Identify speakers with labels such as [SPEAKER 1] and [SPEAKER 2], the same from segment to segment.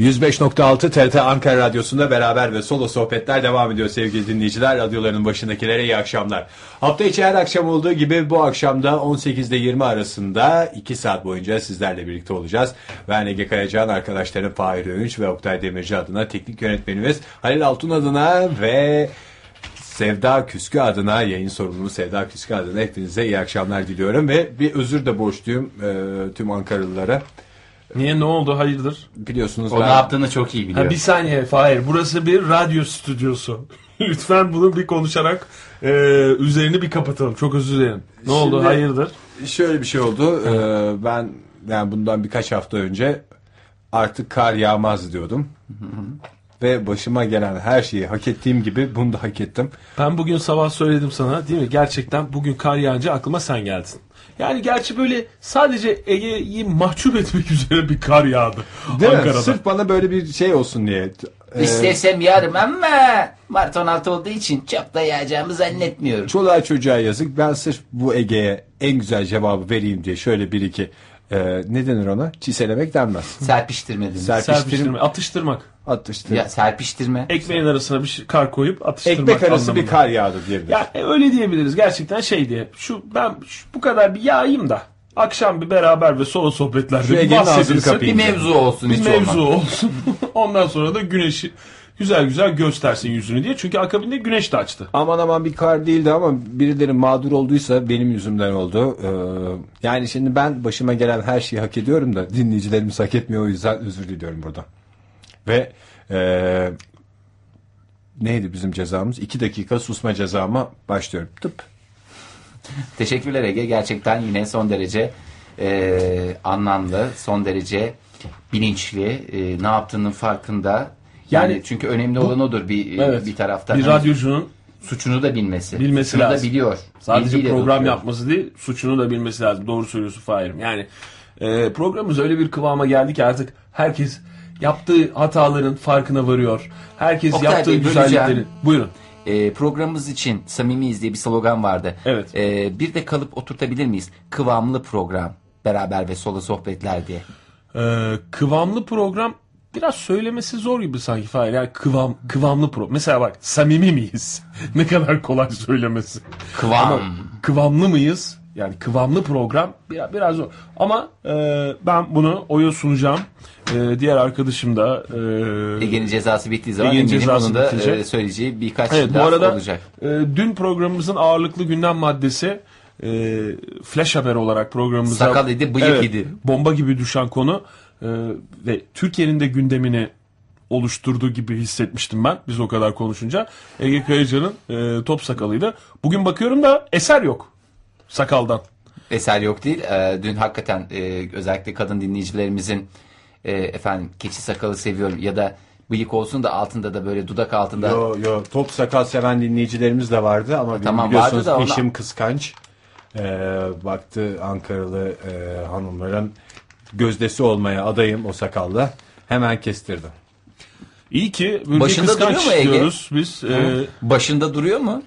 [SPEAKER 1] 105.6 TRT Ankara Radyosu'nda beraber ve solo sohbetler devam ediyor sevgili dinleyiciler. Radyoların başındakilere iyi akşamlar. Hafta içi her akşam olduğu gibi bu akşamda 18 ile 20 arasında 2 saat boyunca sizlerle birlikte olacağız. Ben Ege Kayacan, arkadaşlarım Fahir Öğünç ve Oktay Demirci adına, teknik yönetmenimiz Halil Altun adına ve Sevda Küskü adına yayın sorumlumuz Sevda Küskü adına hepinize iyi akşamlar diliyorum ve bir özür de borçluyum e, tüm Ankaralılara.
[SPEAKER 2] Niye ne oldu hayırdır?
[SPEAKER 1] Biliyorsunuz
[SPEAKER 3] O ne yaptığını çok iyi biliyor.
[SPEAKER 2] Ha, bir saniye Fahir burası bir radyo stüdyosu. Lütfen bunu bir konuşarak e, üzerini bir kapatalım. Çok özür dilerim. Ne oldu
[SPEAKER 1] Şimdi-
[SPEAKER 2] hayırdır?
[SPEAKER 1] Şöyle bir şey oldu. Ee, ben yani bundan birkaç hafta önce artık kar yağmaz diyordum. Ve başıma gelen her şeyi hak ettiğim gibi bunu da hak ettim.
[SPEAKER 2] Ben bugün sabah söyledim sana değil mi? Gerçekten bugün kar yağınca aklıma sen geldin. Yani gerçi böyle sadece Ege'yi mahcup etmek üzere bir kar yağdı
[SPEAKER 1] Değil
[SPEAKER 2] Ankara'da.
[SPEAKER 1] mi? Sırf bana böyle bir şey olsun diye. Ee,
[SPEAKER 3] İstesem yarım ama Mart 16 olduğu için çok da yağacağımı zannetmiyorum.
[SPEAKER 1] Çoluğa çocuğa yazık. Ben sırf bu Ege'ye en güzel cevabı vereyim diye şöyle bir iki e, ne denir ona? Çiselemek denmez.
[SPEAKER 3] Serpiştirmedim.
[SPEAKER 1] Serpiştirim,
[SPEAKER 2] Serpiştirme, atıştırmak.
[SPEAKER 1] atıştırma.
[SPEAKER 3] ya serpiştirme.
[SPEAKER 2] Ekmeğin arasına bir şey- kar koyup atıştırmak
[SPEAKER 1] Ekmek arası
[SPEAKER 2] anlamında.
[SPEAKER 1] bir kar yağdı diyebilirim.
[SPEAKER 2] Ya e, öyle diyebiliriz gerçekten şey diye. Şu ben şu, bu kadar bir yağayım da akşam bir beraber ve solo
[SPEAKER 1] Şu
[SPEAKER 2] sohbetlerde bir
[SPEAKER 1] Ege'nin ağzını
[SPEAKER 2] bahsedilsin.
[SPEAKER 1] kapayım.
[SPEAKER 3] bir mevzu olsun
[SPEAKER 2] Bir
[SPEAKER 3] hiç
[SPEAKER 2] mevzu
[SPEAKER 3] olmaz.
[SPEAKER 2] olsun. Ondan sonra da güneşi güzel güzel göstersin yüzünü diye. Çünkü akabinde güneş de açtı.
[SPEAKER 1] Aman aman bir kar değildi ama birileri mağdur olduysa benim yüzümden oldu. Ee, yani şimdi ben başıma gelen her şeyi hak ediyorum da dinleyicilerimiz hak etmiyor o yüzden özür diliyorum burada. Ve e, neydi bizim cezamız? İki dakika susma cezama başlıyorum. Tıp.
[SPEAKER 3] Teşekkürler Ege. Gerçekten yine son derece e, anlamlı, son derece bilinçli, e, ne yaptığının farkında. Yani,
[SPEAKER 2] Yani
[SPEAKER 3] çünkü önemli olan odur bir
[SPEAKER 2] Evet.
[SPEAKER 3] bir tarafta.
[SPEAKER 2] Bir
[SPEAKER 3] Hani
[SPEAKER 2] radyocunun
[SPEAKER 3] suçunu da bilmesi.
[SPEAKER 2] Bilmesi
[SPEAKER 3] suçunu da
[SPEAKER 2] lazım.
[SPEAKER 3] biliyor.
[SPEAKER 2] Sadece
[SPEAKER 3] Bilgiyle
[SPEAKER 2] program
[SPEAKER 3] bakıyor.
[SPEAKER 2] yapması değil, suçunu da bilmesi lazım. Doğru söylüyorsun Fahir'im. Yani e, programımız öyle bir kıvama geldi ki artık herkes yaptığı hataların farkına varıyor. Herkes
[SPEAKER 3] Oktay
[SPEAKER 2] yaptığı
[SPEAKER 3] Bey,
[SPEAKER 2] güzellikleri...
[SPEAKER 3] böleceğim.
[SPEAKER 2] Buyurun.
[SPEAKER 3] E, programımız için samimiyiz diye bir slogan vardı.
[SPEAKER 2] Evet.
[SPEAKER 3] E, bir de kalıp oturtabilir miyiz? Kıvamlı program. Beraber ve solo sohbetler diye.
[SPEAKER 2] Ee, kıvamlı program biraz söylemesi zor gibi sanki Fahir. Yani kıvam, kıvamlı program. Mesela bak samimi miyiz? ne kadar kolay söylemesi.
[SPEAKER 3] Kıvam.
[SPEAKER 2] Kıvamlı mıyız? Yani kıvamlı program biraz, biraz zor. Ama e, ben bunu O'ya sunacağım. E, diğer arkadaşım da e,
[SPEAKER 3] Ege'nin cezası bittiği zaman
[SPEAKER 2] Ege'nin
[SPEAKER 3] eminim
[SPEAKER 2] cezası
[SPEAKER 3] onun da
[SPEAKER 2] bitecek.
[SPEAKER 3] e, söyleyeceği birkaç
[SPEAKER 2] Evet bu
[SPEAKER 3] laf
[SPEAKER 2] arada
[SPEAKER 3] olacak.
[SPEAKER 2] e, dün programımızın ağırlıklı gündem maddesi e, Flash Haber olarak programımıza
[SPEAKER 3] Sakal idi, bıyık idi.
[SPEAKER 2] bomba gibi düşen konu e, ve Türkiye'nin de gündemini oluşturduğu gibi hissetmiştim ben biz o kadar konuşunca. Ege Kayacan'ın e, top sakalıydı. Bugün bakıyorum da eser yok sakaldan.
[SPEAKER 3] Eser yok değil. Ee, dün hakikaten e, özellikle kadın dinleyicilerimizin e, efendim keçi sakalı seviyorum ya da bıyık olsun da altında da böyle dudak altında
[SPEAKER 1] Yo yo top sakal seven dinleyicilerimiz de vardı ama benim
[SPEAKER 3] tamam,
[SPEAKER 1] biliyorsunuz
[SPEAKER 3] vardı da ona-
[SPEAKER 1] eşim kıskanç. Ee, baktı Ankaralı e, hanımların gözdesi olmaya adayım o sakalla. Hemen kestirdim.
[SPEAKER 2] İyi ki Bülge
[SPEAKER 3] Başında
[SPEAKER 2] Kıskanç
[SPEAKER 3] duruyor mu Ege?
[SPEAKER 2] diyoruz biz. E,
[SPEAKER 3] başında duruyor mu?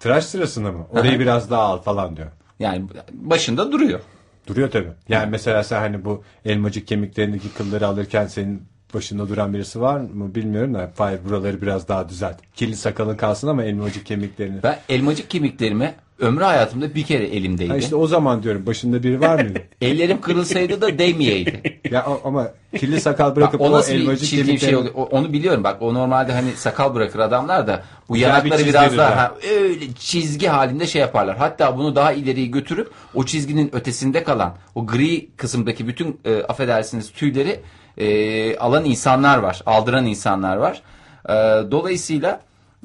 [SPEAKER 1] Tıraş sırasında mı? Orayı biraz daha al falan diyor.
[SPEAKER 3] Yani başında duruyor.
[SPEAKER 1] Duruyor tabii. Yani mesela sen hani bu elmacık kemiklerindeki kılları alırken senin başında duran birisi var mı bilmiyorum da Fahir buraları biraz daha düzelt. Kirli sakalın kalsın ama elmacık kemiklerini.
[SPEAKER 3] Ben elmacık kemiklerimi ömrü hayatımda bir kere elimdeydi.
[SPEAKER 1] Ha işte o zaman diyorum başında biri var mıydı?
[SPEAKER 3] Ellerim kırılsaydı da değmeyeydi.
[SPEAKER 1] ya a- ama kirli sakal
[SPEAKER 3] Bak,
[SPEAKER 1] bırakıp
[SPEAKER 3] o
[SPEAKER 1] o,
[SPEAKER 3] nasıl bir
[SPEAKER 1] elmacık
[SPEAKER 3] çirkin
[SPEAKER 1] kemiklerini.
[SPEAKER 3] şey oluyor. O- Onu biliyorum bak. O normalde hani sakal bırakır adamlar da bu
[SPEAKER 1] Güzel bir
[SPEAKER 3] yanakları
[SPEAKER 1] çizgi
[SPEAKER 3] biraz daha
[SPEAKER 1] verirler.
[SPEAKER 3] ha, öyle çizgi halinde şey yaparlar. Hatta bunu daha ileriye götürüp o çizginin ötesinde kalan o gri kısımdaki bütün e, affedersiniz tüyleri e, alan insanlar var. Aldıran insanlar var. E, dolayısıyla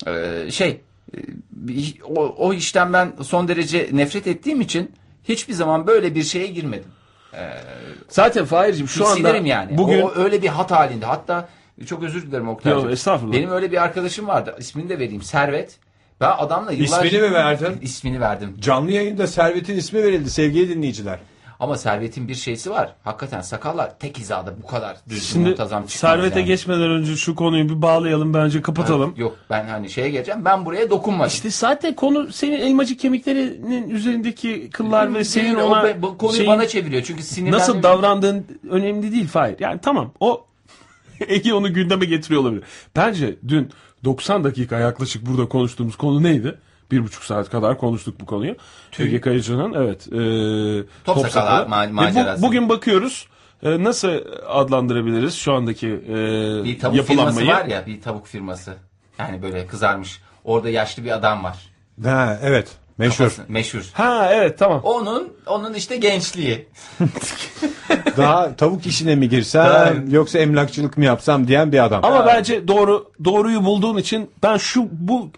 [SPEAKER 3] e, şey e, bir- o, o işten ben son derece nefret ettiğim için hiçbir zaman böyle bir şeye girmedim.
[SPEAKER 2] zaten Fahir'cim şu anda
[SPEAKER 3] Tiksinirim yani.
[SPEAKER 2] bugün
[SPEAKER 3] O, o öyle bir hat halinde. Hatta çok özür dilerim Oktay'cığım.
[SPEAKER 2] Yok, estağfurullah.
[SPEAKER 3] Benim öyle bir arkadaşım vardı. İsmini de vereyim. Servet. Ben adamla yıllarca...
[SPEAKER 1] İsmini mi verdin?
[SPEAKER 3] İsmini verdim.
[SPEAKER 1] Canlı yayında Servet'in ismi verildi sevgili dinleyiciler.
[SPEAKER 3] Ama Servet'in bir şeysi var. Hakikaten sakallar tek hizada bu kadar düzgün
[SPEAKER 2] Şimdi
[SPEAKER 3] muntazam çıkmaz
[SPEAKER 2] Servet'e
[SPEAKER 3] yani.
[SPEAKER 2] geçmeden önce şu konuyu bir bağlayalım bence kapatalım.
[SPEAKER 3] Yok ben hani şeye geleceğim. Ben buraya dokunmadım.
[SPEAKER 2] İşte zaten konu senin elmacık kemiklerinin üzerindeki kıllar ve senin
[SPEAKER 3] O
[SPEAKER 2] ona
[SPEAKER 3] be- bu konuyu
[SPEAKER 2] şeyin
[SPEAKER 3] bana çeviriyor. Çünkü sinirlendim.
[SPEAKER 2] nasıl davrandığın önemli değil Fahir. Yani tamam o Ege onu gündeme getiriyor olabilir. Bence dün 90 dakika yaklaşık burada konuştuğumuz konu neydi? Bir buçuk saat kadar konuştuk bu konuyu. Ege Kayıcı'nın evet e,
[SPEAKER 3] Top
[SPEAKER 2] top
[SPEAKER 3] sakala
[SPEAKER 2] sakalı.
[SPEAKER 3] ma-
[SPEAKER 2] Ve bu-
[SPEAKER 3] macerası.
[SPEAKER 2] bugün bakıyoruz e, nasıl adlandırabiliriz şu andaki e,
[SPEAKER 3] Bir tavuk
[SPEAKER 2] yapılanmayı.
[SPEAKER 3] firması var ya bir tavuk firması. Yani böyle kızarmış. Orada yaşlı bir adam var.
[SPEAKER 1] Ha, evet. Meşhur.
[SPEAKER 3] Meşhur.
[SPEAKER 2] Ha evet tamam.
[SPEAKER 3] Onun onun işte gençliği.
[SPEAKER 1] Daha tavuk işine mi girsem
[SPEAKER 3] Daha-
[SPEAKER 1] yoksa emlakçılık mı yapsam diyen bir adam.
[SPEAKER 2] Ama bence doğru doğruyu bulduğun için ben şu bu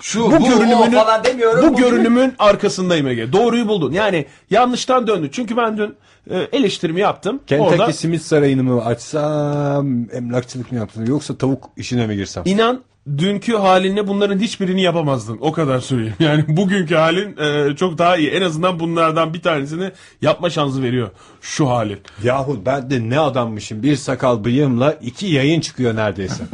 [SPEAKER 3] Şu
[SPEAKER 2] bu,
[SPEAKER 3] bu, o
[SPEAKER 2] görünümünün
[SPEAKER 3] falan demiyorum.
[SPEAKER 2] bu görünümün arkasındayım Ege. Doğruyu buldun. Yani yanlıştan döndün. Çünkü ben dün e, eleştirimi yaptım.
[SPEAKER 1] Kentteki
[SPEAKER 2] Orada
[SPEAKER 1] simit sarayını mı açsam emlakçılık mı yapsam yoksa tavuk işine mi girsem?
[SPEAKER 2] inan dünkü halinle bunların hiçbirini yapamazdın. O kadar söyleyeyim. Yani bugünkü halin e, çok daha iyi. En azından bunlardan bir tanesini yapma şansı veriyor şu halin.
[SPEAKER 1] Yahu ben de ne adammışım bir sakal bıyığımla iki yayın çıkıyor neredeyse.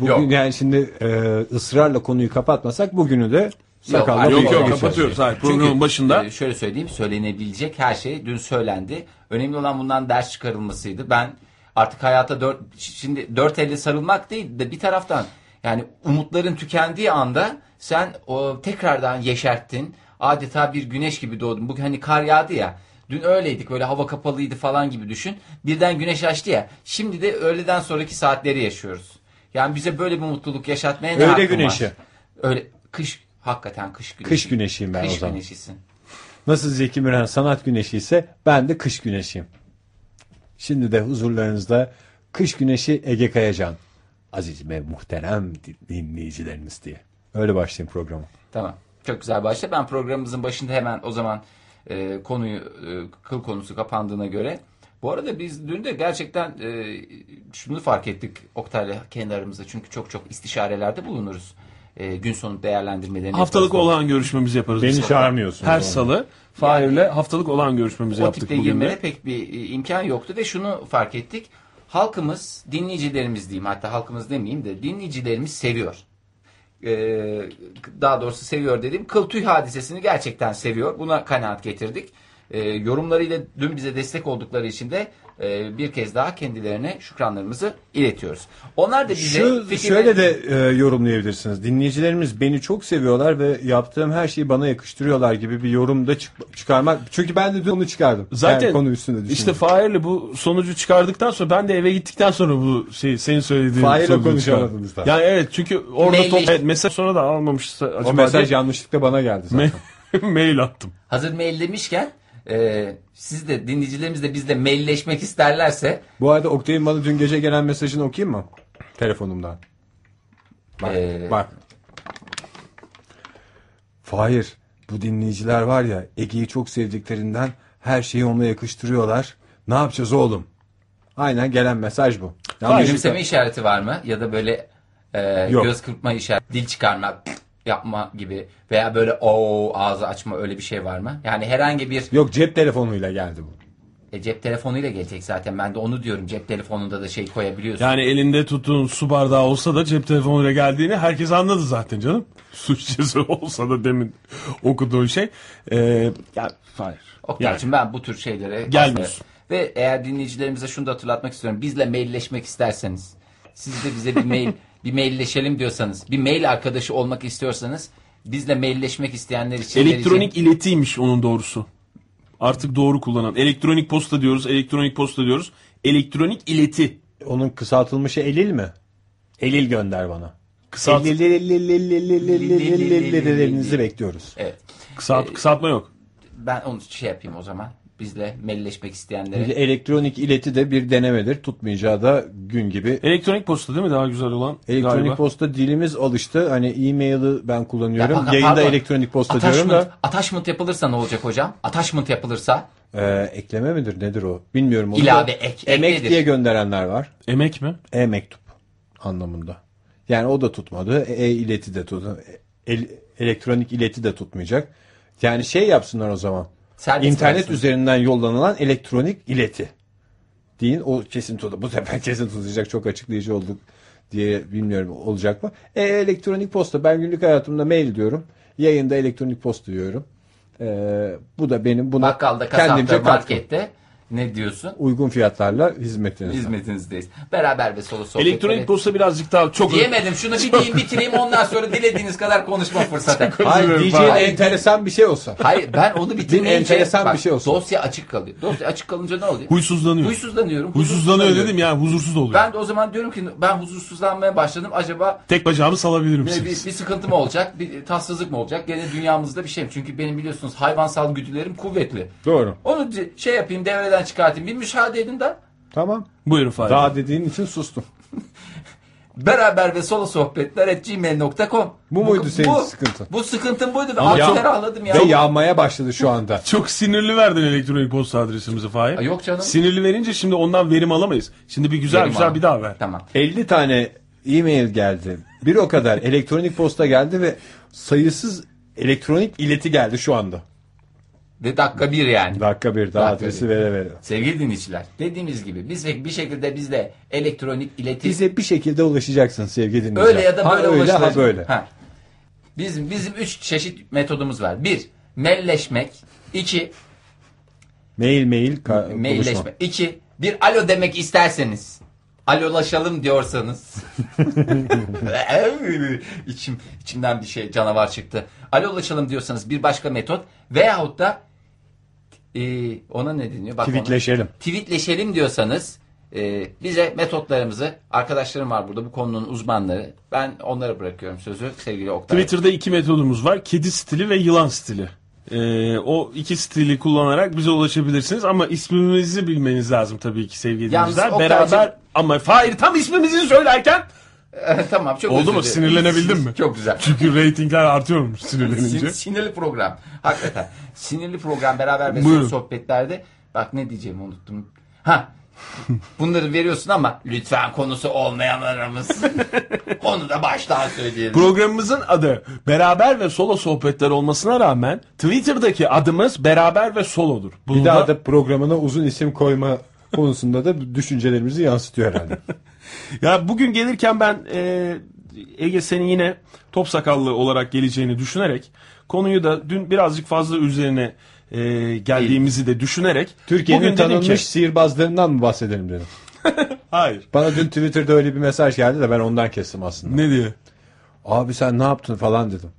[SPEAKER 1] Bugün
[SPEAKER 3] Yok.
[SPEAKER 1] yani şimdi e, ısrarla konuyu kapatmasak bugünü de sakalla
[SPEAKER 3] hayır,
[SPEAKER 2] Yok
[SPEAKER 1] bıyıkla
[SPEAKER 2] yok
[SPEAKER 1] geçeceğiz.
[SPEAKER 2] kapatıyoruz. Hayır,
[SPEAKER 3] Çünkü,
[SPEAKER 2] programın başında
[SPEAKER 3] e, şöyle söyleyeyim söylenebilecek her şey dün söylendi. Önemli olan bundan ders çıkarılmasıydı. Ben artık hayata dört, şimdi dört elle sarılmak değil de bir taraftan yani umutların tükendiği anda sen o tekrardan yeşerttin. Adeta bir güneş gibi doğdun. Bugün hani kar yağdı ya. Dün öyleydik böyle hava kapalıydı falan gibi düşün. Birden güneş açtı ya. Şimdi de öğleden sonraki saatleri yaşıyoruz. Yani bize böyle bir mutluluk yaşatmaya ne
[SPEAKER 1] Öğle
[SPEAKER 3] hakkın var?
[SPEAKER 1] güneşi.
[SPEAKER 3] Öyle kış hakikaten kış güneşi.
[SPEAKER 1] Kış güneşiyim ben o
[SPEAKER 3] Kış
[SPEAKER 1] zaman.
[SPEAKER 3] güneşisin.
[SPEAKER 1] Nasıl Zeki Müren sanat güneşi ise ben de kış güneşiyim. Şimdi de huzurlarınızda kış güneşi Ege Kayacan. Aziz ve muhterem dinleyicilerimiz diye. Öyle başlayayım programı.
[SPEAKER 3] Tamam. Çok güzel başla. Ben programımızın başında hemen o zaman e, konuyu e, kıl konusu kapandığına göre. Bu arada biz dün de gerçekten e, şunu fark ettik Oktay'la kendi aramızda. Çünkü çok çok istişarelerde bulunuruz. E, gün sonu değerlendirmelerini.
[SPEAKER 2] haftalık
[SPEAKER 3] yaparız.
[SPEAKER 2] olağan görüşmemizi yaparız. biz.
[SPEAKER 1] Beni çağırmıyorsunuz.
[SPEAKER 2] Her
[SPEAKER 1] oğlum.
[SPEAKER 2] salı Fahir'le haftalık olağan görüşmemizi
[SPEAKER 3] O
[SPEAKER 2] yaptık
[SPEAKER 3] tipte
[SPEAKER 2] bugün de.
[SPEAKER 3] girmene pek bir e, imkan yoktu ve şunu fark ettik. Halkımız, dinleyicilerimiz diyeyim hatta halkımız demeyeyim de dinleyicilerimiz seviyor. Ee, daha doğrusu seviyor dediğim kıl tüy hadisesini gerçekten seviyor. Buna kanaat getirdik. Ee, yorumlarıyla dün bize destek oldukları için de e, bir kez daha kendilerine şükranlarımızı iletiyoruz. Onlar da bize
[SPEAKER 1] Şu,
[SPEAKER 3] fikir-
[SPEAKER 1] şöyle de e, yorumlayabilirsiniz. Dinleyicilerimiz beni çok seviyorlar ve yaptığım her şeyi bana yakıştırıyorlar gibi bir yorum da çık- çıkarmak. Çünkü ben de dün onu çıkardım.
[SPEAKER 2] Zaten
[SPEAKER 1] Yani konu üstünde düşündüm.
[SPEAKER 2] İşte Fahir'le bu sonucu çıkardıktan sonra ben de eve gittikten sonra bu şey senin söylediğin
[SPEAKER 1] Fahir'le
[SPEAKER 2] sonucu
[SPEAKER 1] konuşamadınız
[SPEAKER 2] çıkardım.
[SPEAKER 1] daha.
[SPEAKER 2] Yani evet çünkü orada
[SPEAKER 3] Mail
[SPEAKER 2] top,
[SPEAKER 3] işte.
[SPEAKER 2] evet, mesaj sonra da almamışsa acaba
[SPEAKER 1] o mesaj
[SPEAKER 2] diye-
[SPEAKER 1] yanlışlıkla bana geldi zaten.
[SPEAKER 2] Me- mail attım.
[SPEAKER 3] hazır mail demişken e, siz de dinleyicilerimiz de bizle mailleşmek isterlerse
[SPEAKER 1] Bu arada Oktay'ın bana dün gece gelen mesajını okuyayım mı? Telefonumdan. Bak.
[SPEAKER 3] Ee,
[SPEAKER 1] bak. Fahir, bu dinleyiciler var ya Ege'yi çok sevdiklerinden her şeyi ona yakıştırıyorlar. Ne yapacağız oğlum? Aynen gelen mesaj bu. Yanlışlıkla-
[SPEAKER 3] Gülümseme işareti var mı? Ya da böyle e,
[SPEAKER 1] Yok.
[SPEAKER 3] göz kırpma işareti, dil çıkarma, yapma gibi veya böyle o ağzı açma öyle bir şey var mı? Yani herhangi bir
[SPEAKER 1] Yok cep telefonuyla geldi bu.
[SPEAKER 3] e, cep telefonuyla gelecek zaten. Ben de onu diyorum. Cep telefonunda da şey koyabiliyorsun.
[SPEAKER 2] Yani elinde tuttuğun su bardağı olsa da cep telefonuyla geldiğini herkes anladı zaten canım. Su şişesi olsa da demin okuduğun şey. Ee, ya Fahir.
[SPEAKER 3] Oktay'cığım ben bu tür şeylere
[SPEAKER 2] Gelmiyorsun.
[SPEAKER 3] asla- Ve eğer dinleyicilerimize şunu da hatırlatmak istiyorum. Bizle mailleşmek isterseniz, siz de bize bir mail bir mailleşelim diyorsanız, bir mail arkadaşı olmak istiyorsanız bizle mailleşmek isteyenler için
[SPEAKER 2] Elektronik iletiymiş onun doğrusu. Artık doğru kullanan. Elektronik posta diyoruz, elektronik posta diyoruz. Elektronik ileti.
[SPEAKER 1] Onun kısaltılmışı Elil mi? Elil gönder bana.
[SPEAKER 2] Kısalt,
[SPEAKER 1] Elil'lerinizi bekliyoruz.
[SPEAKER 3] Evet.
[SPEAKER 2] kısalt, kısaltma yok.
[SPEAKER 3] Ben onu şey yapayım o zaman. Bizle mailleşmek isteyenlere.
[SPEAKER 1] Elektronik ileti de bir denemedir. Tutmayacağı da gün gibi.
[SPEAKER 2] Elektronik posta değil mi daha güzel olan?
[SPEAKER 1] Elektronik
[SPEAKER 2] galiba.
[SPEAKER 1] posta dilimiz alıştı. Hani e-mail'i ben kullanıyorum.
[SPEAKER 3] Ya,
[SPEAKER 1] Yayında
[SPEAKER 3] pardon.
[SPEAKER 1] elektronik posta diyorum
[SPEAKER 3] Attachment,
[SPEAKER 1] da
[SPEAKER 3] attachment yapılırsa ne olacak hocam? Attachment yapılırsa
[SPEAKER 1] e, ekleme midir nedir o? Bilmiyorum. Onu
[SPEAKER 3] İlave,
[SPEAKER 1] da
[SPEAKER 3] ek, ek
[SPEAKER 1] Emek
[SPEAKER 3] nedir?
[SPEAKER 1] diye gönderenler var.
[SPEAKER 2] Emek mi?
[SPEAKER 1] E-mektup anlamında. Yani o da tutmadı. E-ileti de tutmadı. elektronik ileti de tutmayacak. Yani şey yapsınlar o zaman.
[SPEAKER 3] Servis
[SPEAKER 1] İnternet
[SPEAKER 3] versin.
[SPEAKER 1] üzerinden yollanılan elektronik ileti. Deyin o kesin tutar. Bu sefer kesin tutacak. Çok açıklayıcı olduk diye bilmiyorum olacak mı? E elektronik posta. Ben günlük hayatımda mail diyorum. Yayında elektronik posta diyorum. E, bu da benim buna
[SPEAKER 3] bakkalda,
[SPEAKER 1] kendimce
[SPEAKER 3] kasapta,
[SPEAKER 1] katkım.
[SPEAKER 3] markette Ne diyorsun?
[SPEAKER 1] Uygun fiyatlarla hizmetiniz.
[SPEAKER 3] Hizmetinizdeyiz. Beraber ve solo sohbet.
[SPEAKER 2] Elektronik posta birazcık daha çok
[SPEAKER 3] Diyemedim. Şunu bir diyeyim bitireyim ondan sonra dilediğiniz kadar konuşma fırsatı.
[SPEAKER 1] Hayır diyeceğin enteresan bir şey olsa.
[SPEAKER 3] Hayır ben onu bitirmeyince.
[SPEAKER 1] enteresan bir şey olsun.
[SPEAKER 3] Dosya açık kalıyor. Dosya açık kalınca ne oluyor?
[SPEAKER 2] huysuzlanıyor.
[SPEAKER 3] Huysuzlanıyorum.
[SPEAKER 2] Huysuzlanıyor dedim yani huzursuz oluyor.
[SPEAKER 3] Ben de o zaman diyorum ki ben huzursuzlanmaya başladım. Acaba
[SPEAKER 2] Tek bacağımı salabilir
[SPEAKER 3] Bir, bir,
[SPEAKER 2] misiniz?
[SPEAKER 3] bir sıkıntı mı olacak? Bir tatsızlık mı olacak? Gene dünyamızda bir şey mi? Çünkü benim biliyorsunuz hayvansal güdülerim kuvvetli.
[SPEAKER 1] Doğru.
[SPEAKER 3] Onu c- şey yapayım devreden çıkartayım. Bir müşahede edin de
[SPEAKER 1] Tamam.
[SPEAKER 2] Buyurun Fahri.
[SPEAKER 1] Daha dediğin için sustum.
[SPEAKER 3] beraber ve solo sohbetler at gmail.com
[SPEAKER 1] Bu muydu senin sıkıntın?
[SPEAKER 3] Bu sıkıntım buydu. Ama
[SPEAKER 1] ya-
[SPEAKER 3] ferahladım ya.
[SPEAKER 1] Ve yağmaya başladı şu anda.
[SPEAKER 2] Çok sinirli verdin elektronik posta adresimizi Fahir.
[SPEAKER 3] Aa, yok canım.
[SPEAKER 2] Sinirli verince şimdi ondan verim alamayız. Şimdi bir güzel
[SPEAKER 3] Verim
[SPEAKER 2] güzel
[SPEAKER 3] aldım.
[SPEAKER 2] bir daha ver.
[SPEAKER 3] Tamam.
[SPEAKER 1] 50 tane e-mail geldi. Bir o kadar elektronik posta geldi ve sayısız elektronik ileti geldi şu anda.
[SPEAKER 3] Ve dakika bir yani.
[SPEAKER 1] Dakika bir daha
[SPEAKER 3] Dakika
[SPEAKER 1] adresi
[SPEAKER 3] bir.
[SPEAKER 1] vere vere.
[SPEAKER 3] Sevgili dinleyiciler dediğimiz gibi biz bir şekilde biz de elektronik iletişim
[SPEAKER 1] Bize bir şekilde ulaşacaksın sevgili dinleyiciler.
[SPEAKER 3] Öyle ya da böyle
[SPEAKER 1] ha öyle ha
[SPEAKER 3] ulaşılacak.
[SPEAKER 1] böyle.
[SPEAKER 3] Ha. Bizim, bizim üç çeşit metodumuz var. Bir, melleşmek. İki,
[SPEAKER 1] Mail mail ka- konuşma.
[SPEAKER 3] mailleşme. İki, bir alo demek isterseniz. Alolaşalım diyorsanız. İçim, içimden bir şey canavar çıktı. Alolaşalım diyorsanız bir başka metot. Veyahut da e, ona ne deniyor? Bak ona.
[SPEAKER 1] Tweetleşelim.
[SPEAKER 3] tweetleşelim diyorsanız e, bize metotlarımızı arkadaşlarım var burada bu konunun uzmanları. Ben onlara bırakıyorum sözü sevgili Oktay.
[SPEAKER 2] Twitter'da iki metodumuz var. Kedi stili ve yılan stili. Ee, o iki stili kullanarak bize ulaşabilirsiniz ama ismimizi bilmeniz lazım tabii ki sevgili
[SPEAKER 3] Yalnız
[SPEAKER 2] dinleyiciler.
[SPEAKER 3] Oktay'cığım-
[SPEAKER 2] Beraber ama Fahir tam ismimizi söylerken
[SPEAKER 3] tamam çok
[SPEAKER 2] Oldu
[SPEAKER 3] özür
[SPEAKER 2] mu?
[SPEAKER 3] dilerim.
[SPEAKER 2] Sinirlenebildin mi?
[SPEAKER 3] Çok güzel.
[SPEAKER 2] çünkü reytingler artıyormuş
[SPEAKER 3] Sin-
[SPEAKER 2] sinirlenince.
[SPEAKER 3] sinirli program. Hakikaten. Sinirli program beraber ve
[SPEAKER 2] Buyurun.
[SPEAKER 3] son sohbetlerde. Bak ne diyeceğimi unuttum. Ha. Bunları veriyorsun ama lütfen konusu olmayanlarımız. Onu da baştan söyleyelim.
[SPEAKER 2] Programımızın adı beraber ve solo sohbetler olmasına rağmen Twitter'daki adımız beraber ve solodur. Bunu
[SPEAKER 1] Bir daha da programına uzun isim koyma konusunda da düşüncelerimizi yansıtıyor herhalde.
[SPEAKER 2] Ya bugün gelirken ben e, Ege senin yine top sakallı olarak geleceğini düşünerek konuyu da dün birazcık fazla üzerine e, geldiğimizi de düşünerek
[SPEAKER 1] Türkiye'nin
[SPEAKER 2] bugün dedim
[SPEAKER 1] tanınmış
[SPEAKER 2] ki-
[SPEAKER 1] sihirbazlarından mı bahsedelim dedim.
[SPEAKER 2] hayır.
[SPEAKER 1] Bana dün Twitter'da öyle bir mesaj geldi de ben ondan kestim aslında.
[SPEAKER 2] Ne diye?
[SPEAKER 1] Abi sen ne yaptın falan dedim.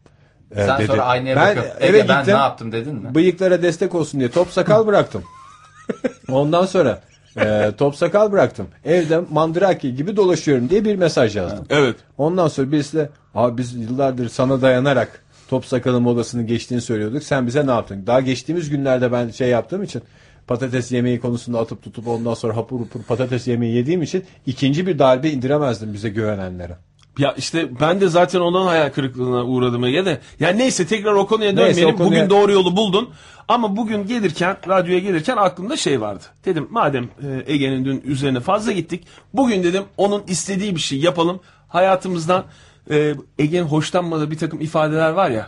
[SPEAKER 1] Ee,
[SPEAKER 3] Sen
[SPEAKER 1] dedi.
[SPEAKER 3] sonra aynaya
[SPEAKER 1] ben
[SPEAKER 3] bakıp
[SPEAKER 1] eve
[SPEAKER 3] Ege, ben ne
[SPEAKER 1] gittim.
[SPEAKER 3] yaptım dedin mi?
[SPEAKER 1] bıyıklara destek olsun diye top sakal bıraktım. Ondan sonra e, top sakal bıraktım. Evde mandraki gibi dolaşıyorum diye bir mesaj yazdım.
[SPEAKER 2] Evet.
[SPEAKER 1] Ondan sonra birisi de abi biz yıllardır sana dayanarak top sakalın modasını geçtiğini söylüyorduk. Sen bize ne yaptın? Daha geçtiğimiz günlerde ben şey yaptığım için patates yemeği konusunda atıp tutup ondan sonra hapur hapur patates yemeği yediğim için ikinci bir darbe indiremezdim bize güvenenlere.
[SPEAKER 2] Ya işte ben de zaten ondan hayal kırıklığına uğradım Ege de. Ya neyse tekrar o konuya
[SPEAKER 1] Neyse,
[SPEAKER 2] dönmeyelim.
[SPEAKER 1] o konuya-
[SPEAKER 2] Bugün doğru yolu buldun. Ama bugün gelirken, radyoya gelirken aklımda şey vardı. Dedim madem e, Ege'nin dün üzerine fazla gittik. Bugün dedim onun istediği bir şey yapalım. Hayatımızdan e, Ege'nin hoşlanmadığı bir takım ifadeler var ya.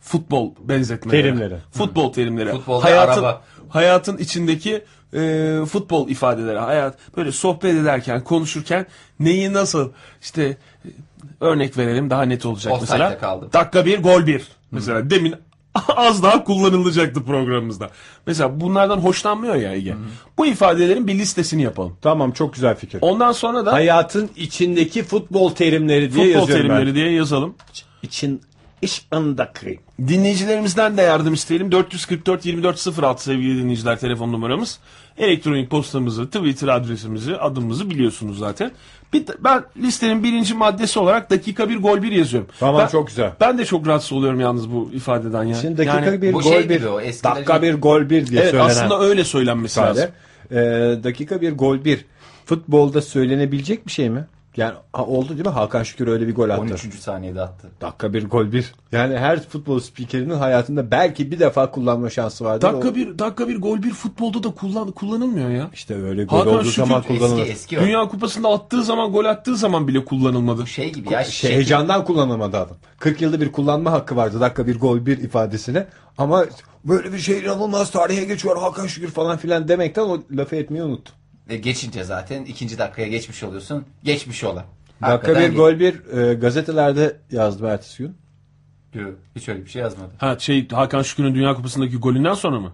[SPEAKER 2] Futbol benzetmeleri.
[SPEAKER 1] Terimleri.
[SPEAKER 2] Futbol terimleri.
[SPEAKER 3] Futbol ve
[SPEAKER 2] hayatın,
[SPEAKER 3] araba.
[SPEAKER 2] hayatın içindeki e, futbol ifadeleri. Hayat böyle sohbet ederken, konuşurken neyi nasıl işte e, örnek verelim daha net olacak
[SPEAKER 3] Offside'de
[SPEAKER 2] mesela.
[SPEAKER 3] kaldı.
[SPEAKER 2] Dakika bir gol bir. Mesela demin az daha kullanılacaktı programımızda. Mesela bunlardan hoşlanmıyor ya Ege. Bu ifadelerin bir listesini yapalım.
[SPEAKER 1] Tamam çok güzel fikir.
[SPEAKER 2] Ondan sonra da
[SPEAKER 1] Hayatın içindeki futbol terimleri diye
[SPEAKER 2] futbol
[SPEAKER 1] yazıyorum
[SPEAKER 2] terimleri
[SPEAKER 1] ben.
[SPEAKER 2] diye yazalım.
[SPEAKER 1] İçin iş andaki.
[SPEAKER 2] Dinleyicilerimizden de yardım isteyelim. 444 2406 sevgili dinleyiciler telefon numaramız. Elektronik postamızı, Twitter adresimizi, adımızı biliyorsunuz zaten. Bir, ben listenin birinci maddesi olarak dakika bir gol bir yazıyorum.
[SPEAKER 1] Tamam,
[SPEAKER 2] Ben-
[SPEAKER 1] çok güzel.
[SPEAKER 2] Ben de çok rahatsız oluyorum yalnız bu ifadeden ya.
[SPEAKER 1] Şimdi dakika
[SPEAKER 2] Yani-
[SPEAKER 1] bir
[SPEAKER 3] bu
[SPEAKER 1] gol
[SPEAKER 3] şey
[SPEAKER 1] bir.
[SPEAKER 3] gibi o eskilerin-
[SPEAKER 1] Dakika bir gol bir diye
[SPEAKER 2] Evet
[SPEAKER 1] söylenen.
[SPEAKER 2] aslında öyle söylenmesi
[SPEAKER 1] ifade.
[SPEAKER 2] lazım.
[SPEAKER 1] Ee, dakika bir gol bir. Futbolda söylenebilecek bir şey mi? Yani ha, oldu değil mi? Hakan Şükür öyle bir gol attı.
[SPEAKER 3] 13. saniyede attı.
[SPEAKER 1] Dakika bir gol bir. Yani her futbol spikerinin hayatında belki bir defa kullanma şansı vardır. O-
[SPEAKER 2] Dakika bir, dakika bir gol bir futbolda da kullan, kullanılmıyor ya.
[SPEAKER 1] İşte öyle gol
[SPEAKER 2] Hakan
[SPEAKER 1] olduğu
[SPEAKER 2] Şükür
[SPEAKER 1] zaman
[SPEAKER 2] eski-
[SPEAKER 1] kullanılır.
[SPEAKER 3] Eski eski o.
[SPEAKER 2] Dünya kupasında attığı zaman gol attığı zaman bile kullanılmadı.
[SPEAKER 3] Şey gibi ya.
[SPEAKER 1] Şey,
[SPEAKER 3] Şey,
[SPEAKER 1] heyecandan kullanamadı adam. 40 yılda bir kullanma hakkı vardı dakika bir gol bir ifadesine. Ama böyle bir şey inanılmaz tarihe geçiyor Hakan Şükür falan filan demekten o lafı etmeyi unuttu.
[SPEAKER 3] e, geçince zaten ikinci dakikaya geçmiş oluyorsun. Geçmiş ola.
[SPEAKER 1] Dakika
[SPEAKER 3] Hakikaten
[SPEAKER 1] bir gol bir e, gazetelerde yazdım ertesi gün.
[SPEAKER 3] geçmiş. Hiç öyle bir şey yazmadı.
[SPEAKER 2] Ha şey Hakan Şükür'ün Dünya Kupası'ndaki golünden sonra mı?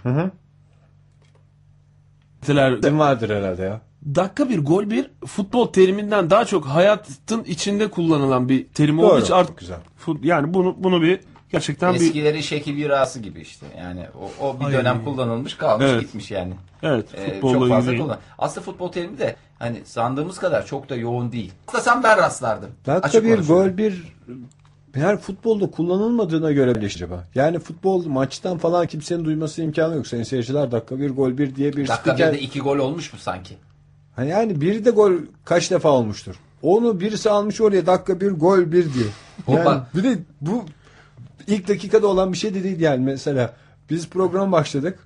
[SPEAKER 2] ettiler.
[SPEAKER 1] Bizim vardır herhalde ya.
[SPEAKER 2] Dakika bir gol bir futbol teriminden daha çok hayatın içinde kullanılan bir terim olduğu
[SPEAKER 1] Doğru.
[SPEAKER 2] için artık
[SPEAKER 1] Güzel.
[SPEAKER 2] fut- yani bunu bunu bir gerçekten bir
[SPEAKER 3] Eskilerin şekil birası gibi işte. Yani o, o bir dönem kullanılmış kalmış
[SPEAKER 2] Evet.
[SPEAKER 3] gitmiş yani.
[SPEAKER 2] evet
[SPEAKER 3] Ee,
[SPEAKER 2] futbolla
[SPEAKER 3] çok fazla
[SPEAKER 2] ilgili.
[SPEAKER 3] kullan. Aslında futbol terimi de hani sandığımız kadar çok da yoğun değil. Atlasam ben rastlardım. Açık
[SPEAKER 1] Dakika bir
[SPEAKER 3] konuşuyorum.
[SPEAKER 1] gol bir her futbolda kullanılmadığına göre bile acaba. Yani futbol maçtan falan kimsenin duyması imkanı yok. Sayın seyirciler dakika bir gol bir diye bir
[SPEAKER 3] Dakika
[SPEAKER 1] spiker-
[SPEAKER 3] birde iki gol olmuş mu sanki?
[SPEAKER 1] Hani yani biri de gol kaç defa olmuştur. Onu birisi almış oraya dakika bir gol bir diyor. Yani
[SPEAKER 3] Hoppa.
[SPEAKER 1] bir de bu ilk dakikada olan bir şey de değil yani mesela biz program başladık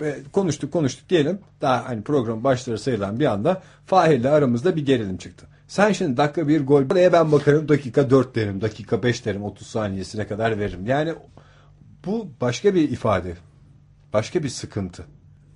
[SPEAKER 1] ve konuştuk konuştuk diyelim daha hani program başları sayılan bir anda Fahir'le aramızda bir gerilim çıktı. Sen şimdi dakika bir gol buraya ben bakarım dakika 4 derim dakika 5 derim 30 saniyesine kadar veririm. Yani bu başka bir ifade başka bir sıkıntı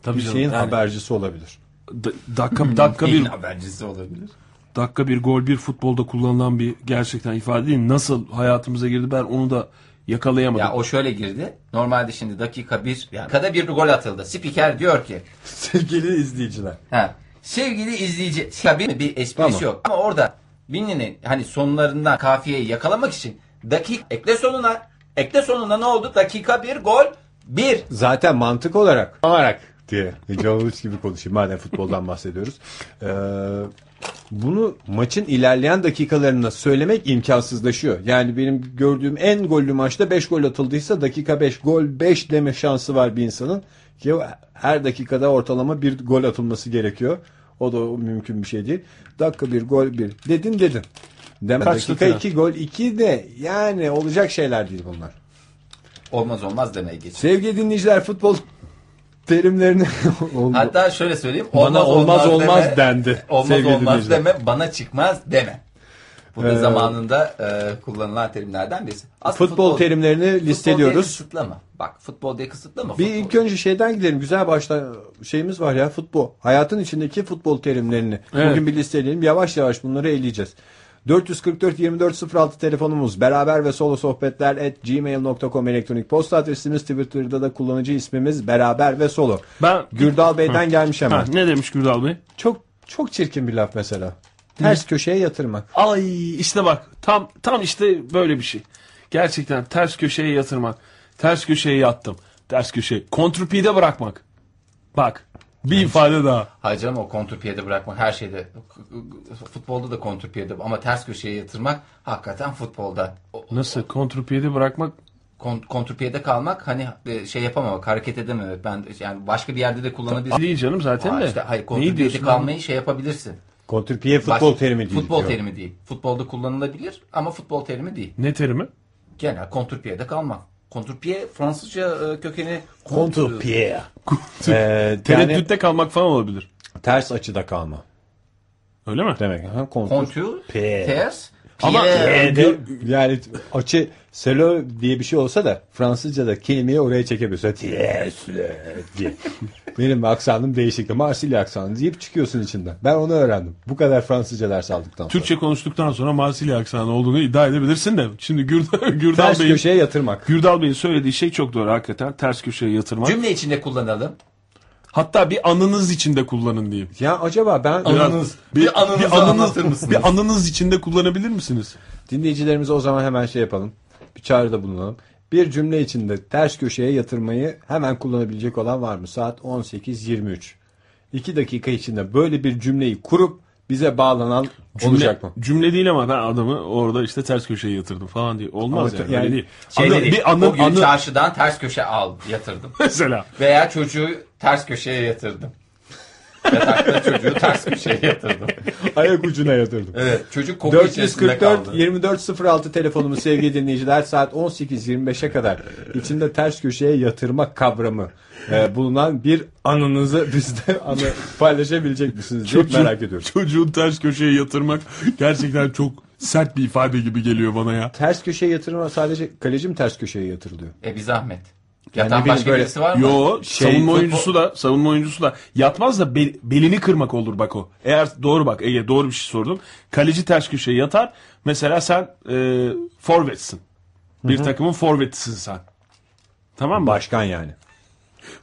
[SPEAKER 2] Tabii
[SPEAKER 1] bir
[SPEAKER 2] canım,
[SPEAKER 1] şeyin
[SPEAKER 2] yani
[SPEAKER 1] habercisi olabilir.
[SPEAKER 2] da- dakika dakika
[SPEAKER 3] Neyin
[SPEAKER 2] bir
[SPEAKER 3] habercisi olabilir?
[SPEAKER 2] dakika bir gol bir futbolda kullanılan bir gerçekten ifade değil. Nasıl hayatımıza girdi ben onu da yakalayamadım.
[SPEAKER 3] Ya o şöyle girdi. Normalde şimdi dakika bir, yani dakikada bir gol atıldı. Spiker diyor ki,
[SPEAKER 1] Sevgili izleyiciler.
[SPEAKER 3] ha, sevgili izleyici, tabii mi bir esprisi
[SPEAKER 1] Tamam.
[SPEAKER 3] yok. Ama orada Winnie'nin hani sonlarından kafiyeyi yakalamak için dakik ekle sonuna, ekle sonuna ne oldu? Dakika bir gol bir.
[SPEAKER 1] Zaten mantık olarak. Olarak diye. Jovic gibi konuşayım madem futboldan bahsediyoruz. Ee, bunu maçın ilerleyen dakikalarında söylemek imkansızlaşıyor. Yani benim gördüğüm en gollü maçta 5 gol atıldıysa dakika 5 gol 5 deme şansı var bir insanın. Ki her dakikada ortalama bir gol atılması gerekiyor. O da mümkün bir şey değil. Dakika bir gol bir dedin dedin. Deme
[SPEAKER 2] Kaçtı
[SPEAKER 1] dakika
[SPEAKER 2] filan.
[SPEAKER 1] 2 gol 2 de yani olacak şeyler değil bunlar.
[SPEAKER 3] Olmaz olmaz demeye geçti.
[SPEAKER 1] Sevgili dinleyiciler futbol terimlerini oldu.
[SPEAKER 3] Hatta şöyle söyleyeyim.
[SPEAKER 1] Bana olmaz olmaz
[SPEAKER 3] deme,
[SPEAKER 1] dendi.
[SPEAKER 3] Olmaz
[SPEAKER 1] Sevgili
[SPEAKER 3] olmaz
[SPEAKER 1] dinleyiciler.
[SPEAKER 3] deme, bana çıkmaz deme. Bu da
[SPEAKER 1] Ee,
[SPEAKER 3] zamanında e, kullanılan terimlerden birisi.
[SPEAKER 1] futbol, terimlerini
[SPEAKER 3] Futbol diye
[SPEAKER 1] listeliyoruz.
[SPEAKER 3] kısıtlama. Bak futbol diye kısıtlama.
[SPEAKER 1] Bir
[SPEAKER 3] futbol.
[SPEAKER 1] ilk önce şeyden gidelim. Güzel başta şeyimiz var ya futbol. Hayatın içindeki futbol terimlerini.
[SPEAKER 2] Evet.
[SPEAKER 1] Bugün bir listeleyelim. Yavaş yavaş bunları eleyeceğiz. 444 2406 telefonumuz beraber ve solo sohbetler at gmail.com elektronik posta adresimiz Twitter'da da kullanıcı ismimiz beraber ve solo.
[SPEAKER 2] Ben
[SPEAKER 1] Gürdal Bey'den gelmiş hemen.
[SPEAKER 2] Ha, ne demiş Gürdal Bey?
[SPEAKER 1] Çok çok çirkin bir laf mesela. Ters köşeye yatırmak.
[SPEAKER 2] Ay işte bak tam tam işte böyle bir şey. Gerçekten ters köşeye yatırmak. Ters köşeye yattım. Ters köşe. Kontrpide bırakmak. Bak bir ifade daha.
[SPEAKER 3] Hayır canım o kontrpiyede bırakmak her şeyde. Futbolda da kontrpiyede ama ters köşeye yatırmak hakikaten futbolda. O-
[SPEAKER 2] Nasıl kontrpide bırakmak?
[SPEAKER 3] Kon, kontrpiyede kalmak hani e, şey yapamamak, hareket edememek. Ben yani başka bir yerde de kullanabilirsin.
[SPEAKER 2] Değil canım zaten
[SPEAKER 3] Aa,
[SPEAKER 2] de.
[SPEAKER 3] işte, hayır
[SPEAKER 2] Neyi
[SPEAKER 3] kontrpiyede
[SPEAKER 2] diyorsun?
[SPEAKER 3] kalmayı şey yapabilirsin.
[SPEAKER 1] Kontrpiye
[SPEAKER 3] Baş-
[SPEAKER 1] futbol terimi değil.
[SPEAKER 3] Futbol
[SPEAKER 1] diyor.
[SPEAKER 3] terimi değil. Futbolda kullanılabilir ama futbol terimi değil.
[SPEAKER 2] Ne terimi?
[SPEAKER 3] Genel kontrpiyede kalmak. Kontrpiye Fransızca e, kökeni
[SPEAKER 1] Kontrpiye. Ee, yani
[SPEAKER 2] Tereddütte kalmak falan olabilir.
[SPEAKER 1] ters açıda kalma
[SPEAKER 2] Öyle mi?
[SPEAKER 1] demek. Ha, kontur.
[SPEAKER 3] Kontür,
[SPEAKER 1] Piye.
[SPEAKER 3] ters,
[SPEAKER 2] Ama-
[SPEAKER 3] piye.
[SPEAKER 1] Ee, de- yani açı selo diye bir şey olsa da Fransızca'da kelimeyi oraya çekebiliyorsun. Ters diye. Benim aksanım değişikti. Marsilya aksanı deyip çıkıyorsun içinden. Ben onu öğrendim. Bu kadar Fransızca ders aldıktan sonra.
[SPEAKER 2] Türkçe konuştuktan sonra Marsilya aksanı olduğunu iddia edebilirsin de. Şimdi Gürdal, Gürdal
[SPEAKER 1] ters
[SPEAKER 2] Bey'in
[SPEAKER 1] köşeye yatırmak.
[SPEAKER 2] Gürdal Bey'in söylediği şey çok doğru hakikaten. Ters köşeye yatırmak.
[SPEAKER 3] Cümle içinde kullanalım.
[SPEAKER 2] Hatta bir anınız içinde kullanın diyeyim.
[SPEAKER 1] Ya acaba ben
[SPEAKER 3] Anınız. Bir anınızı anlatır mısınız?
[SPEAKER 2] Bir anınız içinde kullanabilir misiniz?
[SPEAKER 1] Dinleyicilerimize o zaman hemen şey yapalım. Bir çağrıda bulunalım. Bir cümle içinde ters köşeye yatırmayı hemen kullanabilecek olan var mı? Saat 18.23. 2 dakika içinde böyle bir cümleyi kurup bize bağlanan
[SPEAKER 2] Cümle,
[SPEAKER 1] olacak mı?
[SPEAKER 2] Cümle değil ama ben adamı orada işte ters köşeye yatırdım falan diye. Olmaz
[SPEAKER 1] Ama
[SPEAKER 2] yani,
[SPEAKER 1] yani
[SPEAKER 2] öyle değil.
[SPEAKER 3] Şey
[SPEAKER 2] Anı-
[SPEAKER 3] dedi,
[SPEAKER 2] bir anı,
[SPEAKER 3] o gün
[SPEAKER 2] anı
[SPEAKER 3] çarşıdan ters köşe al yatırdım.
[SPEAKER 2] mesela.
[SPEAKER 3] Veya çocuğu ters köşeye yatırdım. Yatakta çocuğu ters köşeye yatırdım.
[SPEAKER 1] Ayak ucuna yatırdım.
[SPEAKER 3] Evet çocuk koku içerisinde
[SPEAKER 1] 444
[SPEAKER 3] kaldı.
[SPEAKER 1] 2406 telefonumuz sevgili dinleyiciler saat 18.25'e kadar içinde ters köşeye yatırma kavramı e, bulunan bir anınızı bizde anı paylaşabilecek misiniz diye merak ediyorum.
[SPEAKER 2] Çocuğun ters köşeye yatırmak gerçekten çok sert bir ifade gibi geliyor bana ya.
[SPEAKER 1] Ters köşeye yatırma sadece kaleci mi ters köşeye yatırılıyor?
[SPEAKER 3] E bir zahmet.
[SPEAKER 1] ne
[SPEAKER 3] Yatan
[SPEAKER 1] bileyim
[SPEAKER 3] başka
[SPEAKER 1] böyle-
[SPEAKER 3] birisi var mı?
[SPEAKER 2] Yo
[SPEAKER 1] Şey,
[SPEAKER 2] savunma oyuncusu da savunma oyuncusu da yatmaz da bel- belini kırmak olur bak o. Eğer doğru bak Ege doğru bir şey sordun. Kaleci ters köşeye yatar. Mesela sen e, forvetsin. Bir takımın forvetisin sen. Tamam mı?
[SPEAKER 1] Başkan yani.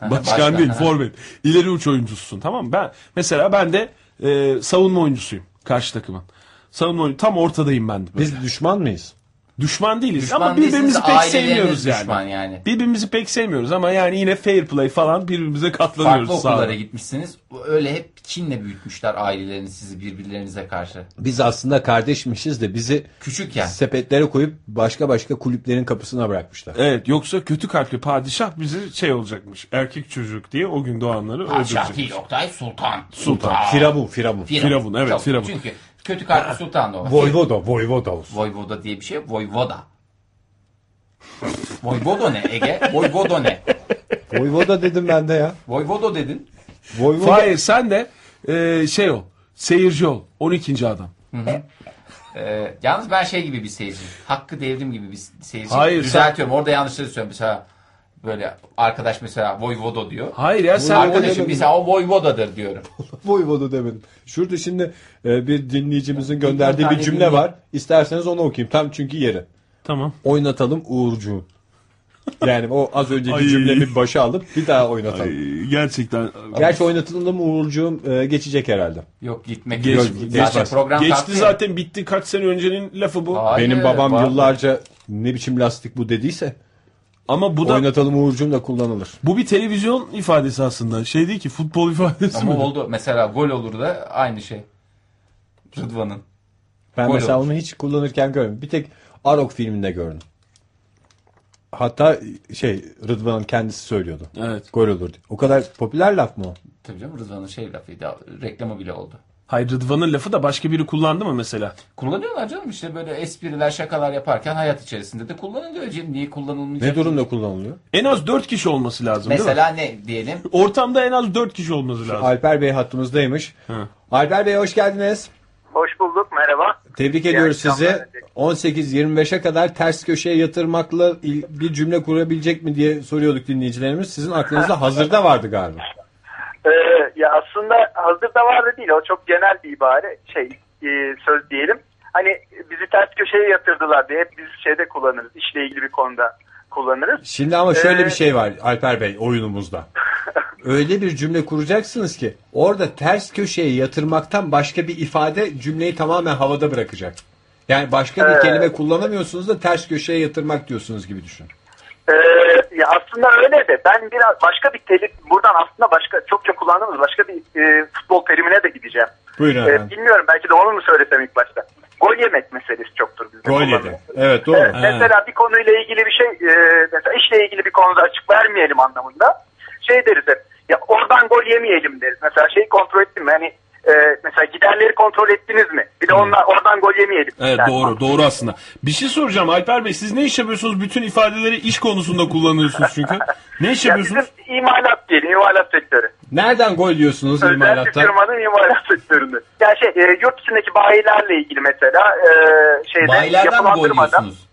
[SPEAKER 2] Başkan
[SPEAKER 3] başkan,
[SPEAKER 2] değil
[SPEAKER 3] ha.
[SPEAKER 2] forvet. İleri uç oyuncususun tamam mı? Ben mesela ben de e, savunma oyuncusuyum karşı takımın. Savunma oyuncu tam ortadayım ben de. böyle.
[SPEAKER 1] Biz düşman mıyız?
[SPEAKER 2] Düşman değiliz
[SPEAKER 3] Düşman
[SPEAKER 2] ama
[SPEAKER 3] değilsiniz,
[SPEAKER 2] birbirimizi pek
[SPEAKER 3] aileleriniz
[SPEAKER 2] sevmiyoruz yani.
[SPEAKER 3] düşman yani.
[SPEAKER 2] Birbirimizi pek sevmiyoruz ama yani yine fair play falan birbirimize katlanıyoruz.
[SPEAKER 3] Farklı
[SPEAKER 2] sahada.
[SPEAKER 3] okullara gitmişsiniz. Öyle hep kinle büyütmüşler ailelerini sizi birbirlerinize karşı.
[SPEAKER 1] Biz aslında kardeşmişiz de bizi
[SPEAKER 3] Küçükken.
[SPEAKER 1] sepetlere koyup başka başka kulüplerin kapısına bırakmışlar.
[SPEAKER 2] Evet yoksa kötü kalpli padişah bizi şey olacakmış erkek çocuk diye o gün doğanları
[SPEAKER 3] Paşa
[SPEAKER 2] öldürecek.
[SPEAKER 3] değil Oktay Sultan.
[SPEAKER 2] Sultan.
[SPEAKER 1] Firavun, Firavun.
[SPEAKER 2] Firavun, evet,
[SPEAKER 3] Çok-
[SPEAKER 2] Firavun.
[SPEAKER 3] Çünkü kötü kalpli sultan da o.
[SPEAKER 1] Voyvoda, Voyvoda olsun.
[SPEAKER 3] Voyvoda diye bir şey yok. Voyvoda. Voyvoda ne Ege? Voyvoda ne?
[SPEAKER 1] Voyvoda dedim ben de ya.
[SPEAKER 3] Voyvoda dedin.
[SPEAKER 1] Voyvoda.
[SPEAKER 2] Fahir sen de e, şey ol seyirci ol 12. adam.
[SPEAKER 3] Ee, yalnız ben şey gibi bir seyirci. Hakkı devrim gibi bir seyirci.
[SPEAKER 2] Hayır,
[SPEAKER 3] Düzeltiyorum. Orada yanlışları söylüyorum. Mesela böyle arkadaş mesela Voyvoda diyor.
[SPEAKER 2] Hayır ya sen
[SPEAKER 1] Voyvoda-
[SPEAKER 3] Arkadaşım mesela o Voyvodadır diyorum.
[SPEAKER 1] Voyvoda demedim. Şurada şimdi e, bir dinleyicimizin gönderdiği bir
[SPEAKER 3] tane
[SPEAKER 1] cümle
[SPEAKER 3] dinleyin.
[SPEAKER 1] var. İsterseniz onu okuyayım. Tam çünkü yeri.
[SPEAKER 2] Tamam.
[SPEAKER 1] Oynatalım Uğurcuğu. Yani o az
[SPEAKER 2] Ay.
[SPEAKER 1] önceki cümlemi başa alıp bir daha oynatalım.
[SPEAKER 2] E, gerçekten
[SPEAKER 1] Gerçi oynatalım mı Uğurcuğum e, geçecek herhalde.
[SPEAKER 3] Yok gitmek
[SPEAKER 2] Geç-
[SPEAKER 3] yok.
[SPEAKER 2] geç-
[SPEAKER 3] Zaten program
[SPEAKER 2] geçti
[SPEAKER 3] kalktı.
[SPEAKER 2] zaten bitti kaç sene öncenin lafı bu.
[SPEAKER 3] Hayır,
[SPEAKER 1] Benim babam
[SPEAKER 3] var mı?
[SPEAKER 1] yıllarca ne biçim lastik bu dediyse
[SPEAKER 2] Ama bu da
[SPEAKER 1] oynatalım Uğurcuğum da kullanılır.
[SPEAKER 2] bu bir televizyon ifadesi aslında. Şey değil ki futbol ifadesi
[SPEAKER 3] Ama
[SPEAKER 2] mi?
[SPEAKER 3] oldu. Mesela gol olur da aynı şey. Rıdvan'ın.
[SPEAKER 1] Ben
[SPEAKER 3] Gol
[SPEAKER 1] mesela
[SPEAKER 3] olmuş.
[SPEAKER 1] onu hiç kullanırken görmedim. Bir tek Arok filminde gördüm. Hatta şey Rıdvan'ın kendisi söylüyordu.
[SPEAKER 2] Evet.
[SPEAKER 1] Gol olur diye. O kadar popüler laf mı o?
[SPEAKER 3] Tabii canım Rıdvan'ın şey lafıydı. Reklamı bile oldu.
[SPEAKER 2] Hayır Rıdvan'ın lafı da başka biri kullandı mı mesela?
[SPEAKER 3] Kullanıyorlar canım işte böyle espriler şakalar yaparken hayat içerisinde de kullanılıyor canım. Niye kullanılmayacak?
[SPEAKER 1] Ne durumda kullanılıyor?
[SPEAKER 2] En az 4 kişi olması lazım değil mi?
[SPEAKER 3] Mesela ne diyelim?
[SPEAKER 2] Ortamda en az 4 kişi olması lazım.
[SPEAKER 1] Alper Bey hattımızdaymış. Alper Bey hoş geldiniz.
[SPEAKER 4] Hoş bulduk, merhaba.
[SPEAKER 1] Tebrik ediyoruz sizi.
[SPEAKER 4] akşamlar.
[SPEAKER 1] 18-25'e kadar ters köşeye yatırmakla il- bir cümle kurabilecek mi diye soruyorduk dinleyicilerimiz. Sizin aklınızda hazırda vardı galiba.
[SPEAKER 4] Ee, ya aslında hazırda vardı değil, o çok genel bir ibare, şey, e, söz diyelim. Hani bizi ters köşeye yatırdılar diye hep biz şeyde kullanırız, işle ilgili bir konuda kullanırız.
[SPEAKER 1] Şimdi ama şöyle
[SPEAKER 4] Ee,
[SPEAKER 1] bir şey var Alper Bey oyunumuzda. Öyle bir cümle kuracaksınız ki orada ters köşeye yatırmaktan başka bir ifade cümleyi tamamen havada bırakacak. Yani başka bir
[SPEAKER 4] Evet.
[SPEAKER 1] kelime kullanamıyorsunuz da ters köşeye yatırmak diyorsunuz gibi düşün.
[SPEAKER 4] Ee, ya aslında öyle de ben biraz başka bir telif, buradan aslında başka çokça kullandığımız başka bir e, futbol terimine de gideceğim.
[SPEAKER 1] Buyurun
[SPEAKER 4] Ee,
[SPEAKER 1] efendim.
[SPEAKER 4] bilmiyorum belki de onu mu söylesem ilk başta. Gol yemek meselesi çoktur bizde.
[SPEAKER 1] Gol
[SPEAKER 4] kullanılan.
[SPEAKER 1] yedi. Evet doğru.
[SPEAKER 4] Evet, Ee, mesela bir konuyla ilgili bir şey, e, mesela işle ilgili bir konuda açık vermeyelim anlamında şey deriz hep. Ya oradan gol yemeyelim deriz. Mesela şeyi kontrol ettim mi? Hani e, mesela giderleri kontrol ettiniz mi? Bir de onlar oradan gol yemeyelim.
[SPEAKER 2] Evet
[SPEAKER 4] Yani
[SPEAKER 2] doğru doğru aslında. Bir şey soracağım Alper Bey siz ne iş yapıyorsunuz? Bütün ifadeleri iş konusunda kullanıyorsunuz çünkü. Ne iş
[SPEAKER 4] Ya
[SPEAKER 2] yapıyorsunuz?
[SPEAKER 4] bizim imalat diyelim, imalat sektörü.
[SPEAKER 1] Nereden gol diyorsunuz
[SPEAKER 4] Özel bir
[SPEAKER 1] imalatta?
[SPEAKER 4] firmanın imalat sektöründe. Yani şey, e, yurt içindeki bayilerle ilgili mesela e, şeyde
[SPEAKER 3] Bayilerden mi gol
[SPEAKER 4] yapılandırmada.
[SPEAKER 3] yiyorsunuz?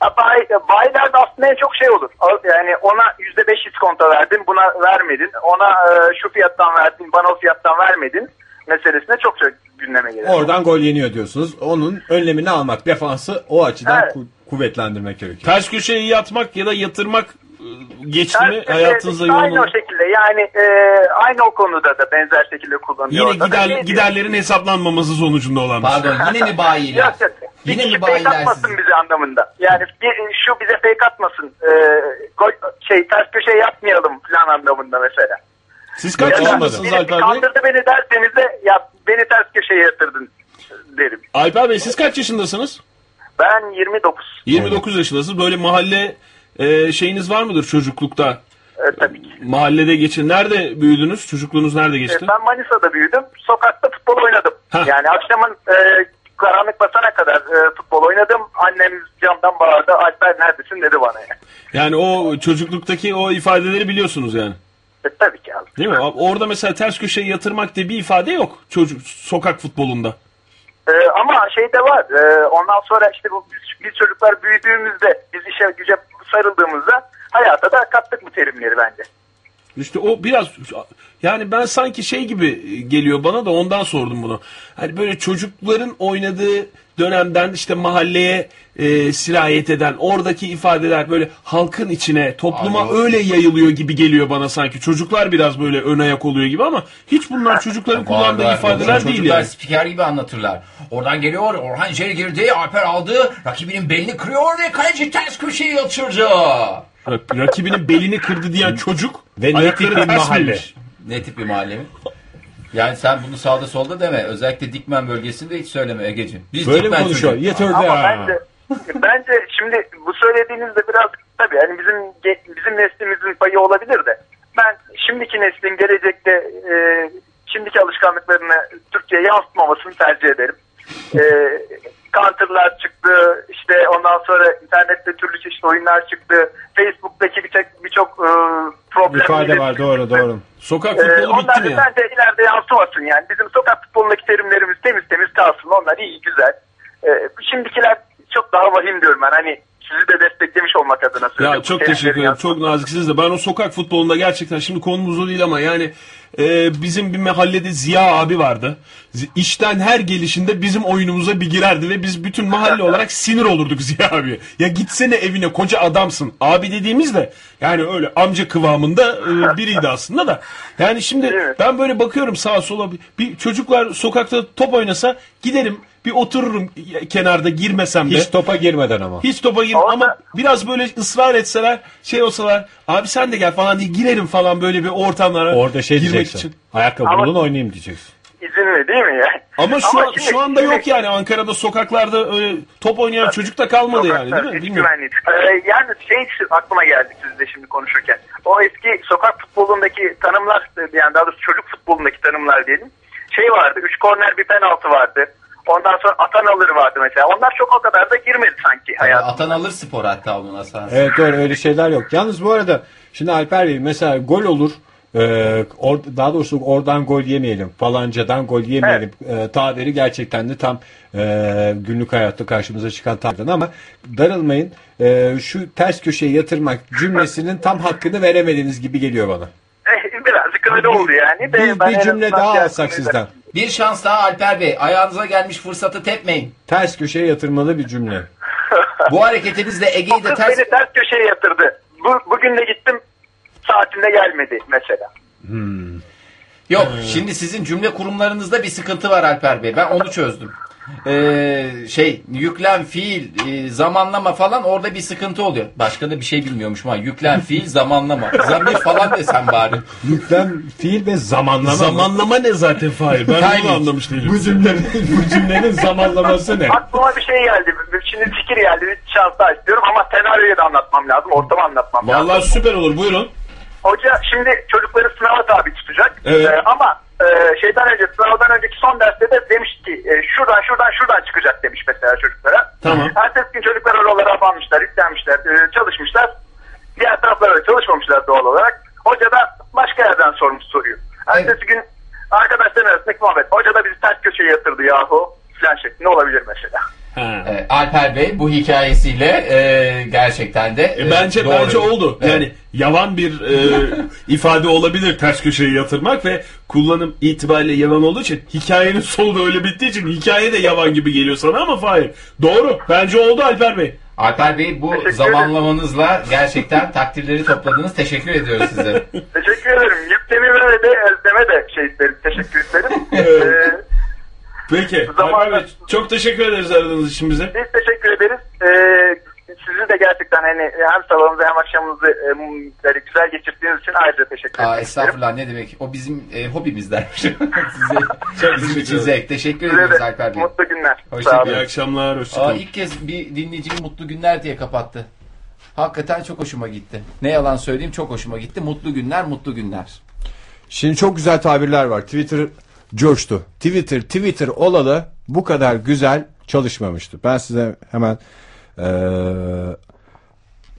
[SPEAKER 4] Ha, Bay, bayiler de aslında en çok şey olur. Al- Yani ona yüzde beş iskonto verdin, buna vermedin. Ona e, şu fiyattan verdin, bana o fiyattan vermedin meselesine çok çok gündeme gelir.
[SPEAKER 1] Oradan gol yeniyor diyorsunuz. Onun önlemini almak, defansı o açıdan
[SPEAKER 4] Evet.
[SPEAKER 1] ku- kuvvetlendirmek gerekiyor.
[SPEAKER 2] Ters köşeye yatmak ya da yatırmak e, geçti
[SPEAKER 4] Ters
[SPEAKER 2] mi
[SPEAKER 4] köşe-
[SPEAKER 2] hayatınıza yoğun
[SPEAKER 4] Aynı o
[SPEAKER 2] olan-
[SPEAKER 4] şekilde yani e, aynı o konuda da benzer şekilde kullanıyor.
[SPEAKER 2] Yine
[SPEAKER 4] orada da şey
[SPEAKER 2] gider,
[SPEAKER 4] diyor.
[SPEAKER 2] giderlerin hesaplanmaması sonucunda olan bir şey.
[SPEAKER 3] Pardon yine mi
[SPEAKER 4] Yok,
[SPEAKER 3] bayiler?
[SPEAKER 4] yok. Bir
[SPEAKER 3] yine
[SPEAKER 4] kişi
[SPEAKER 3] mi
[SPEAKER 4] fake
[SPEAKER 3] bayiler
[SPEAKER 4] atmasın
[SPEAKER 3] sizin?
[SPEAKER 4] bize anlamında. Yani bir, şu bize fake atmasın, e, gol, şey ters köşe yapmayalım falan anlamında mesela.
[SPEAKER 2] Siz
[SPEAKER 4] Ya
[SPEAKER 2] kaç
[SPEAKER 4] da
[SPEAKER 2] yaşındasınız
[SPEAKER 4] birisi
[SPEAKER 2] Alper Bey?
[SPEAKER 4] Kandırdı beni derseniz de ya beni ters köşeye yatırdın derim.
[SPEAKER 2] Alper Bey siz kaç yaşındasınız?
[SPEAKER 4] Ben 29
[SPEAKER 2] 29 yaşındasınız. Böyle mahalle e, şeyiniz var mıdır çocuklukta?
[SPEAKER 4] e, tabii ki.
[SPEAKER 2] Mahallede geçin. Nerede büyüdünüz? Çocukluğunuz nerede
[SPEAKER 4] E,
[SPEAKER 2] geçti?
[SPEAKER 4] ben Manisa'da büyüdüm. Sokakta futbol oynadım.
[SPEAKER 2] Hah.
[SPEAKER 4] Yani akşamın e, karanlık basana kadar e, futbol oynadım. Annem camdan bağırdı. Alper neredesin dedi bana. Yani.
[SPEAKER 2] Yani o çocukluktaki o ifadeleri biliyorsunuz yani.
[SPEAKER 4] E, tabii ki abi.
[SPEAKER 2] Değil mi? Abi Orada mesela ters köşeye yatırmak diye bir ifade yok çocuk sokak futbolunda.
[SPEAKER 4] E, ama şey de var. e, ondan sonra işte bu biz, biz çocuklar büyüdüğümüzde biz işe güce sarıldığımızda hayata da kattık bu terimleri bence.
[SPEAKER 2] İşte o biraz yani ben sanki şey gibi geliyor bana da ondan sordum bunu. Hani böyle çocukların oynadığı dönemden işte mahalleye e, sirayet eden oradaki ifadeler böyle halkın içine topluma
[SPEAKER 1] Abi o-
[SPEAKER 2] öyle yayılıyor gibi geliyor bana sanki. Çocuklar biraz böyle ön ayak oluyor gibi ama hiç bunlar çocukların kullandığı
[SPEAKER 1] Varlar.
[SPEAKER 2] ifadeler değil
[SPEAKER 5] Çocuklar
[SPEAKER 2] yani.
[SPEAKER 5] spiker gibi anlatırlar. Oradan geliyor, Orhan içeri girdi, Alper aldı, rakibinin belini kırıyor ve kaleci ters köşeye yatırdı.
[SPEAKER 2] Rak- Rakibinin belini kırdı diyen çocuk
[SPEAKER 1] Ve
[SPEAKER 2] ayakları
[SPEAKER 1] netik bir
[SPEAKER 2] ters
[SPEAKER 1] mahalle.
[SPEAKER 2] miymiş?
[SPEAKER 5] Ne tip bir mahalle mi? Yani sen bunu sağda solda deme. Özellikle Dikmen bölgesinde hiç söyleme Ege'ciğim. Biz
[SPEAKER 1] Böyle mi
[SPEAKER 5] Dikmen
[SPEAKER 1] konuşuyor?
[SPEAKER 5] çocuğu.
[SPEAKER 1] Yeter be.
[SPEAKER 4] Ama
[SPEAKER 1] ha.
[SPEAKER 4] bence bence şimdi bu söylediğiniz de biraz tabii yani bizim ge- bizim neslimizin payı olabilir de ben şimdiki neslin gelecekte e, şimdiki alışkanlıklarını Türkiye'ye yansıtmamasını tercih ederim. E, counter'lar çıktı işte ondan sonra internette türlü çeşitli oyunlar çıktı. Facebook'taki birçok birçok e, problem
[SPEAKER 1] İfade var doğru doğru.
[SPEAKER 2] Sokak
[SPEAKER 4] ee,
[SPEAKER 2] futbolu bitti
[SPEAKER 4] onlar
[SPEAKER 2] mi
[SPEAKER 4] da
[SPEAKER 2] ya?
[SPEAKER 4] bence ileride yansımasın yani. Bizim sokak futbolundaki terimlerimiz temiz temiz kalsın. Onlar iyi, güzel. Ee, şimdikiler çok daha vahim diyorum ben. Hani sizi de desteklemiş olmak adına söylüyorum.
[SPEAKER 2] Ya çok
[SPEAKER 4] Bu terimleri
[SPEAKER 2] teşekkür ederim.
[SPEAKER 4] yansıtın.
[SPEAKER 2] Çok naziksiniz de ben o sokak futbolunda gerçekten şimdi konumuz o değil ama yani e, bizim bir mahallede Ziya abi vardı. Z- İşten her gelişinde bizim oyunumuza bir girerdi ve biz bütün mahalle olarak sinir olurduk Ziya abi. Ya gitsene evine koca adamsın. Abi dediğimizde yani öyle amca kıvamında e, biriydi aslında da. Yani şimdi
[SPEAKER 4] Evet.
[SPEAKER 2] ben böyle bakıyorum sağa sola bir, bir çocuklar sokakta top oynasa giderim bir otururum e, kenarda girmesem de.
[SPEAKER 1] Hiç topa girmeden ama.
[SPEAKER 2] Hiç topa gir
[SPEAKER 4] Orada-
[SPEAKER 2] ama biraz böyle ısrar etseler şey olsalar abi sen de gel falan diye girelim falan böyle bir ortamlara
[SPEAKER 1] Orada şey
[SPEAKER 2] girmek
[SPEAKER 1] diyeceksin.
[SPEAKER 2] için.
[SPEAKER 1] Ayakkabının oynayayım diyeceksin.
[SPEAKER 4] İzinli değil mi yani?
[SPEAKER 2] Ama şu an,
[SPEAKER 4] şimdi-
[SPEAKER 2] şu anda yok
[SPEAKER 4] şimdi-
[SPEAKER 2] yani Ankara'da sokaklarda öyle top oynayan çocuk da kalmadı yani değil mi?
[SPEAKER 4] Hiç
[SPEAKER 2] Bilmiyorum.
[SPEAKER 4] güvenli değil. Ee, yani şey şu- aklıma geldi siz de şimdi konuşurken. O eski sokak futbolundaki tanımlar yani daha doğrusu çocuk futbolundaki tanımlar diyelim. Şey vardı. Üç korner bir penaltı vardı. Ondan sonra atan alır vardı mesela. Onlar çok o kadar da girmedi sanki hayatım.
[SPEAKER 5] Atan alır spor hatta bunun asansörü.
[SPEAKER 1] Evet doğru öyle şeyler yok. Yalnız bu arada şimdi Alper Bey mesela gol olur. Ee, or- daha doğrusu oradan gol yemeyelim. Falancadan gol yemeyelim. Ee, tabiri gerçekten de tam e, günlük hayatta karşımıza çıkan tabirden ama darılmayın. Ee, şu ters köşeye yatırmak cümlesinin tam hakkını veremediğiniz gibi geliyor bana.
[SPEAKER 4] Birazcık öyle oldu yani. de
[SPEAKER 1] Bir,
[SPEAKER 4] ben
[SPEAKER 1] bir
[SPEAKER 4] en
[SPEAKER 1] cümle
[SPEAKER 4] azından
[SPEAKER 1] daha
[SPEAKER 4] şey
[SPEAKER 1] alsak
[SPEAKER 4] yapmayı da-
[SPEAKER 1] sizden.
[SPEAKER 5] Bir şans daha Alper Bey. Ayağınıza gelmiş fırsatı tepmeyin.
[SPEAKER 1] Ters köşeye yatırmalı bir cümle.
[SPEAKER 5] Bu hareketinizle Ege'yi de
[SPEAKER 4] Kız
[SPEAKER 5] ters...
[SPEAKER 4] beni ters köşeye yatırdı. Bu, bugün de gittim saatinde gelmedi mesela.
[SPEAKER 5] Yok şimdi sizin cümle kurumlarınızda bir sıkıntı var Alper Bey. Ben onu çözdüm. Ee, şey yüklem fiil e, zamanlama falan orada bir sıkıntı oluyor. Başka da bir şey bilmiyormuşum ha. Yüklem fiil zamanlama. Zamir falan desen bari.
[SPEAKER 1] Yüklem, fiil ve zamanlama.
[SPEAKER 2] Zamanlama ne zaten Fahir? Ben bunu
[SPEAKER 5] Timing.
[SPEAKER 2] anlamış değilim.
[SPEAKER 1] bu cümlenin, bu cümlenin zamanlaması ne?
[SPEAKER 4] Aklıma bir şey geldi. Şimdi fikir geldi. Bir şans daha istiyorum ama senaryoyu da anlatmam lazım. Ortamı anlatmam lazım.
[SPEAKER 2] Vallahi süper olur buyurun.
[SPEAKER 4] Hoca şimdi çocukları sınava tabi tutacak.
[SPEAKER 2] Evet.
[SPEAKER 4] Ee, ama e, şeyden önce sınavdan önceki son derste de demiş ki e, şuradan şuradan şuradan çıkacak demiş mesela çocuklara.
[SPEAKER 2] Tamam.
[SPEAKER 4] Ertesi gün çocuklar oralara abanmışlar, yüklenmişler, e, çalışmışlar. Diğer taraflara da çalışmamışlar doğal olarak. Hoca da başka yerden sormuş soruyu. Ertesi gün arkadaşların arasındaki muhabbet. Hoca da bizi ters köşeye yatırdı yahu. Falan şeklinde olabilir mesela.
[SPEAKER 5] Ee, Alper Bey bu hikayesiyle e, gerçekten de
[SPEAKER 2] E, bence
[SPEAKER 5] doğru.
[SPEAKER 2] bence oldu.
[SPEAKER 5] Evet.
[SPEAKER 2] Yani yavan bir e, ifade olabilir ters köşeye yatırmak ve kullanım itibariyle yavan olduğu için hikayenin sonu da öyle bittiği için hikaye de yavan gibi geliyor sana ama Fahir. Doğru. Bence oldu Alper Bey.
[SPEAKER 5] Alper Bey bu
[SPEAKER 4] Teşekkür
[SPEAKER 5] zamanlamanızla gerçekten takdirleri topladınız. Teşekkür ediyoruz size.
[SPEAKER 4] Teşekkür ederim. Yüklemime de Ezdem'e de şey isterim, teşekkür isterim. Ee,
[SPEAKER 2] Peki.
[SPEAKER 4] Zaman-
[SPEAKER 2] Alper Bey, çok teşekkür ederiz aradığınız için bize.
[SPEAKER 4] Biz teşekkür ederiz. Ee, sizi de gerçekten hani hem sabahımızı hem akşamımızı e, m- yani güzel geçirdiğiniz için ayrıca teşekkür
[SPEAKER 5] Aa,
[SPEAKER 4] ederim. isterim.
[SPEAKER 5] estağfurullah ne demek. O bizim e, hobimizden. Size, bizim için
[SPEAKER 2] ederim.
[SPEAKER 5] zevk. Teşekkür
[SPEAKER 4] Size
[SPEAKER 5] ediyoruz
[SPEAKER 4] de
[SPEAKER 5] Alper Bey.
[SPEAKER 4] mutlu günler.
[SPEAKER 5] Hoşça
[SPEAKER 4] Sağ
[SPEAKER 5] kalın.
[SPEAKER 2] İyi
[SPEAKER 4] olun.
[SPEAKER 2] akşamlar.
[SPEAKER 5] Aa,
[SPEAKER 2] Hoşçakalın.
[SPEAKER 5] ilk
[SPEAKER 3] e,
[SPEAKER 5] kez bir dinleyicim mutlu günler diye kapattı. Hakikaten çok hoşuma gitti. Ne yalan söyleyeyim çok hoşuma gitti. Mutlu günler, mutlu günler.
[SPEAKER 1] Şimdi çok güzel tabirler var. Twitter coştu. Twitter Twitter olalı bu kadar güzel çalışmamıştı. Ben size hemen eee,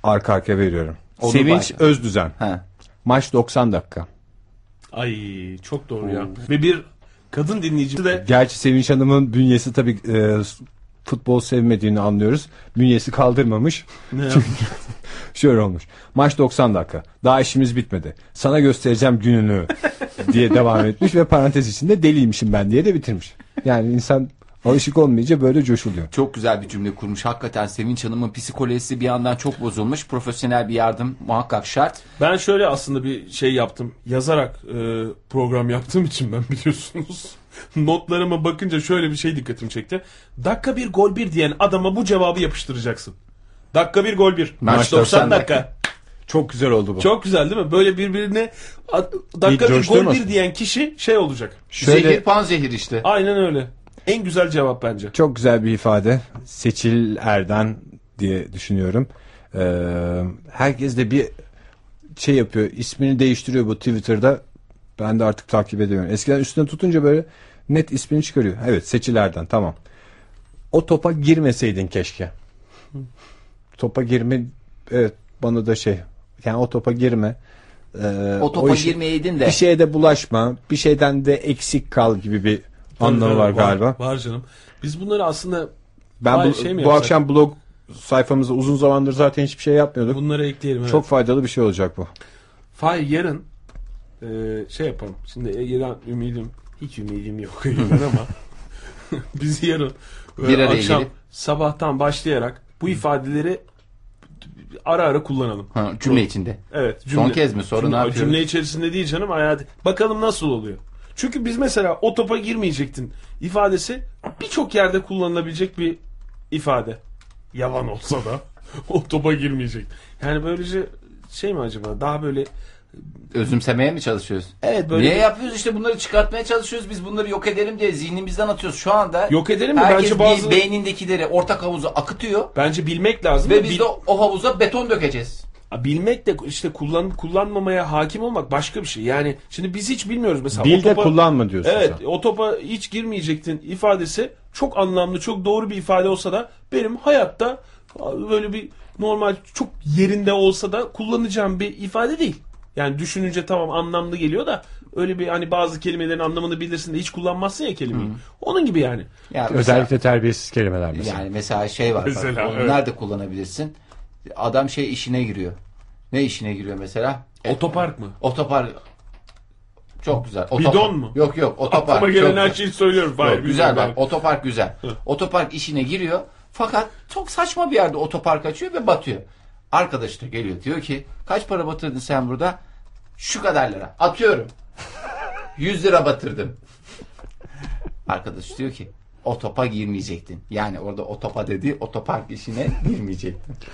[SPEAKER 1] arka arkaya veriyorum.
[SPEAKER 5] Olur
[SPEAKER 1] Sevinç
[SPEAKER 5] belki.
[SPEAKER 1] Özdüzen.
[SPEAKER 5] Ha.
[SPEAKER 1] Maç 90 dakika.
[SPEAKER 2] Ay çok doğru ya. Ve bir kadın dinleyici de
[SPEAKER 1] Gerçi Sevinç Hanım'ın bünyesi tabii eee, futbol sevmediğini anlıyoruz. Bünyesi kaldırmamış. Çünkü şöyle olmuş. Maç 90 dakika. Daha işimiz bitmedi. Sana göstereceğim gününü diye devam etmiş ve parantez içinde deliymişim ben diye de bitirmiş. Yani insan O ışık olmayınca böyle coşuluyor.
[SPEAKER 3] Çok güzel bir cümle kurmuş. Hakikaten Sevinç Hanım'ın psikolojisi bir yandan çok bozulmuş. Profesyonel bir yardım muhakkak şart.
[SPEAKER 2] Ben şöyle aslında bir şey yaptım. Yazarak e, program yaptığım için ben biliyorsunuz. Notlarıma bakınca şöyle bir şey dikkatimi çekti. Dakika bir gol bir diyen adama bu cevabı yapıştıracaksın. Dakika bir gol bir. Maç, 90 dakika.
[SPEAKER 6] Çok güzel oldu bu.
[SPEAKER 2] Çok güzel değil mi? Böyle birbirine at- dakika
[SPEAKER 6] Bir
[SPEAKER 2] bir, gol
[SPEAKER 6] coşturmasın.
[SPEAKER 2] bir diyen kişi şey olacak.
[SPEAKER 3] Zehir panzehir işte.
[SPEAKER 2] Aynen öyle. En güzel cevap bence.
[SPEAKER 1] Çok güzel bir ifade. Seçil Erden diye düşünüyorum. Ee, herkes de bir şey yapıyor. ismini değiştiriyor bu Twitter'da. Ben de artık takip ediyorum. Eskiden üstüne tutunca böyle net ismini çıkarıyor. Evet Seçil Erden tamam. O topa girmeseydin keşke. Topa girme evet bana da şey yani o topa girme. Ee,
[SPEAKER 3] O topa
[SPEAKER 1] işi-
[SPEAKER 3] girmeyeydin de.
[SPEAKER 1] Bir şeye de bulaşma. Bir şeyden de eksik kal gibi bir anlamı var galiba.
[SPEAKER 2] Var canım. Biz bunları aslında
[SPEAKER 1] Ben
[SPEAKER 2] Hayır,
[SPEAKER 1] bu,
[SPEAKER 2] şey mi
[SPEAKER 1] bu
[SPEAKER 2] yapsak?
[SPEAKER 1] akşam blog sayfamızda uzun zamandır zaten hiçbir şey yapmıyorduk.
[SPEAKER 2] bunları ekleyelim. evet.
[SPEAKER 1] Çok faydalı bir şey olacak bu.
[SPEAKER 2] Fahir yarın eee, şey yapalım. Şimdi yarın ümidim hiç ümidim yok yarın ama biz yarın böyle
[SPEAKER 3] Bir araya
[SPEAKER 2] akşam
[SPEAKER 3] gelip-
[SPEAKER 2] sabahtan başlayarak bu ifadeleri ara ara kullanalım.
[SPEAKER 3] Ha, cümle içinde.
[SPEAKER 2] Evet.
[SPEAKER 3] Son kez mi? Sonra
[SPEAKER 2] cümle,
[SPEAKER 3] ne yapıyoruz?
[SPEAKER 2] Cümle içerisinde değil canım. Hayat. Bakalım nasıl oluyor. Çünkü biz mesela o topa girmeyecektin ifadesi birçok yerde kullanılabilecek bir ifade. Yalan olsa da o topa girmeyecek. Yani böylece şey mi acaba daha böyle
[SPEAKER 3] Özümsemeye mi çalışıyoruz?
[SPEAKER 2] evet böyle
[SPEAKER 3] Niye
[SPEAKER 2] bir-
[SPEAKER 3] yapıyoruz işte bunları çıkartmaya çalışıyoruz. Biz bunları yok edelim diye zihnimizden atıyoruz. Şu anda
[SPEAKER 2] Yok edelim mi?
[SPEAKER 3] herkes
[SPEAKER 2] Bence
[SPEAKER 3] bir
[SPEAKER 2] bazı-
[SPEAKER 3] beynindekileri ortak havuza akıtıyor.
[SPEAKER 2] Bence bilmek lazım.
[SPEAKER 3] Ve
[SPEAKER 2] da
[SPEAKER 3] biz
[SPEAKER 2] bil-
[SPEAKER 3] de o havuza beton dökeceğiz.
[SPEAKER 2] bilmek de işte kullan kullanmamaya hakim olmak başka bir şey. Yani şimdi biz hiç bilmiyoruz mesela.
[SPEAKER 1] Dil
[SPEAKER 2] o
[SPEAKER 1] de
[SPEAKER 2] topa-
[SPEAKER 1] kullanma diyorsun
[SPEAKER 2] Evet,
[SPEAKER 1] sen.
[SPEAKER 2] o topa hiç girmeyecektin ifadesi çok anlamlı, çok doğru bir ifade olsa da benim hayatta böyle bir normal çok yerinde olsa da kullanacağım bir ifade değil. Yani düşününce tamam anlamlı geliyor da öyle bir hani bazı kelimelerin anlamını bilirsin de hiç kullanmazsın ya kelimeyi. Onun gibi yani.
[SPEAKER 3] Ya mesela-
[SPEAKER 6] Özellikle terbiyesiz kelimeler mesela.
[SPEAKER 3] Yani mesela şey var.
[SPEAKER 2] Mesela,
[SPEAKER 3] bak, onu
[SPEAKER 2] evet.
[SPEAKER 3] nerede kullanabilirsin? Adam şey işine giriyor. Ne işine giriyor mesela? E,
[SPEAKER 2] Otopark mı?
[SPEAKER 3] Otopark. Çok güzel. Otopark.
[SPEAKER 2] Bidon mu?
[SPEAKER 3] Yok yok otopark.
[SPEAKER 2] Aklıma
[SPEAKER 3] Çok
[SPEAKER 2] gelen
[SPEAKER 3] güzel.
[SPEAKER 2] her şey şeyi söylüyorum. Hayır,
[SPEAKER 3] Yok, güzel
[SPEAKER 2] bilmiyorum
[SPEAKER 3] bak otopark güzel. Otopark işine giriyor. Fakat çok saçma bir yerde otopark açıyor ve batıyor. Arkadaşı da geliyor diyor ki kaç para batırdın sen burada? Şu kadar lira. Atıyorum. 100 lira batırdım. Arkadaş diyor ki o topa girmeyecektin. Yani orada o topa dediği otopark işine girmeyecektin.
[SPEAKER 2] ben.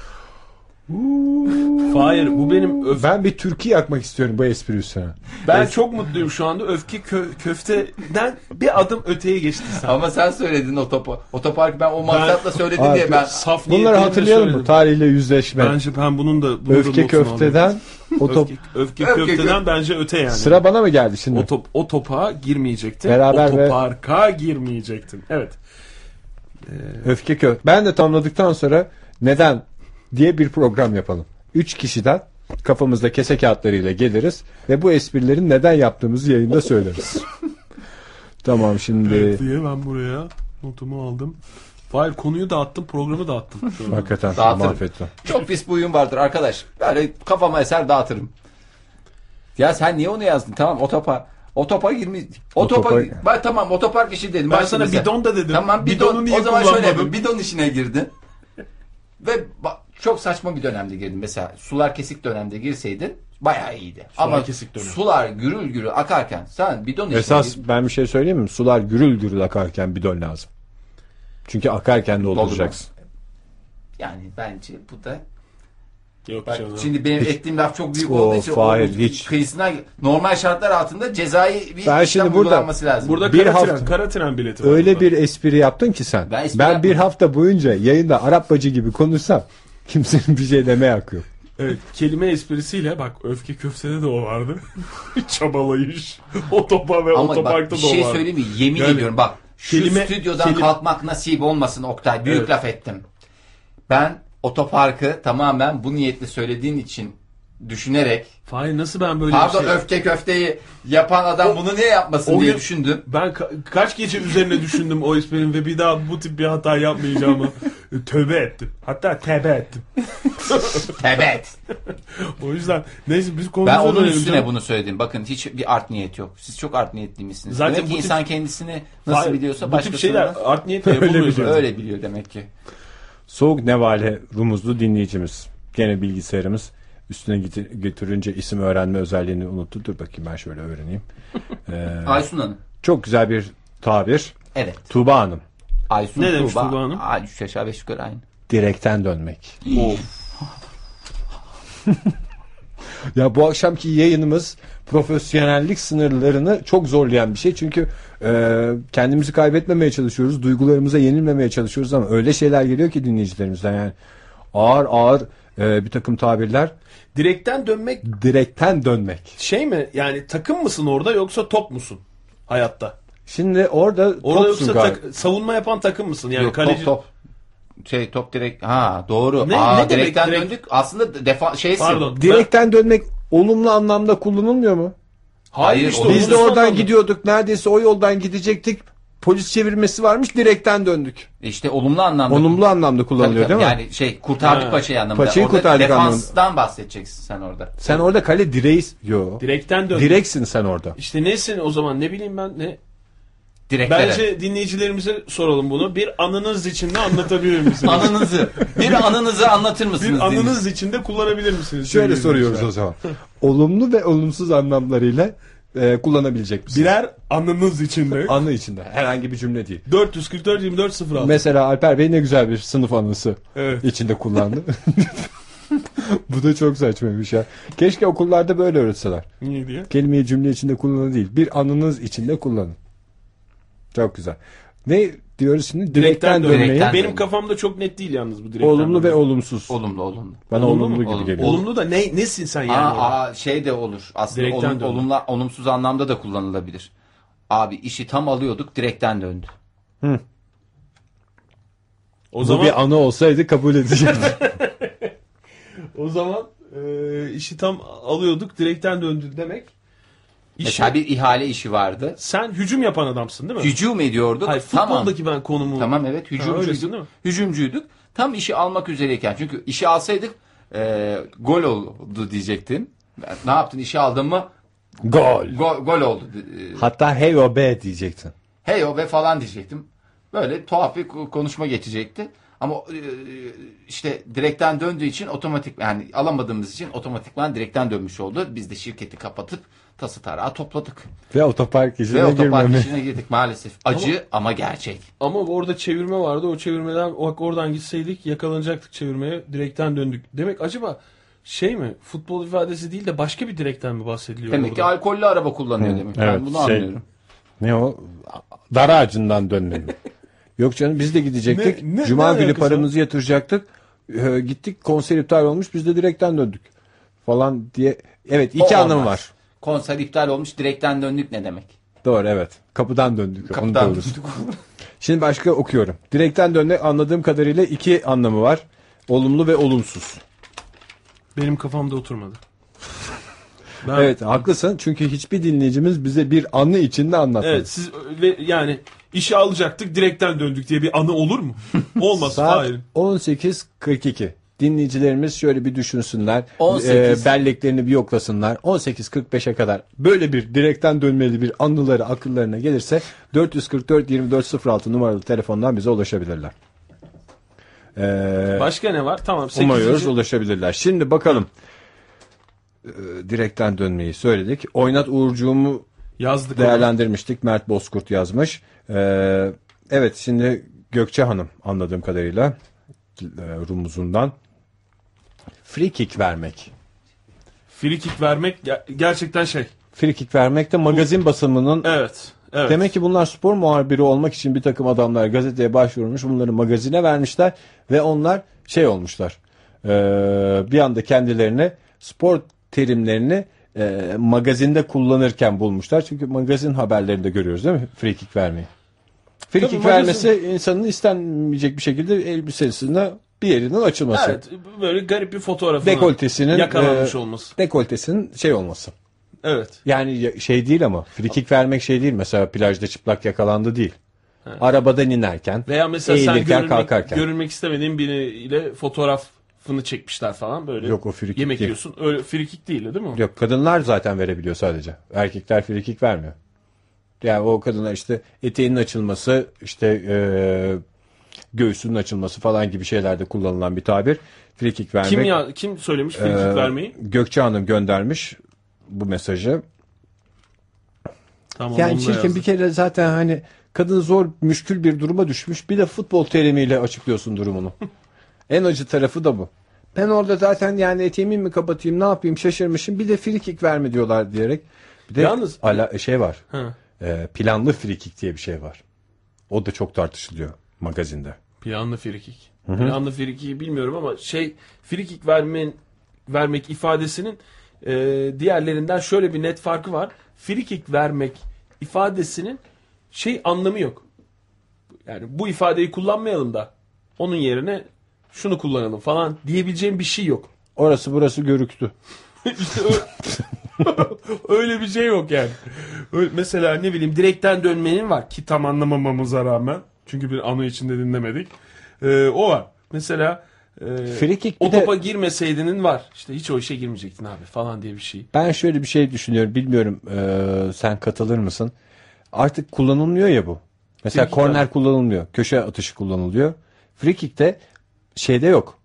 [SPEAKER 2] Hayır bu benim öf-
[SPEAKER 1] Ben bir türkü yakmak istiyorum bu espri üstüne.
[SPEAKER 2] Ben çok mutluyum şu anda. Öfke kö- köfteden bir adım öteye geçti sen.
[SPEAKER 3] Ama sen söyledin o topa. Otopark ben o maksatla söyledim
[SPEAKER 1] Abi,
[SPEAKER 3] diye ben
[SPEAKER 2] Saf
[SPEAKER 1] Bunları
[SPEAKER 2] niyetlerini
[SPEAKER 1] hatırlayalım mı?
[SPEAKER 2] söyledim.
[SPEAKER 1] Tarihle yüzleşme.
[SPEAKER 2] Bence ben bunun da bunun da
[SPEAKER 1] öfke
[SPEAKER 2] notunu alıyorum.
[SPEAKER 1] köfteden o top.
[SPEAKER 2] öfke, öfke
[SPEAKER 3] Öfke
[SPEAKER 2] köfteden
[SPEAKER 3] kö-
[SPEAKER 2] bence öte yani.
[SPEAKER 1] Sıra bana mı geldi şimdi?
[SPEAKER 2] o top o topa girmeyecektin.
[SPEAKER 1] Beraber
[SPEAKER 2] o
[SPEAKER 1] ve-
[SPEAKER 2] toparka girmeyecektin. Evet.
[SPEAKER 1] Öfke kö. Ben de tamamladıktan sonra neden diye bir program yapalım. Üç kişiden kafamızda kese kağıtlarıyla geliriz ve bu esprilerin neden yaptığımızı yayında söyleriz. tamam şimdi.
[SPEAKER 2] diye ben buraya notumu aldım. Hayır konuyu dağıttım, programı dağıttım. şu an.
[SPEAKER 1] Hakikaten
[SPEAKER 3] Dağıtırım.
[SPEAKER 1] mahvettim.
[SPEAKER 3] Çok pis bir huyum vardır arkadaş. Böyle kafama eser dağıtırım. Ya sen niye onu yazdın? Tamam otopa. Otopa girmiş. Otopa,
[SPEAKER 1] Otopa-
[SPEAKER 3] ben tamam otopark işi dedim.
[SPEAKER 2] Ben
[SPEAKER 3] Bak
[SPEAKER 2] sana
[SPEAKER 3] şimdi sen-
[SPEAKER 2] bidon da dedim.
[SPEAKER 3] Tamam bidon.
[SPEAKER 2] Bidonu niye
[SPEAKER 3] o zaman şöyle
[SPEAKER 2] kullanmadın?
[SPEAKER 3] yapayım. Bidon işine girdin. Ve ba- çok saçma bir dönemde girdin. Mesela sular kesik dönemde girseydin bayağı iyiydi. Ama
[SPEAKER 2] kesik dönem.
[SPEAKER 3] sular gürül gürül akarken sen bidon işine
[SPEAKER 1] Esas
[SPEAKER 3] girdin.
[SPEAKER 1] ben bir şey söyleyeyim mi? Sular gürül gürül akarken bidon lazım. Çünkü akarken dolduracaksın.
[SPEAKER 3] Yani bence bu da
[SPEAKER 2] Yok
[SPEAKER 3] Bak,
[SPEAKER 2] canım.
[SPEAKER 3] şimdi benim ettiğim laf çok büyük
[SPEAKER 1] Oo,
[SPEAKER 3] olduğu için
[SPEAKER 1] Fahir,
[SPEAKER 3] onun
[SPEAKER 1] hiç.
[SPEAKER 3] kıyısına normal şartlar altında cezai bir
[SPEAKER 1] Ben
[SPEAKER 3] işlem
[SPEAKER 1] şimdi burada-
[SPEAKER 3] uygulanması lazım.
[SPEAKER 2] Burada
[SPEAKER 1] Bir
[SPEAKER 2] kara,
[SPEAKER 1] hafta-
[SPEAKER 2] tren, kara tren bileti var.
[SPEAKER 1] Öyle
[SPEAKER 2] burada.
[SPEAKER 1] bir espri yaptın ki sen.
[SPEAKER 3] Ben
[SPEAKER 1] Ben,
[SPEAKER 3] espri
[SPEAKER 1] bir
[SPEAKER 3] yapmadım.
[SPEAKER 1] hafta boyunca yayında Arap bacı gibi konuşsam kimsenin bir şey demeye hakkı yok.
[SPEAKER 2] Evet, kelime esprisiyle bak öfke köftede de o vardı. Çabalayış. O topa ve o
[SPEAKER 3] Ama bak
[SPEAKER 2] otoparkta
[SPEAKER 3] bir
[SPEAKER 2] da o vardı.
[SPEAKER 3] şey söyleyeyim mi? Yemin
[SPEAKER 2] Yani
[SPEAKER 3] ediyorum bak şu
[SPEAKER 2] kelime-
[SPEAKER 3] stüdyodan
[SPEAKER 2] kelime-
[SPEAKER 3] kalkmak nasip olmasın Oktay. Büyük
[SPEAKER 2] Evet.
[SPEAKER 3] laf ettim. Ben otoparkı tamamen bu niyetle söylediğin için düşünerek
[SPEAKER 2] Fahir nasıl ben böyle
[SPEAKER 3] pardon
[SPEAKER 2] bir şey...
[SPEAKER 3] öfte köfteyi yapan adam bunu niye yapmasın
[SPEAKER 2] o
[SPEAKER 3] diye
[SPEAKER 2] gün-
[SPEAKER 3] düşündüm.
[SPEAKER 2] Ben ka- kaç gece üzerine düşündüm o esprinin ve bir daha bu tip bir hata yapmayacağımı tövbe ettim. Hatta tövbe ettim.
[SPEAKER 3] Evet.
[SPEAKER 2] O yüzden neyse biz konumuza
[SPEAKER 3] Ben onun
[SPEAKER 2] dönelim
[SPEAKER 3] üstüne
[SPEAKER 2] canım.
[SPEAKER 3] bunu söyledim. Bakın hiç bir art niyet yok. Siz çok art niyetliymişsiniz.
[SPEAKER 2] Zaten
[SPEAKER 3] Zaten Demek ki
[SPEAKER 2] bu tip-
[SPEAKER 3] insan kendisini nasıl
[SPEAKER 2] Hayır,
[SPEAKER 3] biliyorsa
[SPEAKER 2] bu tip
[SPEAKER 3] başkasını
[SPEAKER 2] şeyler
[SPEAKER 3] da
[SPEAKER 2] art niyetle
[SPEAKER 1] Öyle
[SPEAKER 2] yapılmıyor.
[SPEAKER 1] biliyorum.
[SPEAKER 2] zaten.
[SPEAKER 3] öyle biliyor demek ki.
[SPEAKER 1] Soğuk Nevale Rumuzlu dinleyicimiz. Gene bilgisayarımız üstüne git- götürünce isim öğrenme özelliğini unuttu. Dur bakayım ben şöyle öğreneyim.
[SPEAKER 3] Aysun Hanım.
[SPEAKER 1] Çok güzel bir tabir.
[SPEAKER 3] Evet.
[SPEAKER 1] Tuğba Hanım.
[SPEAKER 3] Aysun
[SPEAKER 2] Ne
[SPEAKER 3] Tuğba.
[SPEAKER 2] demiş Tuğba Hanım?
[SPEAKER 3] Aa, üç aşağı beş yukarı aynı.
[SPEAKER 1] Direkten dönmek. Ya bu akşamki yayınımız profesyonellik sınırlarını çok zorlayan bir şey. Çünkü e, kendimizi kaybetmemeye çalışıyoruz. Duygularımıza yenilmemeye çalışıyoruz ama öyle şeyler geliyor ki dinleyicilerimizden yani. Ağır ağır e, bir takım tabirler.
[SPEAKER 2] Direkten dönmek
[SPEAKER 1] Direkten dönmek.
[SPEAKER 2] şey mi? Yani takım mısın orada yoksa top musun hayatta?
[SPEAKER 1] Şimdi orada
[SPEAKER 2] Orada
[SPEAKER 1] topsun
[SPEAKER 2] yoksa
[SPEAKER 1] galiba.
[SPEAKER 2] tak- savunma yapan takım mısın? Yani
[SPEAKER 3] Yok,
[SPEAKER 2] kaleci
[SPEAKER 3] top top. Şey top direkt. Ha doğru.
[SPEAKER 2] Ne-
[SPEAKER 3] Aa
[SPEAKER 2] ne demek
[SPEAKER 3] direkten
[SPEAKER 2] direkt?
[SPEAKER 3] döndük. Aslında defa şey şeysin.
[SPEAKER 2] pardon. Ben-
[SPEAKER 1] Direkten dönmek olumlu anlamda kullanılmıyor mu?
[SPEAKER 2] hayır,
[SPEAKER 3] Hayır,
[SPEAKER 2] işte
[SPEAKER 3] o-
[SPEAKER 2] onu
[SPEAKER 1] Biz de
[SPEAKER 2] da
[SPEAKER 1] oradan
[SPEAKER 2] sormadım.
[SPEAKER 1] gidiyorduk. Neredeyse o yoldan gidecektik. Polis çevirmesi varmış. Direkten döndük.
[SPEAKER 3] İşte olumlu anlamda.
[SPEAKER 1] Olumlu anlamda kullanılıyor
[SPEAKER 3] Tabii, tabii.
[SPEAKER 1] değil mi?
[SPEAKER 3] Yani şey kurtardık
[SPEAKER 2] Ha.
[SPEAKER 3] paçayı anlamında.
[SPEAKER 1] Paçayı
[SPEAKER 3] Orada
[SPEAKER 1] kurtardık
[SPEAKER 3] defansdan bahsedeceksin sen orada.
[SPEAKER 1] Sen orada kale direğiz. Yo.
[SPEAKER 2] Direkten dön.
[SPEAKER 1] Direksin sen orada.
[SPEAKER 2] İşte nesin o zaman ne bileyim ben ne?
[SPEAKER 3] Direktlere.
[SPEAKER 2] Bence dinleyicilerimize soralım bunu. Bir anınız içinde anlatabilir misiniz?
[SPEAKER 3] anınızı. Bir anınızı anlatır mısınız?
[SPEAKER 2] bir
[SPEAKER 3] Deniz?
[SPEAKER 2] anınız içinde kullanabilir misiniz?
[SPEAKER 1] Şöyle
[SPEAKER 2] Sevgili
[SPEAKER 1] soruyoruz o
[SPEAKER 2] dinleyiciler.
[SPEAKER 1] zaman. Olumlu ve olumsuz anlamlarıyla e, kullanabilecek misin?
[SPEAKER 2] Birer anınız içinde.
[SPEAKER 1] Anı içinde. Herhangi bir cümle değil.
[SPEAKER 2] 444 24 06.
[SPEAKER 1] Mesela Alper Bey ne güzel bir sınıf anısı
[SPEAKER 2] Evet.
[SPEAKER 1] içinde kullandı. Bu da çok saçmaymış ya. Keşke okullarda böyle öğretseler.
[SPEAKER 2] Niye diye?
[SPEAKER 1] Kelimeyi cümle içinde kullanın değil. Bir anınız içinde kullanın. Çok güzel. Ne diyoruz şimdi? Direkten,
[SPEAKER 2] Direkten
[SPEAKER 1] dönmeyi.
[SPEAKER 3] dönmeyi.
[SPEAKER 2] Benim kafamda çok net değil yalnız bu direkten.
[SPEAKER 1] Olumlu ve olumsuz.
[SPEAKER 3] Olumlu olumlu.
[SPEAKER 1] Bana
[SPEAKER 2] Olumlu
[SPEAKER 1] olumlu,
[SPEAKER 2] mu?
[SPEAKER 1] gibi
[SPEAKER 3] Olumlu.
[SPEAKER 1] geliyor.
[SPEAKER 2] Olumlu da ne nesin sen yani? orada?
[SPEAKER 3] Aa, aa, şey de olur. Aslında
[SPEAKER 2] Direkten
[SPEAKER 3] olum,
[SPEAKER 2] döndü.
[SPEAKER 3] olumla, olumsuz anlamda da kullanılabilir. Abi işi tam alıyorduk direkten döndü.
[SPEAKER 2] o
[SPEAKER 1] Bu
[SPEAKER 2] zaman
[SPEAKER 1] bir anı olsaydı kabul edecektim.
[SPEAKER 2] o zaman e, işi tam alıyorduk direkten döndü demek. İş-
[SPEAKER 3] Mesela bir ihale işi vardı.
[SPEAKER 2] sen hücum yapan adamsın değil mi?
[SPEAKER 3] Hücum ediyorduk.
[SPEAKER 2] Hayır
[SPEAKER 3] tamam.
[SPEAKER 2] futboldaki ben konumu.
[SPEAKER 3] Tamam evet
[SPEAKER 2] öylesin değil mi?
[SPEAKER 3] hücumcuyduk. Hücumcuyduk. Tam işi almak üzereyken. Çünkü işi alsaydık e, gol oldu diyecektim. Ben, ne yaptın işi aldın mı?
[SPEAKER 1] Gol.
[SPEAKER 3] Gol, gol oldu. E,
[SPEAKER 1] Hatta hey o be diyecektin.
[SPEAKER 3] Hey o be falan diyecektim. Böyle tuhaf bir konuşma geçecekti. Ama e, işte direkten döndüğü için otomatik yani alamadığımız için otomatikman direkten dönmüş oldu. Biz de şirketi kapatıp tası tarağı topladık.
[SPEAKER 1] Ve otopark işine
[SPEAKER 3] Ve otopark
[SPEAKER 1] girmemi.
[SPEAKER 3] işine girdik maalesef. Acı ama, gerçek.
[SPEAKER 2] Ama orada çevirme vardı. O çevirmeden bak oradan gitseydik yakalanacaktık çevirmeye. Direkten döndük. Demek acaba şey mi? Futbol ifadesi değil de başka bir direkten mi bahsediliyor
[SPEAKER 3] Demek ki
[SPEAKER 2] orada?
[SPEAKER 3] alkollü araba kullanıyor demek.
[SPEAKER 1] evet,
[SPEAKER 3] ben bunu
[SPEAKER 1] şey-
[SPEAKER 3] anlıyorum.
[SPEAKER 1] Ne o? Dar ağacından dönmemi. Yok canım biz de gidecektik.
[SPEAKER 2] Ne- ne-
[SPEAKER 1] Cuma
[SPEAKER 2] ne
[SPEAKER 1] günü
[SPEAKER 2] alakası
[SPEAKER 1] paramızı yatıracaktık. Ee, gittik konser iptal olmuş biz de direkten döndük. Falan diye. Evet iki
[SPEAKER 3] O
[SPEAKER 1] anım
[SPEAKER 3] olmaz.
[SPEAKER 1] var.
[SPEAKER 3] Konser iptal olmuş direkten döndük ne demek?
[SPEAKER 1] Doğru evet. Kapıdan döndük. Onu
[SPEAKER 3] Kapıdan
[SPEAKER 1] doğru.
[SPEAKER 3] döndük.
[SPEAKER 1] Şimdi başka okuyorum. Direkten dönmek anladığım kadarıyla iki anlamı var. Olumlu ve olumsuz.
[SPEAKER 2] Benim kafamda oturmadı. Ben-
[SPEAKER 1] Evet haklısın çünkü hiçbir dinleyicimiz bize bir anı içinde anlatmadı.
[SPEAKER 2] Evet siz öyle- yani işi alacaktık direkten döndük diye bir anı olur mu? Olmaz.
[SPEAKER 1] Saat
[SPEAKER 2] Hayır.
[SPEAKER 1] 18.42. Dinleyicilerimiz şöyle bir düşünsünler.
[SPEAKER 3] 18.
[SPEAKER 1] e, belleklerini bir yoklasınlar. 18.45'e kadar böyle bir direkten dönmeli bir anıları akıllarına gelirse 444 2406 numaralı telefondan bize ulaşabilirler. Ee,
[SPEAKER 2] Başka ne var? Tamam.
[SPEAKER 1] umuyoruz
[SPEAKER 2] 8.
[SPEAKER 1] ulaşabilirler. Şimdi bakalım. Ee, direkten dönmeyi söyledik. Oynat Uğurcuğumu
[SPEAKER 2] Yazdık. onu.
[SPEAKER 1] değerlendirmiştik. Mert Bozkurt yazmış. Ee, evet şimdi Gökçe Hanım anladığım kadarıyla e, Rumuzundan free kick vermek.
[SPEAKER 2] Free kick vermek ger- gerçekten şey.
[SPEAKER 1] Free kick vermek de magazin basımının
[SPEAKER 2] Evet. Evet.
[SPEAKER 1] Demek ki bunlar spor muhabiri olmak için bir takım adamlar gazeteye başvurmuş. Bunları magazine vermişler ve onlar şey olmuşlar. Ee, bir anda kendilerini spor terimlerini e, magazinde kullanırken bulmuşlar. Çünkü magazin haberlerinde görüyoruz değil mi? Free kick vermeyi. Free
[SPEAKER 2] Tabii
[SPEAKER 1] kick
[SPEAKER 2] magazin-
[SPEAKER 1] vermesi insanın istenmeyecek bir şekilde elbisesinde bir yerinden açılması.
[SPEAKER 2] Evet. Böyle garip bir fotoğrafı.
[SPEAKER 1] Dekoltesinin
[SPEAKER 2] yakalanmış
[SPEAKER 1] e,
[SPEAKER 2] olması.
[SPEAKER 1] Dekoltesinin şey olması.
[SPEAKER 2] Evet.
[SPEAKER 1] Yani ya- şey değil ama frikik vermek şey değil mesela plajda çıplak yakalandı değil. Arabadan inerken
[SPEAKER 2] Veya mesela sen
[SPEAKER 1] eğilirken
[SPEAKER 2] görülmek,
[SPEAKER 1] kalkarken.
[SPEAKER 2] görülmek istemediğin biriyle fotoğraf fotoğrafını çekmişler falan böyle.
[SPEAKER 1] Yok, o frikik
[SPEAKER 2] Yemek
[SPEAKER 1] değil.
[SPEAKER 2] yiyorsun. Öyle frikik değil değil mi? o?
[SPEAKER 1] Yok kadınlar zaten verebiliyor sadece. Erkekler frikik vermiyor. Yani o kadına işte eteğinin açılması, işte eee göğsünün açılması falan gibi şeylerde kullanılan bir tabir. Frikik vermek.
[SPEAKER 2] Kim ya kim söylemiş frikik
[SPEAKER 1] eee,
[SPEAKER 2] vermeyi?
[SPEAKER 1] Gökçe Hanım göndermiş bu mesajı.
[SPEAKER 2] Tamam.
[SPEAKER 1] Yani
[SPEAKER 2] onunla
[SPEAKER 1] çirkin
[SPEAKER 2] yazdım.
[SPEAKER 1] bir kere zaten hani kadın zor müşkül bir duruma düşmüş. Bir de futbol terimiyle açıklıyorsun durumunu. en acı tarafı da bu. Ben orada zaten yani eteğimi mi kapatayım ne yapayım şaşırmışım. Bir de frikik verme diyorlar diyerek. Bir de
[SPEAKER 2] Yalnız-
[SPEAKER 1] ala, şey var.
[SPEAKER 2] Ha,
[SPEAKER 1] e, planlı frikik diye bir şey var. O da çok tartışılıyor magazinde.
[SPEAKER 2] planlı frikik. Planlı frikiyi bilmiyorum ama şey frikik vermen vermek ifadesinin e, diğerlerinden şöyle bir net farkı var. Frikik vermek ifadesinin şey anlamı yok. Yani bu ifadeyi kullanmayalım da onun yerine şunu kullanalım falan diyebileceğim bir şey yok.
[SPEAKER 1] Orası burası görüktü.
[SPEAKER 2] İşte ö- Öyle bir şey yok yani. Ö- Mesela ne bileyim direkten dönmenin var ki tam anlamamamıza rağmen. Çünkü bir anı içinde dinlemedik. Ee, o var. Mesela e,
[SPEAKER 1] Free kick bir
[SPEAKER 2] o
[SPEAKER 1] de-
[SPEAKER 2] topa girmeseydinin var. İşte hiç o işe girmeyecektin abi falan diye bir şey.
[SPEAKER 1] Ben şöyle bir şey düşünüyorum. Bilmiyorum e, sen katılır mısın? Artık kullanılmıyor ya bu. Mesela
[SPEAKER 2] Free kick
[SPEAKER 1] korner kullanılmıyor. Köşe atışı kullanılıyor. Free kick'te şeyde yok.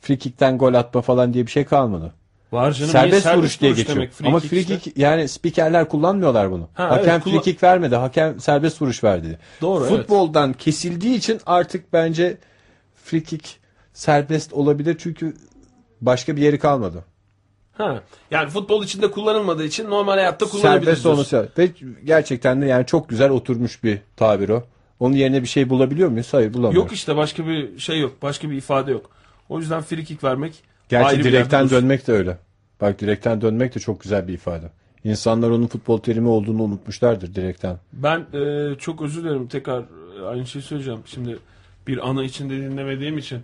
[SPEAKER 1] Free kick'ten gol atma falan diye bir şey kalmadı.
[SPEAKER 2] Var canım. niye?
[SPEAKER 1] serbest vuruş diye geçiyor.
[SPEAKER 2] demek, free
[SPEAKER 1] Ama
[SPEAKER 2] kick
[SPEAKER 1] free
[SPEAKER 2] işte.
[SPEAKER 1] kick yani spikerler kullanmıyorlar bunu.
[SPEAKER 2] Ha,
[SPEAKER 1] hakem
[SPEAKER 2] evet,
[SPEAKER 1] free
[SPEAKER 2] kullan-
[SPEAKER 1] kick vermedi. Hakem serbest vuruş verdi.
[SPEAKER 2] Doğru, evet.
[SPEAKER 1] Futboldan kesildiği için artık bence free kick serbest olabilir çünkü başka bir yeri kalmadı.
[SPEAKER 2] Ha. Yani futbol içinde kullanılmadığı için normal hayatta kullanabiliriz.
[SPEAKER 1] Serbest
[SPEAKER 2] diyorsun.
[SPEAKER 1] olması ve gerçekten de yani çok güzel oturmuş bir tabir o. Onun yerine bir şey bulabiliyor muyuz? Hayır bulamıyoruz.
[SPEAKER 2] Yok işte başka bir şey yok. Başka bir ifade yok. O yüzden free kick vermek
[SPEAKER 1] Gerçi
[SPEAKER 2] ayrı bir
[SPEAKER 1] direkten
[SPEAKER 2] yerde dursun.
[SPEAKER 1] dönmek de öyle. Bak direkten dönmek de çok güzel bir ifade. İnsanlar onun futbol terimi olduğunu unutmuşlardır direkten.
[SPEAKER 2] Ben e, çok özür dilerim tekrar e, aynı şeyi söyleyeceğim. Şimdi bir ana içinde dinlemediğim için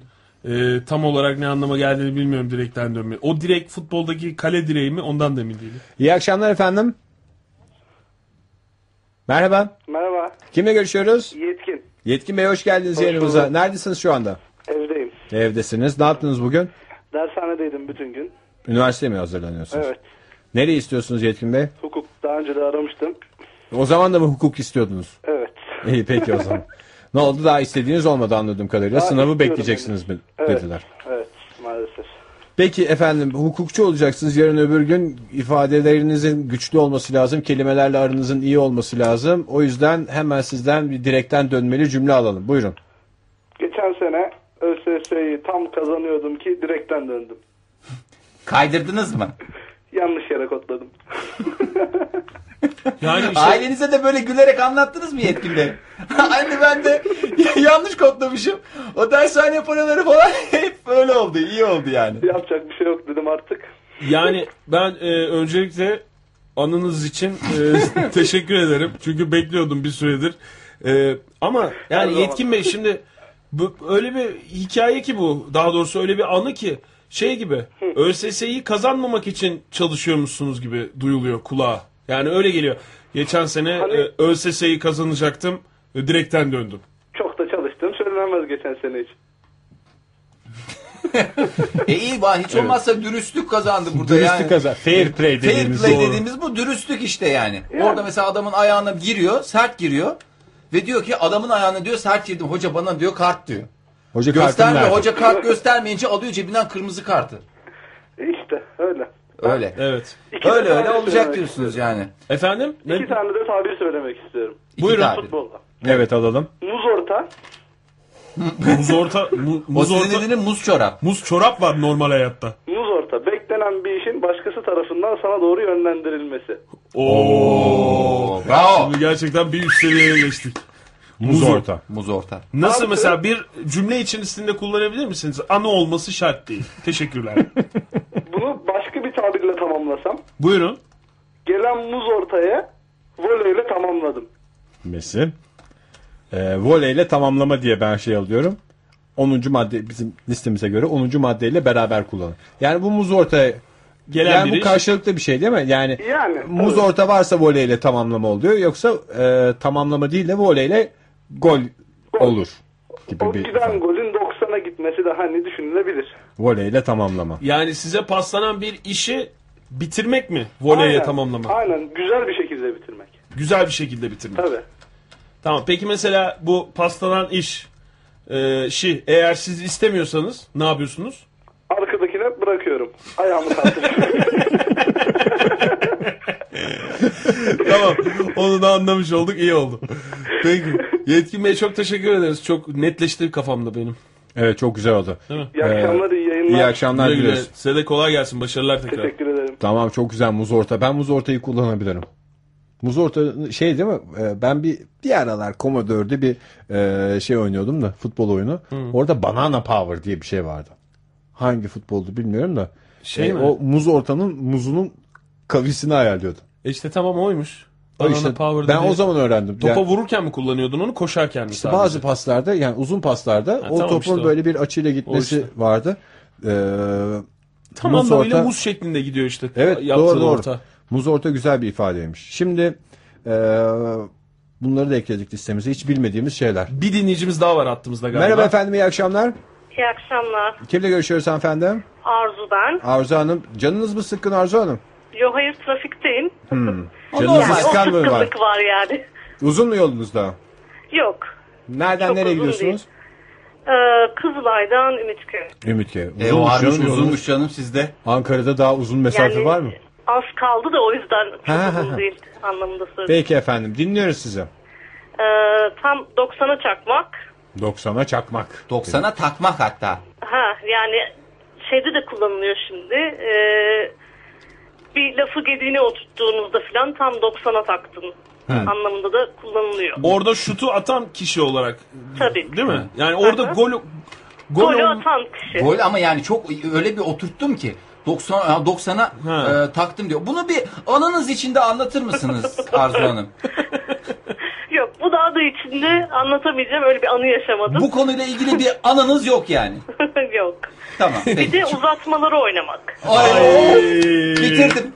[SPEAKER 2] e, tam olarak ne anlama geldiğini bilmiyorum direkten dönme. O direkt futboldaki kale direği mi ondan da emin değilim.
[SPEAKER 1] İyi akşamlar efendim. Merhaba.
[SPEAKER 7] Merhaba,
[SPEAKER 1] Kimle görüşüyoruz?
[SPEAKER 7] Yetkin.
[SPEAKER 1] Yetkin Bey hoş geldiniz yanımıza. Neredesiniz şu anda?
[SPEAKER 7] Evdeyim.
[SPEAKER 1] Evdesiniz. Ne yaptınız bugün?
[SPEAKER 7] Dershanedeydim bütün gün.
[SPEAKER 1] Üniversiteye mi hazırlanıyorsunuz?
[SPEAKER 7] Evet,
[SPEAKER 1] Nereye istiyorsunuz Yetkin Bey?
[SPEAKER 7] hukuk daha önce de aramıştım.
[SPEAKER 1] O zaman da mı hukuk istiyordunuz?
[SPEAKER 7] Evet.
[SPEAKER 1] İyi peki o zaman. ne oldu daha istediğiniz olmadı anladığım kadarıyla.
[SPEAKER 7] Daha
[SPEAKER 1] Sınavı
[SPEAKER 7] istiyorum
[SPEAKER 1] bekleyeceksiniz mi
[SPEAKER 7] Evet.
[SPEAKER 1] dediler.
[SPEAKER 7] Evet, maalesef.
[SPEAKER 1] Peki efendim hukukçu olacaksınız yarın öbür gün ifadelerinizin güçlü olması lazım. Kelimelerle aranızın iyi olması lazım. O yüzden hemen sizden bir direkten dönmeli cümle alalım. Buyurun.
[SPEAKER 7] Geçen sene ÖSS'yi tam kazanıyordum ki direkten döndüm.
[SPEAKER 3] Kaydırdınız mı?
[SPEAKER 7] Yanlış yere kodladım.
[SPEAKER 2] Yani şey işte
[SPEAKER 3] Ailenize de böyle gülerek anlattınız mı Yetkin Bey? Anne ben de yanlış kodlamışım. O dershane paraları falan hep böyle oldu. İyi oldu yani.
[SPEAKER 7] Yapacak bir şey yok dedim artık.
[SPEAKER 2] yani ben e, öncelikle anınız için e, teşekkür ederim. Çünkü bekliyordum bir süredir. E, ama
[SPEAKER 7] Her
[SPEAKER 2] yani
[SPEAKER 7] zaman.
[SPEAKER 2] Yetkin Bey şimdi bu- öyle bir hikaye ki bu. Daha doğrusu öyle bir anı ki şey gibi ÖSS'yi kazanmamak için çalışıyormuşsunuz gibi duyuluyor kulağa. Yani öyle geliyor. Geçen sene
[SPEAKER 7] Hani-
[SPEAKER 2] e, ÖSS'yi kazanacaktım. e, direkten döndüm.
[SPEAKER 7] Çok da çalıştım. Söylenemez geçen sene için.
[SPEAKER 3] E iyi bah hiç olmazsa dürüstlük kazandı burada
[SPEAKER 1] Dürüstlük
[SPEAKER 3] yani.
[SPEAKER 1] kaza. Fair play
[SPEAKER 3] Fair
[SPEAKER 1] dediğimiz
[SPEAKER 3] play
[SPEAKER 1] doğru.
[SPEAKER 3] dediğimiz bu dürüstlük işte yani. Orada mesela adamın ayağına giriyor, sert giriyor ve diyor ki adamın ayağına diyor sert girdim hoca bana diyor kart diyor.
[SPEAKER 1] Hoca kartını
[SPEAKER 3] Gösterme
[SPEAKER 1] verdi.
[SPEAKER 3] hoca kart göstermeyince alıyor cebinden kırmızı kartı.
[SPEAKER 7] İşte öyle.
[SPEAKER 3] Öyle.
[SPEAKER 2] Evet.
[SPEAKER 7] İki
[SPEAKER 3] Öyle
[SPEAKER 7] de
[SPEAKER 3] öyle
[SPEAKER 7] tabir
[SPEAKER 3] olacak
[SPEAKER 7] söylemek-
[SPEAKER 3] diyorsunuz yani.
[SPEAKER 2] Efendim? Ne-
[SPEAKER 7] İki tane de tabir söylemek istiyorum.
[SPEAKER 3] İki
[SPEAKER 2] Buyurun.
[SPEAKER 3] tabir.
[SPEAKER 7] Futbolda.
[SPEAKER 1] Evet alalım.
[SPEAKER 7] Muz orta.
[SPEAKER 2] Muz orta, mu-
[SPEAKER 3] O
[SPEAKER 2] muz
[SPEAKER 3] sizin
[SPEAKER 2] orta,
[SPEAKER 3] dediğiniz muz çorap.
[SPEAKER 2] muz çorap var normal hayatta.
[SPEAKER 7] Muz orta. Beklenen bir işin başkası tarafından sana doğru yönlendirilmesi.
[SPEAKER 2] Oo.
[SPEAKER 3] Oo, bravo.
[SPEAKER 2] Şimdi gerçekten bir üst seviyeye geçtik.
[SPEAKER 1] Muz
[SPEAKER 2] Muz
[SPEAKER 1] orta.
[SPEAKER 3] Muz orta.
[SPEAKER 2] Nasıl
[SPEAKER 7] Artı-
[SPEAKER 2] mesela bir cümle içerisinde kullanabilir misiniz? Anı olması şart değil. Teşekkürler.
[SPEAKER 7] Bunu başka bir tabirle tamamlasam.
[SPEAKER 2] Buyurun.
[SPEAKER 7] Gelen muz ortaya voleyle tamamladım.
[SPEAKER 1] Messi. Ee, voleyle tamamlama diye ben şey alıyorum. 10. madde bizim listemize göre 10. maddeyle beraber kullanın. Yani bu muz ortaya
[SPEAKER 2] Gelen
[SPEAKER 1] yani
[SPEAKER 2] biri-
[SPEAKER 1] bu karşılıklı bir şey değil mi? Yani,
[SPEAKER 7] Yani,
[SPEAKER 1] muz
[SPEAKER 7] tabii.
[SPEAKER 1] orta varsa voleyle tamamlama oluyor. Yoksa e, tamamlama değil de voleyle gol olur gibi
[SPEAKER 7] O
[SPEAKER 1] bir
[SPEAKER 7] giden golün 90'a sona gitmesi de hani düşünülebilir.
[SPEAKER 1] Voleyle tamamlama.
[SPEAKER 2] Yani size paslanan bir işi bitirmek mi? Voleyle
[SPEAKER 7] Aynen,
[SPEAKER 2] tamamlamak.
[SPEAKER 7] Aynen güzel bir şekilde bitirmek.
[SPEAKER 2] Güzel bir şekilde bitirmek.
[SPEAKER 7] Tabii.
[SPEAKER 2] Tamam. Peki mesela bu paslanan iş e, şi eğer siz istemiyorsanız ne yapıyorsunuz?
[SPEAKER 7] Arkadakine bırakıyorum. Ayağımı kaldırıyorum.
[SPEAKER 2] tamam. Onu da anlamış olduk. iyi oldu. Peki. Yetkin Bey çok teşekkür ederiz. Çok netleşti kafamda benim.
[SPEAKER 1] Evet çok güzel oldu.
[SPEAKER 7] İyi akşamlar, iyi yayınlar.
[SPEAKER 1] İyi akşamlar
[SPEAKER 2] Güle güle.
[SPEAKER 1] diliyoruz.
[SPEAKER 2] Size de kolay gelsin. Başarılar tekrar.
[SPEAKER 7] Teşekkür ederim.
[SPEAKER 1] Tamam çok güzel muz orta. Ben muz ortayı kullanabilirim. Muz orta şey değil mi? Ee, Ben bir bir aralar Commodore'de bir e, şey oynuyordum da futbol oyunu.
[SPEAKER 2] Hmm.
[SPEAKER 1] Orada Banana Power diye bir şey vardı. Hangi futboldu bilmiyorum da.
[SPEAKER 2] Şey
[SPEAKER 1] E,
[SPEAKER 2] mi?
[SPEAKER 1] O muz ortanın muzunun kavisini ayarlıyordu.
[SPEAKER 2] E işte tamam oymuş.
[SPEAKER 1] O
[SPEAKER 2] Banana
[SPEAKER 1] işte,
[SPEAKER 2] Power'da
[SPEAKER 1] ben
[SPEAKER 2] bir-
[SPEAKER 1] o zaman öğrendim.
[SPEAKER 2] Topa
[SPEAKER 1] Yani
[SPEAKER 2] vururken mi kullanıyordun onu koşarken mi? sadece?
[SPEAKER 1] bazı paslarda yani uzun paslarda o
[SPEAKER 2] tamam
[SPEAKER 1] topun
[SPEAKER 2] işte o.
[SPEAKER 1] böyle bir açıyla gitmesi
[SPEAKER 2] O işte.
[SPEAKER 1] vardı. Ee,
[SPEAKER 2] Tam
[SPEAKER 1] muz
[SPEAKER 2] anlamıyla
[SPEAKER 1] orta-
[SPEAKER 2] muz şeklinde gidiyor işte.
[SPEAKER 1] Evet
[SPEAKER 2] Yaptığın
[SPEAKER 1] doğru doğru.
[SPEAKER 2] orta.
[SPEAKER 1] Muz orta güzel bir ifadeymiş. Şimdi e, bunları da ekledik listemize hiç bilmediğimiz şeyler.
[SPEAKER 2] Bir dinleyicimiz daha var hattımızda galiba.
[SPEAKER 1] Merhaba efendim iyi akşamlar.
[SPEAKER 8] İyi akşamlar.
[SPEAKER 1] Kimle görüşüyoruz hanımefendi?
[SPEAKER 8] Arzu ben.
[SPEAKER 1] Arzu Hanım. Canınız mı sıkkın Arzu Hanım?
[SPEAKER 8] Yo hayır trafikteyim.
[SPEAKER 1] Canınızı
[SPEAKER 8] Yani
[SPEAKER 1] sıkan mı var?
[SPEAKER 8] sıkıntılık var yani.
[SPEAKER 1] Uzun mu yolunuzda?
[SPEAKER 8] Yok.
[SPEAKER 1] Nereden
[SPEAKER 8] Çok
[SPEAKER 1] nereye
[SPEAKER 8] uzun
[SPEAKER 1] gidiyorsunuz?
[SPEAKER 8] Ee, Kızılay'dan Ümitköy.
[SPEAKER 1] Ümitköy.
[SPEAKER 3] E, o
[SPEAKER 1] Uzunmuş
[SPEAKER 3] harun
[SPEAKER 1] yolunuz.
[SPEAKER 3] uzunmuş canım sizde.
[SPEAKER 1] Ankara'da daha uzun mesafe
[SPEAKER 8] Yani
[SPEAKER 1] var mı?
[SPEAKER 8] Az kaldı da o yüzden çok
[SPEAKER 1] Ha, ha,
[SPEAKER 8] uzun
[SPEAKER 1] ha.
[SPEAKER 8] değil anlamında söyledim.
[SPEAKER 1] Peki efendim dinliyoruz sizi.
[SPEAKER 8] Ee, tam 90'a çakmak.
[SPEAKER 1] 90'a çakmak.
[SPEAKER 3] 90'a takmak hatta.
[SPEAKER 8] Ha yani şeyde de kullanılıyor şimdi. Ee, bir lafı gediğine oturttuğunuzda filan tam 90'a taktın anlamında da kullanılıyor.
[SPEAKER 2] Orada şutu atan kişi olarak
[SPEAKER 8] Tabii.
[SPEAKER 2] değil mi? Yani orada
[SPEAKER 8] Aha.
[SPEAKER 2] gol gol,
[SPEAKER 8] Golü
[SPEAKER 2] ol-
[SPEAKER 8] atan kişi.
[SPEAKER 3] Gol ama yani çok öyle bir oturttum ki 90 ya 90'a
[SPEAKER 2] Ha.
[SPEAKER 3] e, taktım diyor. Bunu bir anınız içinde anlatır mısınız Arzu Hanım?
[SPEAKER 8] Yok bu daha da içinde anlatamayacağım öyle bir anı yaşamadım.
[SPEAKER 3] Bu konuyla ilgili bir anınız yok yani.
[SPEAKER 8] Yok.
[SPEAKER 3] Tamam.
[SPEAKER 8] Bir de
[SPEAKER 3] Peki.
[SPEAKER 8] uzatmaları oynamak.
[SPEAKER 3] Ay, bitirdim.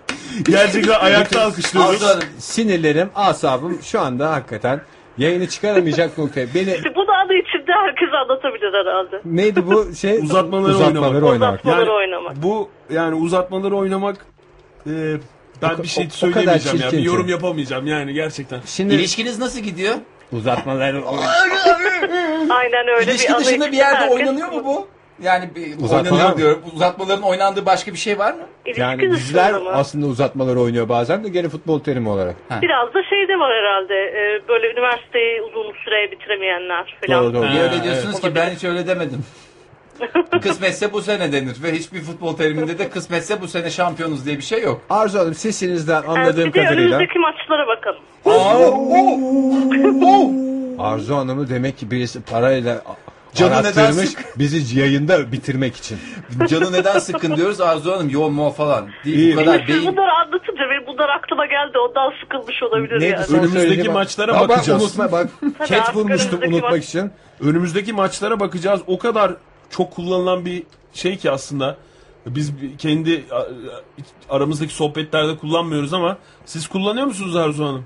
[SPEAKER 2] Gerçekten ayakta
[SPEAKER 3] Arzu
[SPEAKER 2] Ee, alkışlıyoruz.
[SPEAKER 3] Hanım.
[SPEAKER 1] Sinirlerim, asabım şu anda hakikaten yayını çıkaramayacak noktaya. Beni
[SPEAKER 8] İşte bu daha da içinde herkes anlatabilir herhalde.
[SPEAKER 1] neydi bu şey?
[SPEAKER 2] Uzatmaları
[SPEAKER 1] Uzatmaları oynamak.
[SPEAKER 8] Uzatmaları
[SPEAKER 2] Yani-
[SPEAKER 8] oynamak.
[SPEAKER 2] Bu yani uzatmaları oynamak e, ben bir
[SPEAKER 1] o-
[SPEAKER 2] şey
[SPEAKER 1] o kadar
[SPEAKER 2] söyleyemeyeceğim ya.
[SPEAKER 1] çirkin
[SPEAKER 2] Bir yorum
[SPEAKER 1] ki.
[SPEAKER 2] yapamayacağım yani gerçekten.
[SPEAKER 1] Şimdi
[SPEAKER 3] İlişkiniz nasıl gidiyor?
[SPEAKER 1] uzatmaları
[SPEAKER 8] Aynen öyle
[SPEAKER 3] İlişki
[SPEAKER 8] bir anı
[SPEAKER 3] dışında
[SPEAKER 8] içinde
[SPEAKER 3] bir yerde
[SPEAKER 8] herkes-
[SPEAKER 3] oynanıyor mu bu? Yani bir
[SPEAKER 1] Uzatmalar
[SPEAKER 3] oynanıyor
[SPEAKER 1] mı?
[SPEAKER 3] diyorum. Uzatmaların oynandığı başka bir şey var mı?
[SPEAKER 8] İlişki
[SPEAKER 1] yani
[SPEAKER 8] dışında
[SPEAKER 1] diziler
[SPEAKER 8] mı?
[SPEAKER 1] aslında uzatmaları oynuyor bazen de gene futbol terimi olarak.
[SPEAKER 8] Biraz da şey de var herhalde. e, böyle üniversiteyi uzun süreye bitiremeyenler falan.
[SPEAKER 1] Doğru doğru.
[SPEAKER 3] Niye öyle
[SPEAKER 2] Ha,
[SPEAKER 3] diyorsunuz ki ben hiç öyle demedim. kısmetse bu sene denir ve hiçbir futbol teriminde de kısmetse bu sene şampiyonuz diye bir şey yok.
[SPEAKER 1] Arzu Hanım sesinizden
[SPEAKER 8] Yani
[SPEAKER 1] anladığım
[SPEAKER 8] bir de
[SPEAKER 1] kadarıyla
[SPEAKER 8] önümüzdeki maçlara bakalım.
[SPEAKER 1] Arzu Hanım'ı demek ki birisi parayla
[SPEAKER 3] Canı neden
[SPEAKER 1] arattırmış bizi yayında bitirmek için.
[SPEAKER 3] Canı neden sıkın diyoruz Arzu Hanım yoğun mu falan. Değil
[SPEAKER 1] İyi.
[SPEAKER 3] bu kadar
[SPEAKER 8] Şimdi siz
[SPEAKER 3] beyin.
[SPEAKER 8] bunları anlatınca benim bunlar aklıma geldi. Ondan sıkılmış olabilir
[SPEAKER 1] Neydi
[SPEAKER 8] yani.
[SPEAKER 1] son
[SPEAKER 2] Önümüzdeki
[SPEAKER 1] söylediğim-
[SPEAKER 2] maçlara
[SPEAKER 1] Ama
[SPEAKER 2] bakacağız.
[SPEAKER 1] unutma bak. Cat
[SPEAKER 8] artık
[SPEAKER 1] vurmuştum
[SPEAKER 8] önümüzdeki
[SPEAKER 1] unutmak
[SPEAKER 8] maç-
[SPEAKER 1] için.
[SPEAKER 2] Önümüzdeki maçlara bakacağız. O kadar çok kullanılan bir şey ki aslında. Biz bir- kendi a- a- aramızdaki sohbetlerde kullanmıyoruz ama siz kullanıyor musunuz Arzu Hanım?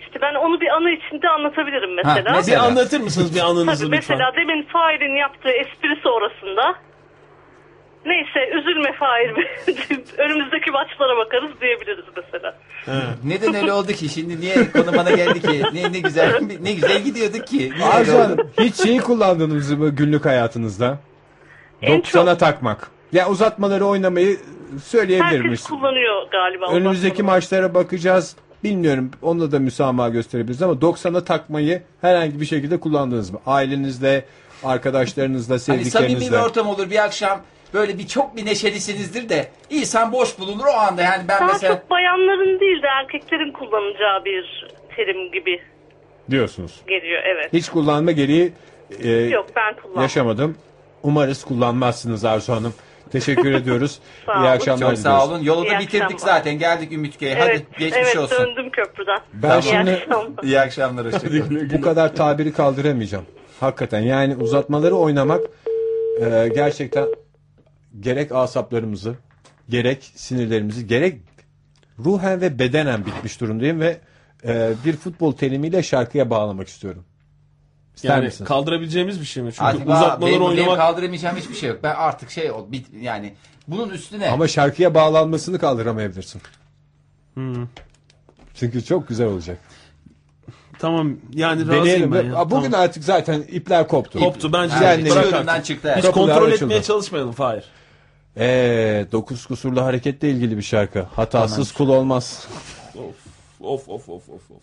[SPEAKER 8] İşte ben onu bir anı içinde anlatabilirim mesela.
[SPEAKER 3] mesela-
[SPEAKER 2] Bir anlatır mısınız bir anınızı
[SPEAKER 8] Tabii
[SPEAKER 2] lütfen?
[SPEAKER 8] mesela demin Fahir'in yaptığı espri sonrasında neyse üzülme Fahir deyip önümüzdeki maçlara bakarız diyebiliriz mesela.
[SPEAKER 3] Neden öyle oldu ki şimdi niye konumana geldi ki? Ne, ne güzel ne güzel gidiyorduk ki. Niye öyle
[SPEAKER 1] Arzu
[SPEAKER 3] oldu?
[SPEAKER 1] Hanım hiç şeyi kullandınız mı günlük hayatınızda?
[SPEAKER 8] En
[SPEAKER 1] 90'a takmak. Ya uzatmaları oynamayı söyleyebilir
[SPEAKER 8] Herkes
[SPEAKER 1] misin?
[SPEAKER 8] kullanıyor galiba. o
[SPEAKER 1] Önümüzdeki
[SPEAKER 8] bakmaları.
[SPEAKER 1] maçlara bakacağız. Bilmiyorum onunla da müsamaha gösterebiliriz ama 90'a takmayı herhangi bir şekilde kullandınız mı? Ailenizle, arkadaşlarınızla,
[SPEAKER 3] Hani samimi bir
[SPEAKER 1] sevdiklerinizle.
[SPEAKER 3] ortam olur bir akşam. Böyle bir çok bir neşelisinizdir de insan boş bulunur o anda yani ben
[SPEAKER 8] Daha
[SPEAKER 3] mesela
[SPEAKER 8] çok bayanların değil de erkeklerin kullanacağı bir terim gibi
[SPEAKER 1] diyorsunuz.
[SPEAKER 8] geliyor evet.
[SPEAKER 1] Hiç kullanma gereği e,
[SPEAKER 8] Yok ben kullanmam.
[SPEAKER 1] yaşamadım. Umarız kullanmazsınız Arzu Hanım. Teşekkür ediyoruz.
[SPEAKER 8] Sağ
[SPEAKER 1] İyi
[SPEAKER 8] olun.
[SPEAKER 1] akşamlar
[SPEAKER 3] çok sağ
[SPEAKER 1] diliyoruz.
[SPEAKER 3] olun. Yolu da
[SPEAKER 8] İyi
[SPEAKER 3] bitirdik
[SPEAKER 8] akşamlar.
[SPEAKER 3] zaten. Geldik Ümitköy'e.
[SPEAKER 8] Evet,
[SPEAKER 3] Hadi geçmiş
[SPEAKER 8] evet
[SPEAKER 3] olsun.
[SPEAKER 8] döndüm köprüden.
[SPEAKER 1] Ben
[SPEAKER 8] İyi
[SPEAKER 1] şimdi
[SPEAKER 8] akşamlar.
[SPEAKER 3] İyi akşamlar hoşçakalın.
[SPEAKER 1] bu kadar tabiri kaldıramayacağım. Hakikaten yani uzatmaları oynamak e, gerçekten gerek asaplarımızı, gerek sinirlerimizi, gerek ruhen ve bedenen bitmiş durumdayım ve e, bir futbol terimiyle şarkıya bağlamak istiyorum. İster
[SPEAKER 2] Yani
[SPEAKER 1] misiniz?
[SPEAKER 2] kaldırabileceğimiz bir şey mi? Çünkü
[SPEAKER 3] Artık aa,
[SPEAKER 2] uzatmaları
[SPEAKER 3] benim, benim
[SPEAKER 2] oynamak
[SPEAKER 3] kaldıramayacağım hiçbir şey yok. Ben artık şey ol- bit, yani bunun üstüne
[SPEAKER 1] Ama şarkıya bağlanmasını kaldıramayabilirsin.
[SPEAKER 2] Hmm.
[SPEAKER 1] Çünkü çok güzel olacak.
[SPEAKER 2] tamam yani razıyım
[SPEAKER 1] Deneyelim.
[SPEAKER 2] ben ya.
[SPEAKER 1] Aa, Bugün
[SPEAKER 2] Tamam.
[SPEAKER 1] artık zaten ipler koptu.
[SPEAKER 2] koptu şey bence.
[SPEAKER 1] Yani
[SPEAKER 3] yani,
[SPEAKER 1] Bırak
[SPEAKER 2] Bırak
[SPEAKER 3] çığırından
[SPEAKER 2] artık.
[SPEAKER 3] çıktı.
[SPEAKER 2] Hiç
[SPEAKER 1] Kapılar
[SPEAKER 2] kontrol
[SPEAKER 1] açıldı.
[SPEAKER 2] etmeye çalışmayalım Fahir.
[SPEAKER 1] Ee, dokuz kusurlu hareketle ilgili bir şarkı. Hatasız kul olmaz.
[SPEAKER 2] Of of of of of of.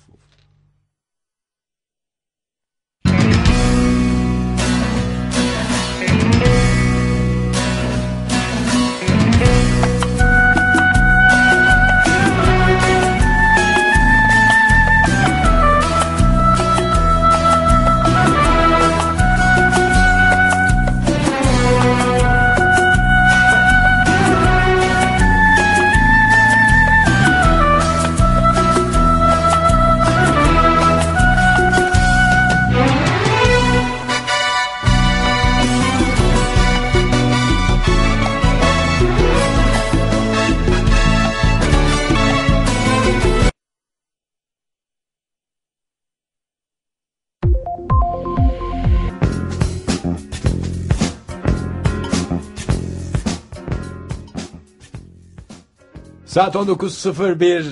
[SPEAKER 1] Saat 19.01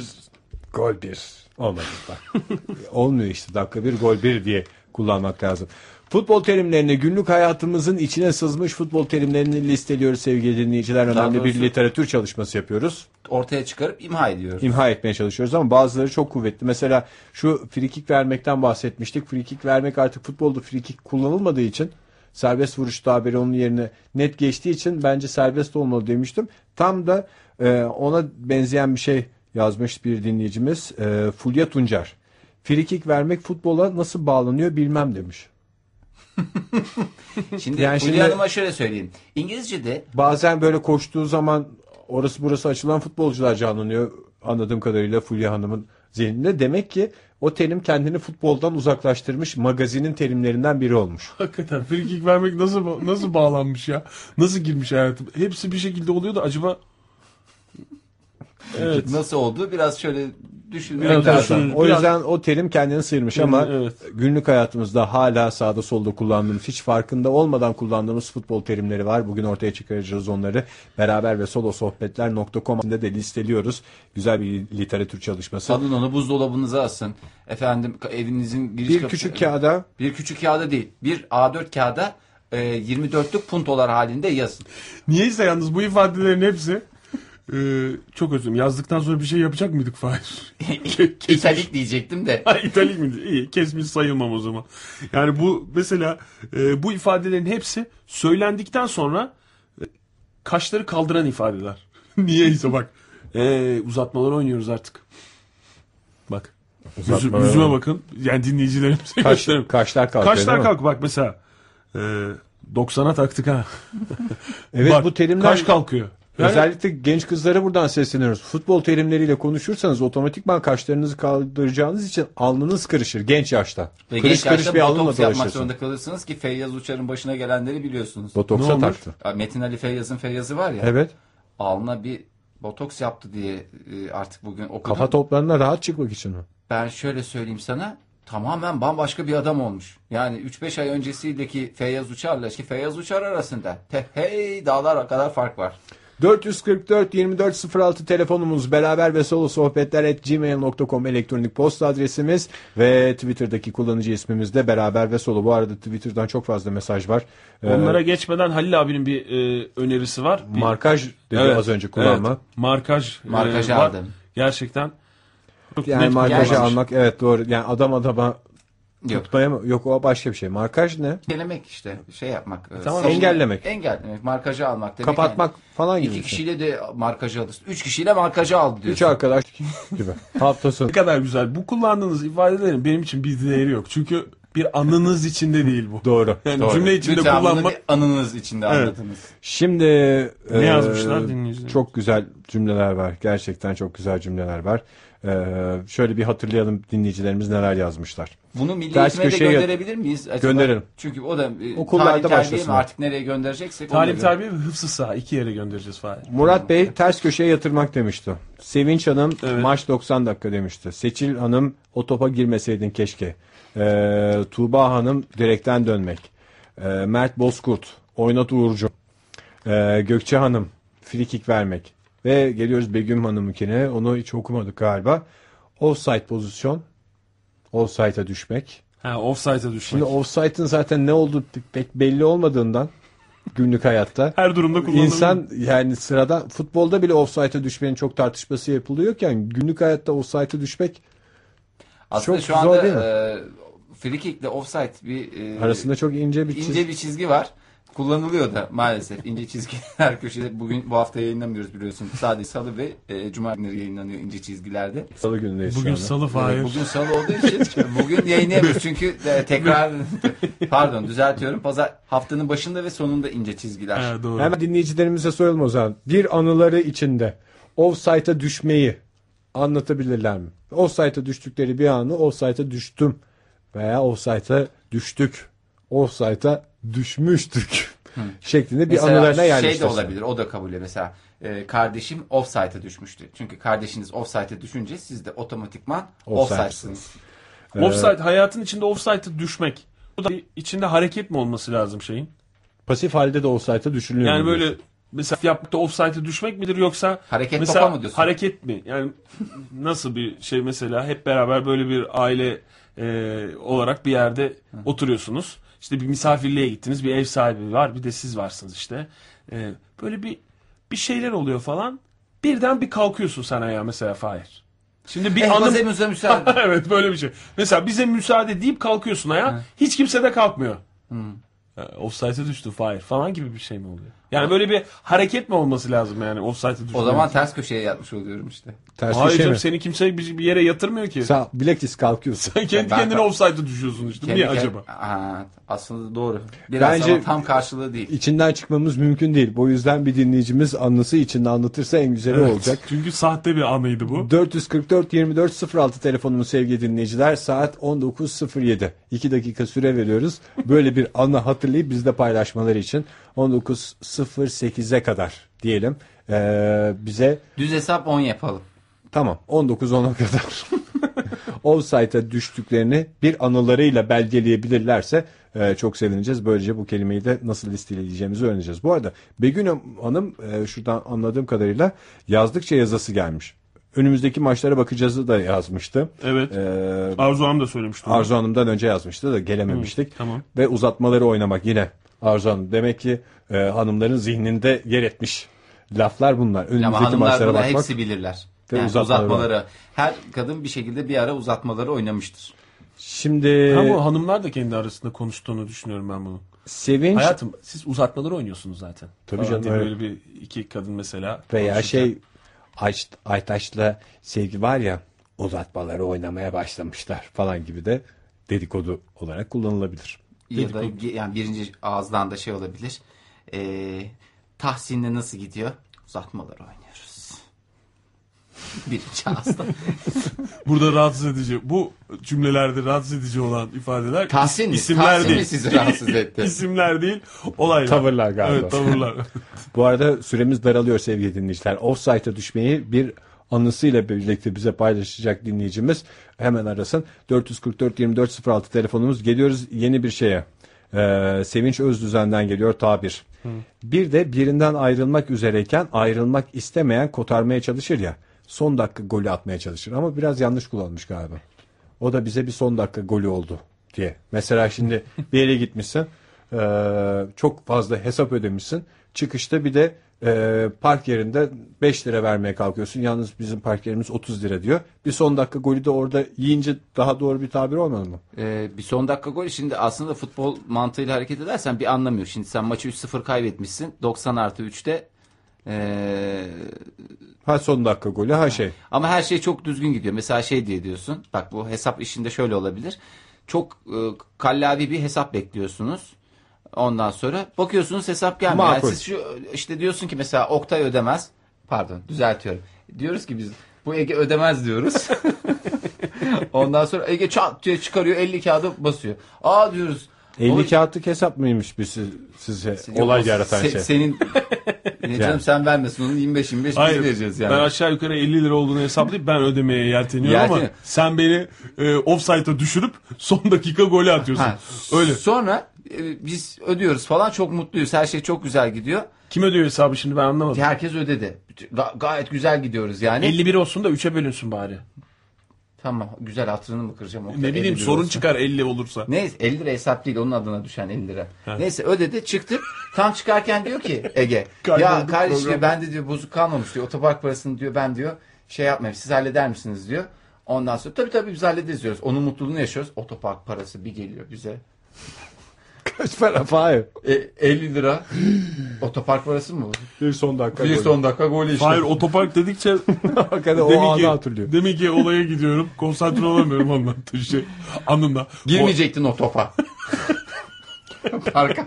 [SPEAKER 1] gol 1. Olmadı bak. Olmuyor işte dakika 1 gol 1 diye kullanmak lazım. Futbol terimlerini günlük hayatımızın içine sızmış futbol terimlerini listeliyoruz sevgili dinleyiciler. Önemli bir
[SPEAKER 3] doğrusu-
[SPEAKER 1] literatür çalışması yapıyoruz.
[SPEAKER 3] ortaya çıkarıp imha ediyoruz.
[SPEAKER 1] İmha etmeye çalışıyoruz ama bazıları çok kuvvetli. Mesela şu frikik vermekten bahsetmiştik. Frikik vermek artık futbolda frikik kullanılmadığı için serbest vuruş tabiri onun yerine net geçtiği için bence serbest olmalı demiştim. Tam da e, ona benzeyen bir şey yazmış bir dinleyicimiz e, Fulya Tuncer. Frikik vermek futbola nasıl bağlanıyor bilmem demiş.
[SPEAKER 3] Şimdi
[SPEAKER 1] Yani
[SPEAKER 3] Fulya
[SPEAKER 1] şimdi-
[SPEAKER 3] Hanım'a şöyle söyleyeyim. İngilizce'de
[SPEAKER 1] Bazen böyle koştuğu zaman orası burası açılan futbolcular canlanıyor anladığım kadarıyla Fulya Hanım'ın zihninde. Demek ki o terim kendini futboldan uzaklaştırmış magazinin terimlerinden biri olmuş.
[SPEAKER 2] Hakikaten frikik vermek nasıl nasıl bağlanmış ya? Nasıl girmiş hayatım? Hepsi bir şekilde oluyor da acaba Evet.
[SPEAKER 3] nasıl oldu biraz şöyle düşünmek
[SPEAKER 2] Biraz
[SPEAKER 3] lazım.
[SPEAKER 2] düşünün.
[SPEAKER 1] O
[SPEAKER 2] Biraz-
[SPEAKER 1] yüzden o terim kendini sıyırmış
[SPEAKER 2] Kendini,
[SPEAKER 1] ama
[SPEAKER 2] evet.
[SPEAKER 1] günlük hayatımızda hala sağda solda kullandığımız hiç farkında olmadan kullandığımız futbol terimleri var. Bugün ortaya çıkaracağız onları. Beraber ve solo sohbetler.com de listeliyoruz. Güzel bir literatür çalışması.
[SPEAKER 3] Salın onu buzdolabınıza asın. Efendim ka- evinizin giriş
[SPEAKER 1] Bir
[SPEAKER 3] kapı-
[SPEAKER 1] küçük kağıda
[SPEAKER 3] Bir küçük kağıda değil. Bir A4 kağıda e, 24'lük puntolar halinde yazın.
[SPEAKER 2] Niyeyse yalnız bu ifadelerin hepsi Eee çok özür dilerim. Yazdıktan sonra bir şey yapacak mıydık Fahir?
[SPEAKER 3] İtalik diyecektim de.
[SPEAKER 2] Ha, İtalik mi? İyi kesmiş sayılmam o zaman. Yani bu mesela e, bu ifadelerin hepsi söylendikten sonra e, kaşları kaldıran ifadeler. Niyeyse bak. E, uzatmaları oynuyoruz artık. Bak. Yüzü-
[SPEAKER 1] Uzatmalar
[SPEAKER 2] yüzüme
[SPEAKER 1] oynuyor.
[SPEAKER 2] bakın. Yani dinleyicilerimize
[SPEAKER 1] kaş,
[SPEAKER 2] gösterim.
[SPEAKER 1] kaşlar kalkıyor değil
[SPEAKER 2] Kaşlar
[SPEAKER 1] mi?
[SPEAKER 2] kalk bak mesela. E, 90'a taktık ha.
[SPEAKER 1] Evet
[SPEAKER 2] Bak,
[SPEAKER 1] bu terimler
[SPEAKER 2] Kaş kalkıyor. Yani
[SPEAKER 1] özellikle genç kızlara buradan sesleniyoruz. Futbol terimleriyle konuşursanız otomatikman kaşlarınızı kaldıracağınız için alnınız kırışır genç yaşta.
[SPEAKER 3] Ve
[SPEAKER 1] kırış
[SPEAKER 3] genç
[SPEAKER 1] kırış
[SPEAKER 3] yaşta
[SPEAKER 1] bir alınla
[SPEAKER 3] botoks yapmak
[SPEAKER 1] dolaşırsın.
[SPEAKER 3] zorunda kalırsınız ki Feyyaz Uçar'ın başına gelenleri biliyorsunuz.
[SPEAKER 2] Ne
[SPEAKER 1] Botoksa
[SPEAKER 2] olur?
[SPEAKER 1] taktı.
[SPEAKER 3] Ya Metin Ali Feyyaz'ın Feyyaz'ı var ya.
[SPEAKER 1] Evet.
[SPEAKER 3] Alnına bir botoks yaptı diye e, artık bugün okudum.
[SPEAKER 1] Kafa toplarına rahat çıkmak için mi?
[SPEAKER 3] Ben şöyle söyleyeyim sana tamamen bambaşka bir adam olmuş. Yani 3-5 ay öncesiydeki Feyyaz Uçar'la ki Feyyaz Uçar arasında te hey dağlar kadar fark var.
[SPEAKER 1] 444 2406 telefonumuz beraber ve solo sohbetler at gmail.com elektronik posta adresimiz ve Twitter'daki kullanıcı ismimiz de beraber ve solo. Bu arada Twitter'dan çok fazla mesaj var. Ee,
[SPEAKER 2] Onlara geçmeden Halil abinin bir e, önerisi var. Bir-
[SPEAKER 1] markaj dedi
[SPEAKER 2] Evet,
[SPEAKER 1] az önce kullanma.
[SPEAKER 2] evet. Markaj.
[SPEAKER 3] Markajı
[SPEAKER 2] e, var.
[SPEAKER 3] aldım.
[SPEAKER 2] Gerçekten. Çok
[SPEAKER 1] Yani
[SPEAKER 2] net
[SPEAKER 1] markajı
[SPEAKER 2] kullanmış.
[SPEAKER 1] almak evet doğru. Yani adam adama
[SPEAKER 3] Yok.
[SPEAKER 1] tutmaya mı? Yok o başka bir şey. Markaj ne?
[SPEAKER 3] Engellemek işte şey yapmak. e,
[SPEAKER 1] tamam,
[SPEAKER 3] savunma-
[SPEAKER 1] engellemek.
[SPEAKER 3] Engellemek markajı almak demek.
[SPEAKER 1] Kapatmak falan
[SPEAKER 3] Yani.
[SPEAKER 1] gibi.
[SPEAKER 3] İki
[SPEAKER 1] bir şey.
[SPEAKER 3] kişiyle de markajı aldı. Üç kişiyle markajı aldı diyor.
[SPEAKER 1] Üç arkadaş gibi. Hafta sonu.
[SPEAKER 2] Ne kadar güzel. Bu kullandığınız ifadelerin benim için bir değeri yok. Çünkü bir anınız içinde değil bu.
[SPEAKER 1] Doğru.
[SPEAKER 2] Yani
[SPEAKER 1] doğru.
[SPEAKER 2] cümle içinde
[SPEAKER 3] Lütfen bunu
[SPEAKER 2] kullanmak
[SPEAKER 3] bir anınız içinde anlatınız.
[SPEAKER 1] Şimdi e,
[SPEAKER 2] Ne yazmışlar dinleyicilerimiz?
[SPEAKER 1] Çok güzel cümleler var. Gerçekten çok güzel cümleler var. Ee, şöyle bir hatırlayalım dinleyicilerimiz neler yazmışlar.
[SPEAKER 3] Bunu milli
[SPEAKER 1] Ters
[SPEAKER 3] eğitime de
[SPEAKER 1] köşeye-
[SPEAKER 3] gönderebilir miyiz? acaba?
[SPEAKER 1] Gönderelim.
[SPEAKER 3] Çünkü o da e,
[SPEAKER 1] Okullarda
[SPEAKER 3] talim terbiye mi
[SPEAKER 1] başlasınlar.
[SPEAKER 3] artık nereye göndereceksek. onu da
[SPEAKER 2] Talim
[SPEAKER 3] gö-
[SPEAKER 2] terbiye ve hıfzı saha iki yere göndereceğiz Fahir.
[SPEAKER 1] Murat Bey ters köşeye yatırmak demişti. Sevinç Hanım maç 90 dakika demişti. Seçil Hanım o topa girmeseydin keşke. Ee, Tuğba Hanım direkten dönmek. Ee, Mert Bozkurt oynat Uğurcu. Ee, Gökçe Hanım frikik vermek. Ve geliyoruz Begüm Hanım'ınkine. Onu hiç okumadık galiba. Offside pozisyon. Offside'a düşmek.
[SPEAKER 2] Ha offside'a düşmek.
[SPEAKER 1] Şimdi offside'ın zaten ne olduğu pek belli olmadığından günlük hayatta.
[SPEAKER 2] Her durumda kullanılır.
[SPEAKER 1] İnsan yani sırada futbolda bile offside'a düşmenin çok tartışması yapılıyorken günlük hayatta offside'a düşmek
[SPEAKER 3] Aslında
[SPEAKER 1] Çok
[SPEAKER 3] şu
[SPEAKER 1] zor
[SPEAKER 3] anda
[SPEAKER 1] değil mi?
[SPEAKER 3] e, free kick ile offside bir e,
[SPEAKER 1] arasında çok ince bir çizgi.
[SPEAKER 3] ince bir çizgi var. Kullanılıyor da maalesef ince çizgiler köşede bugün bu hafta yayınlamıyoruz biliyorsun. Sadece salı ve e, cuma günleri yayınlanıyor ince çizgilerde.
[SPEAKER 1] Salı günündeyiz
[SPEAKER 2] Bugün
[SPEAKER 1] şu anda.
[SPEAKER 2] salı Fahir.
[SPEAKER 3] Evet, Bugün salı olduğu için bugün yayınlayamıyoruz çünkü e, tekrar pardon düzeltiyorum. Pazar haftanın başında ve sonunda ince çizgiler.
[SPEAKER 2] Ha, doğru.
[SPEAKER 1] Hemen dinleyicilerimize soralım o zaman. Bir anıları içinde offside'a düşmeyi anlatabilirler mi? Offside'a düştükleri bir anı offside'a düştüm veya offside'a düştük. Offside'a düşmüştük şeklinde bir anılarına
[SPEAKER 3] şey de
[SPEAKER 1] yerleştirsin.
[SPEAKER 3] olabilir o da kabul mesela e, kardeşim offside'e düşmüştü. Çünkü kardeşiniz offside'e düşünce siz de otomatikman
[SPEAKER 1] Offside'sınız.
[SPEAKER 3] offside'sınız.
[SPEAKER 2] Offside hayatın içinde offside'a düşmek. Bu da içinde hareket mi olması lazım şeyin?
[SPEAKER 1] Pasif halde de offside'a düşülüyor.
[SPEAKER 2] Yani
[SPEAKER 1] mu
[SPEAKER 2] böyle mesela yaptıkta offside'a düşmek midir yoksa
[SPEAKER 3] Hareket
[SPEAKER 2] mesela
[SPEAKER 3] topa mı diyorsun?
[SPEAKER 2] hareket mi? Yani nasıl bir şey mesela hep beraber böyle bir aile e, olarak bir yerde oturuyorsunuz. İşte bir misafirliğe gittiniz. Bir ev sahibi var, bir de siz varsınız işte. E, böyle bir bir şeyler oluyor falan. Birden bir kalkıyorsun sen ayağa mesela Fahir. Şimdi bir anım
[SPEAKER 3] Ehvazemize müsaade.
[SPEAKER 2] evet böyle bir şey. Mesela bize müsaade deyip kalkıyorsun ayağa. Hiç kimse de kalkmıyor.
[SPEAKER 1] Hmm.
[SPEAKER 2] E, Offside'e düştü Fahir falan gibi bir şey mi oluyor? Yani böyle bir hareket mi olması lazım yani offside'e düştü?
[SPEAKER 3] o zaman ters köşeye yatmış oluyorum işte.
[SPEAKER 1] Ters
[SPEAKER 2] Hayır
[SPEAKER 1] köşe
[SPEAKER 2] canım
[SPEAKER 1] şey
[SPEAKER 2] şey-
[SPEAKER 1] mi?
[SPEAKER 2] seni kimse bir bir yere yatırmıyor ki.
[SPEAKER 1] Sen bilakis kalkıyorsun.
[SPEAKER 2] Sen kendi
[SPEAKER 3] Ben-
[SPEAKER 2] kendine offside'e düşüyorsun işte.
[SPEAKER 3] Kendi
[SPEAKER 2] Niye
[SPEAKER 3] kend-
[SPEAKER 2] acaba?
[SPEAKER 3] Aa, aslında doğru. Biraz
[SPEAKER 1] Bence-
[SPEAKER 3] ama tam karşılığı değil.
[SPEAKER 1] İçinden çıkmamız mümkün değil. Bu yüzden bir dinleyicimiz anısı içinde anlatırsa en güzeli olacak.
[SPEAKER 2] Çünkü sahte bir anıydı bu.
[SPEAKER 1] 444 24 06 telefonumuz sevgili dinleyiciler. Saat 19.07. 2 dakika süre veriyoruz. Böyle bir anı hatırlayıp bizde paylaşmaları için 19.08'e kadar diyelim. Ee, bize
[SPEAKER 3] Düz hesap 10 yapalım.
[SPEAKER 1] tamam 19.10'a kadar offside'a düştüklerini bir anılarıyla belgeleyebilirlerse e, çok sevineceğiz. Böylece bu kelimeyi de nasıl listeleyeceğimizi öğreneceğiz. Bu arada Begüm Hanım e, şuradan anladığım kadarıyla yazdıkça yazası gelmiş. Önümüzdeki maçlara bakacağızı da yazmıştı.
[SPEAKER 2] Evet.
[SPEAKER 1] E,
[SPEAKER 2] Arzu Hanım da söylemişti. onu.
[SPEAKER 1] Arzu Hanım'dan önce yazmıştı da gelememiştik.
[SPEAKER 2] Hı, tamam.
[SPEAKER 1] Ve uzatmaları oynamak yine Arzu Hanım. Demek ki e, hanımların zihninde yer etmiş laflar bunlar.
[SPEAKER 3] Ama
[SPEAKER 1] Önümüzdeki
[SPEAKER 3] hanımlar
[SPEAKER 1] maçlara
[SPEAKER 3] bunu
[SPEAKER 1] bakmak.
[SPEAKER 3] hepsi bilirler.
[SPEAKER 1] Ve
[SPEAKER 3] Yani
[SPEAKER 1] uzatmaları
[SPEAKER 3] uzatmaları. Her kadın bir şekilde bir ara uzatmaları oynamıştır.
[SPEAKER 1] Şimdi
[SPEAKER 2] Ama hanımlar da kendi arasında konuştuğunu düşünüyorum ben bunu.
[SPEAKER 1] Sevinç
[SPEAKER 2] Hayatım siz uzatmaları oynuyorsunuz zaten.
[SPEAKER 1] Tabii
[SPEAKER 2] Falan
[SPEAKER 1] canım,
[SPEAKER 2] diye
[SPEAKER 1] öyle.
[SPEAKER 2] Böyle bir iki kadın mesela.
[SPEAKER 1] Veya
[SPEAKER 2] konuşurken.
[SPEAKER 1] şey Ayş- Aytaş'la sevgi var ya uzatmaları oynamaya başlamışlar falan gibi de dedikodu olarak kullanılabilir.
[SPEAKER 3] Ya da ge- yani birinci ağızdan da şey olabilir. Ee, Tahsin'le nasıl gidiyor? Uzatmaları oynuyoruz. birinci ağızdan.
[SPEAKER 2] Burada rahatsız edici. Bu cümlelerde rahatsız edici olan ifadeler
[SPEAKER 3] Tahsin mi?
[SPEAKER 2] isimler
[SPEAKER 3] Tahsin
[SPEAKER 2] değil.
[SPEAKER 3] mi sizi rahatsız etti?
[SPEAKER 2] İsimler değil, olaylar.
[SPEAKER 1] Tavırlar galiba.
[SPEAKER 2] Evet, tavırlar.
[SPEAKER 1] Bu arada süremiz daralıyor sevgili dinleyiciler. Offside'a düşmeyi bir anısıyla birlikte bize paylaşacak dinleyicimiz hemen arasın. 444 2406 telefonumuz geliyoruz yeni bir şeye. Ee, Sevinç Özdüzen'den geliyor tabir. Bir de birinden ayrılmak üzereyken ayrılmak istemeyen kotarmaya çalışır ya. Son dakika golü atmaya çalışır ama biraz yanlış kullanmış galiba. O da bize bir son dakika golü oldu diye. Mesela şimdi bir yere gitmişsin. eee, çok fazla hesap ödemişsin. Çıkışta bir de eee, park yerinde 5 lira vermeye kalkıyorsun. Yalnız bizim park yerimiz 30 lira diyor. Bir son dakika golü de orada yiyince daha doğru bir tabir olmadı mı?
[SPEAKER 3] Ee, bir son dakika gol. Şimdi aslında futbol mantığıyla hareket edersen bir anlamıyor. Şimdi sen maçı 3-0 kaybetmişsin. 90 artı ee, 3'te
[SPEAKER 1] Ha son dakika golü ha şey.
[SPEAKER 3] Ama her şey çok düzgün gidiyor. Mesela şey diye diyorsun. Bak bu hesap işinde şöyle olabilir. Çok e, kallavi bir hesap bekliyorsunuz. Ondan sonra bakıyorsunuz hesap gelmiyor. Yani
[SPEAKER 1] Makul.
[SPEAKER 3] siz şu işte diyorsun ki mesela Oktay ödemez. Pardon düzeltiyorum. Diyoruz ki biz Bu Ege ödemez diyoruz. Ondan sonra Ege çat diye çıkarıyor 50 kağıdı basıyor. Aa diyoruz.
[SPEAKER 1] 50
[SPEAKER 3] Oğlum,
[SPEAKER 1] kağıtlık hesap mıymış bir siz- size
[SPEAKER 3] Yok,
[SPEAKER 1] olay
[SPEAKER 3] o
[SPEAKER 1] yaratan
[SPEAKER 3] se-
[SPEAKER 1] şey?
[SPEAKER 3] Senin ne canım sen vermesin onu 25 25 biz vereceğiz yani.
[SPEAKER 2] Ben aşağı yukarı 50 lira olduğunu hesaplayıp ben ödemeye yelteniyorum ama
[SPEAKER 3] Yelteniyor.
[SPEAKER 2] sen beni e, offside'a düşürüp son dakika golü atıyorsun.
[SPEAKER 3] Ha,
[SPEAKER 2] Öyle.
[SPEAKER 3] Sonra e, biz ödüyoruz falan çok mutluyuz. Her şey çok güzel gidiyor.
[SPEAKER 2] Kim ödüyor hesabı şimdi ben anlamadım.
[SPEAKER 3] Herkes ödedi. Bütün- ga- gayet güzel gidiyoruz yani.
[SPEAKER 2] 51 olsun da 3'e bölünsün bari.
[SPEAKER 3] Tamam güzel hatırını mı kıracağım? Oktay?
[SPEAKER 2] Ne
[SPEAKER 3] 50
[SPEAKER 2] bileyim
[SPEAKER 3] lira
[SPEAKER 2] sorun
[SPEAKER 3] olsun.
[SPEAKER 2] çıkar 50 olursa.
[SPEAKER 3] Neyse 50 lira hesap değil onun adına düşen 50 lira. Neyse ödedi çıktık. Tam çıkarken diyor ki Ege ya
[SPEAKER 2] Kaybolduk
[SPEAKER 3] kardeşim
[SPEAKER 2] programda.
[SPEAKER 3] diyor, ben de diyor bozuk kalmamış diyor. Otopark parasını diyor ben diyor şey yapmayayım siz halleder misiniz diyor. Ondan sonra tabii tabii biz hallederiz diyoruz. Onun mutluluğunu yaşıyoruz. Otopark parası bir geliyor bize.
[SPEAKER 1] Kaç para Fahir?
[SPEAKER 3] E, 50 lira. Otopark parası mı bu?
[SPEAKER 1] Bir son dakika.
[SPEAKER 3] Bir son dakika golü işte.
[SPEAKER 2] Hayır otopark dedikçe
[SPEAKER 1] Hakikaten o
[SPEAKER 2] demin
[SPEAKER 1] anı
[SPEAKER 2] ki,
[SPEAKER 1] hatırlıyor.
[SPEAKER 2] demin ki olaya gidiyorum. Konsantre olamıyorum anlattığı şey. Anında.
[SPEAKER 3] Girmeyecektin o topa. Arka.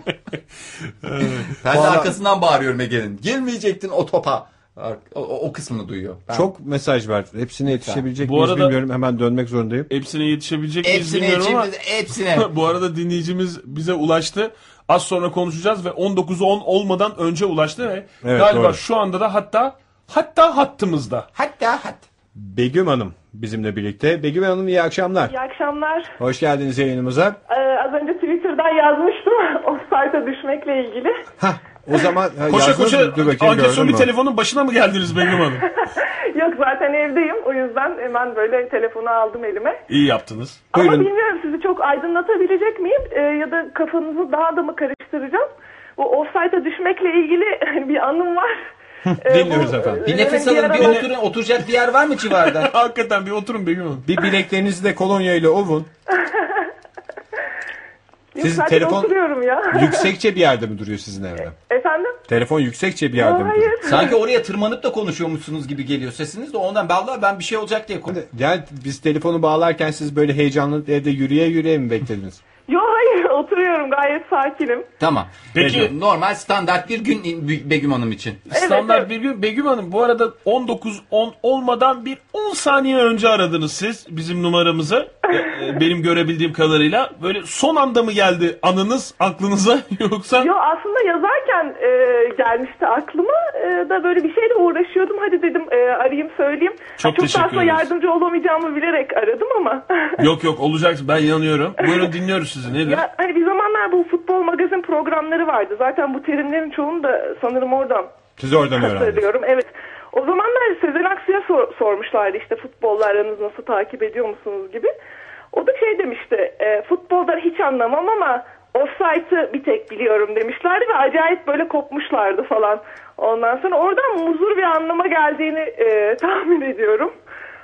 [SPEAKER 3] ben de
[SPEAKER 1] Valla-
[SPEAKER 3] arkasından bağırıyorum Ege'nin. Girmeyecektin o topa. Ar- O, o- o kısmını duyuyor. Ben
[SPEAKER 1] Çok mesaj var. Hepsine yetişebilecek
[SPEAKER 2] Bu
[SPEAKER 1] miyiz
[SPEAKER 2] arada-
[SPEAKER 1] bilmiyorum. Hemen dönmek zorundayım.
[SPEAKER 2] Hepsine yetişebilecek miyiz
[SPEAKER 3] hepsine
[SPEAKER 2] bilmiyorum ama
[SPEAKER 3] içimde- hepsine.
[SPEAKER 2] bu arada dinleyicimiz bize ulaştı. Az sonra konuşacağız ve 19'u 10 olmadan önce ulaştı ve
[SPEAKER 1] Evet,
[SPEAKER 2] galiba
[SPEAKER 1] doğru.
[SPEAKER 2] şu anda da hatta hatta hattımızda.
[SPEAKER 3] hatta hatta.
[SPEAKER 1] Begüm Hanım bizimle birlikte. Begüm Hanım iyi akşamlar.
[SPEAKER 9] İyi akşamlar.
[SPEAKER 1] Hoş geldiniz yayınımıza.
[SPEAKER 9] Ee, az önce Twitter'dan yazmıştım offside'a düşmekle ilgili.
[SPEAKER 1] Hah, o zaman ha,
[SPEAKER 2] Koşa
[SPEAKER 1] yazdınız mı?
[SPEAKER 2] koşa
[SPEAKER 1] Dur bakayım, gördün
[SPEAKER 2] Angesoli
[SPEAKER 1] mü?
[SPEAKER 2] telefonun başına mı geldiniz Begüm Hanım?
[SPEAKER 9] Yok zaten evdeyim o yüzden hemen böyle telefonu aldım elime.
[SPEAKER 2] İyi yaptınız.
[SPEAKER 9] Ama
[SPEAKER 1] Buyurun.
[SPEAKER 9] bilmiyorum sizi çok aydınlatabilecek miyim Ee, ya da kafanızı daha da mı karıştıracağım? Bu offside'a düşmekle ilgili bir anım var. Ee,
[SPEAKER 1] Dinliyoruz
[SPEAKER 9] bu-
[SPEAKER 1] efendim.
[SPEAKER 3] Bir nefes
[SPEAKER 9] Evet,
[SPEAKER 3] alın bir
[SPEAKER 9] bir ara-
[SPEAKER 3] oturun. Oturacak bir yer var mı civarda?
[SPEAKER 2] Hakikaten bir oturun Begüm Hanım.
[SPEAKER 1] Bir bileklerinizi de kolonya ile ovun.
[SPEAKER 9] Yok,
[SPEAKER 1] Siz
[SPEAKER 9] zaten
[SPEAKER 1] telefon-
[SPEAKER 9] oturuyorum ya.
[SPEAKER 1] Yüksekçe bir yerde mi duruyor sizin evde?
[SPEAKER 9] Efendim?
[SPEAKER 1] Telefon yüksekçe bir
[SPEAKER 9] Yo,
[SPEAKER 1] yerde mi duruyor?
[SPEAKER 9] hayır.
[SPEAKER 3] Sanki oraya tırmanıp da konuşuyormuşsunuz gibi geliyor sesiniz de ondan. Vallahi ben bir şey olacak diye korkuyorum.
[SPEAKER 1] Yani biz telefonu bağlarken siz böyle heyecanlı evde yürüye yürüye mi beklediniz?
[SPEAKER 9] Yo hayır oturuyorum gayet sakinim.
[SPEAKER 3] Tamam.
[SPEAKER 2] Peki.
[SPEAKER 3] Peki. Normal standart bir gün Begüm Hanım için.
[SPEAKER 2] Standart
[SPEAKER 9] evet.
[SPEAKER 2] Begüm, Begüm Hanım bu arada 19-10 olmadan bir 10 saniye önce aradınız siz bizim numaramızı. E, e, Benim görebildiğim kadarıyla. Böyle son anda mı geldi anınız aklınıza yoksa?
[SPEAKER 9] Yo aslında yazarken e, gelmişti aklıma E, da böyle bir şeyle uğraşıyordum. Hadi dedim e, arayayım söyleyeyim.
[SPEAKER 2] Çok
[SPEAKER 9] Ha, çok
[SPEAKER 2] teşekkür
[SPEAKER 9] da aslında
[SPEAKER 2] ederiz.
[SPEAKER 9] yardımcı olamayacağımı bilerek aradım ama.
[SPEAKER 2] Yok yok olacak ben yanıyorum. Buyurun dinliyoruz sizi nedir?
[SPEAKER 9] ya, hani bir zamanlar bu futbol magazin programları vardı. Zaten bu terimlerin çoğunu da sanırım oradan
[SPEAKER 1] Siz oradan öğrendiniz.
[SPEAKER 9] hatırlıyorum. Evet. O zamanlar Sezen Aksu'ya sor- sormuşlardı işte futbolla aranız nasıl takip ediyor musunuz gibi. O da şey demişti e, futboldan hiç anlamam ama offside'ı bir tek biliyorum demişlerdi ve acayip böyle kopmuşlardı falan. Ondan sonra oradan muzur bir anlama geldiğini e, tahmin ediyorum.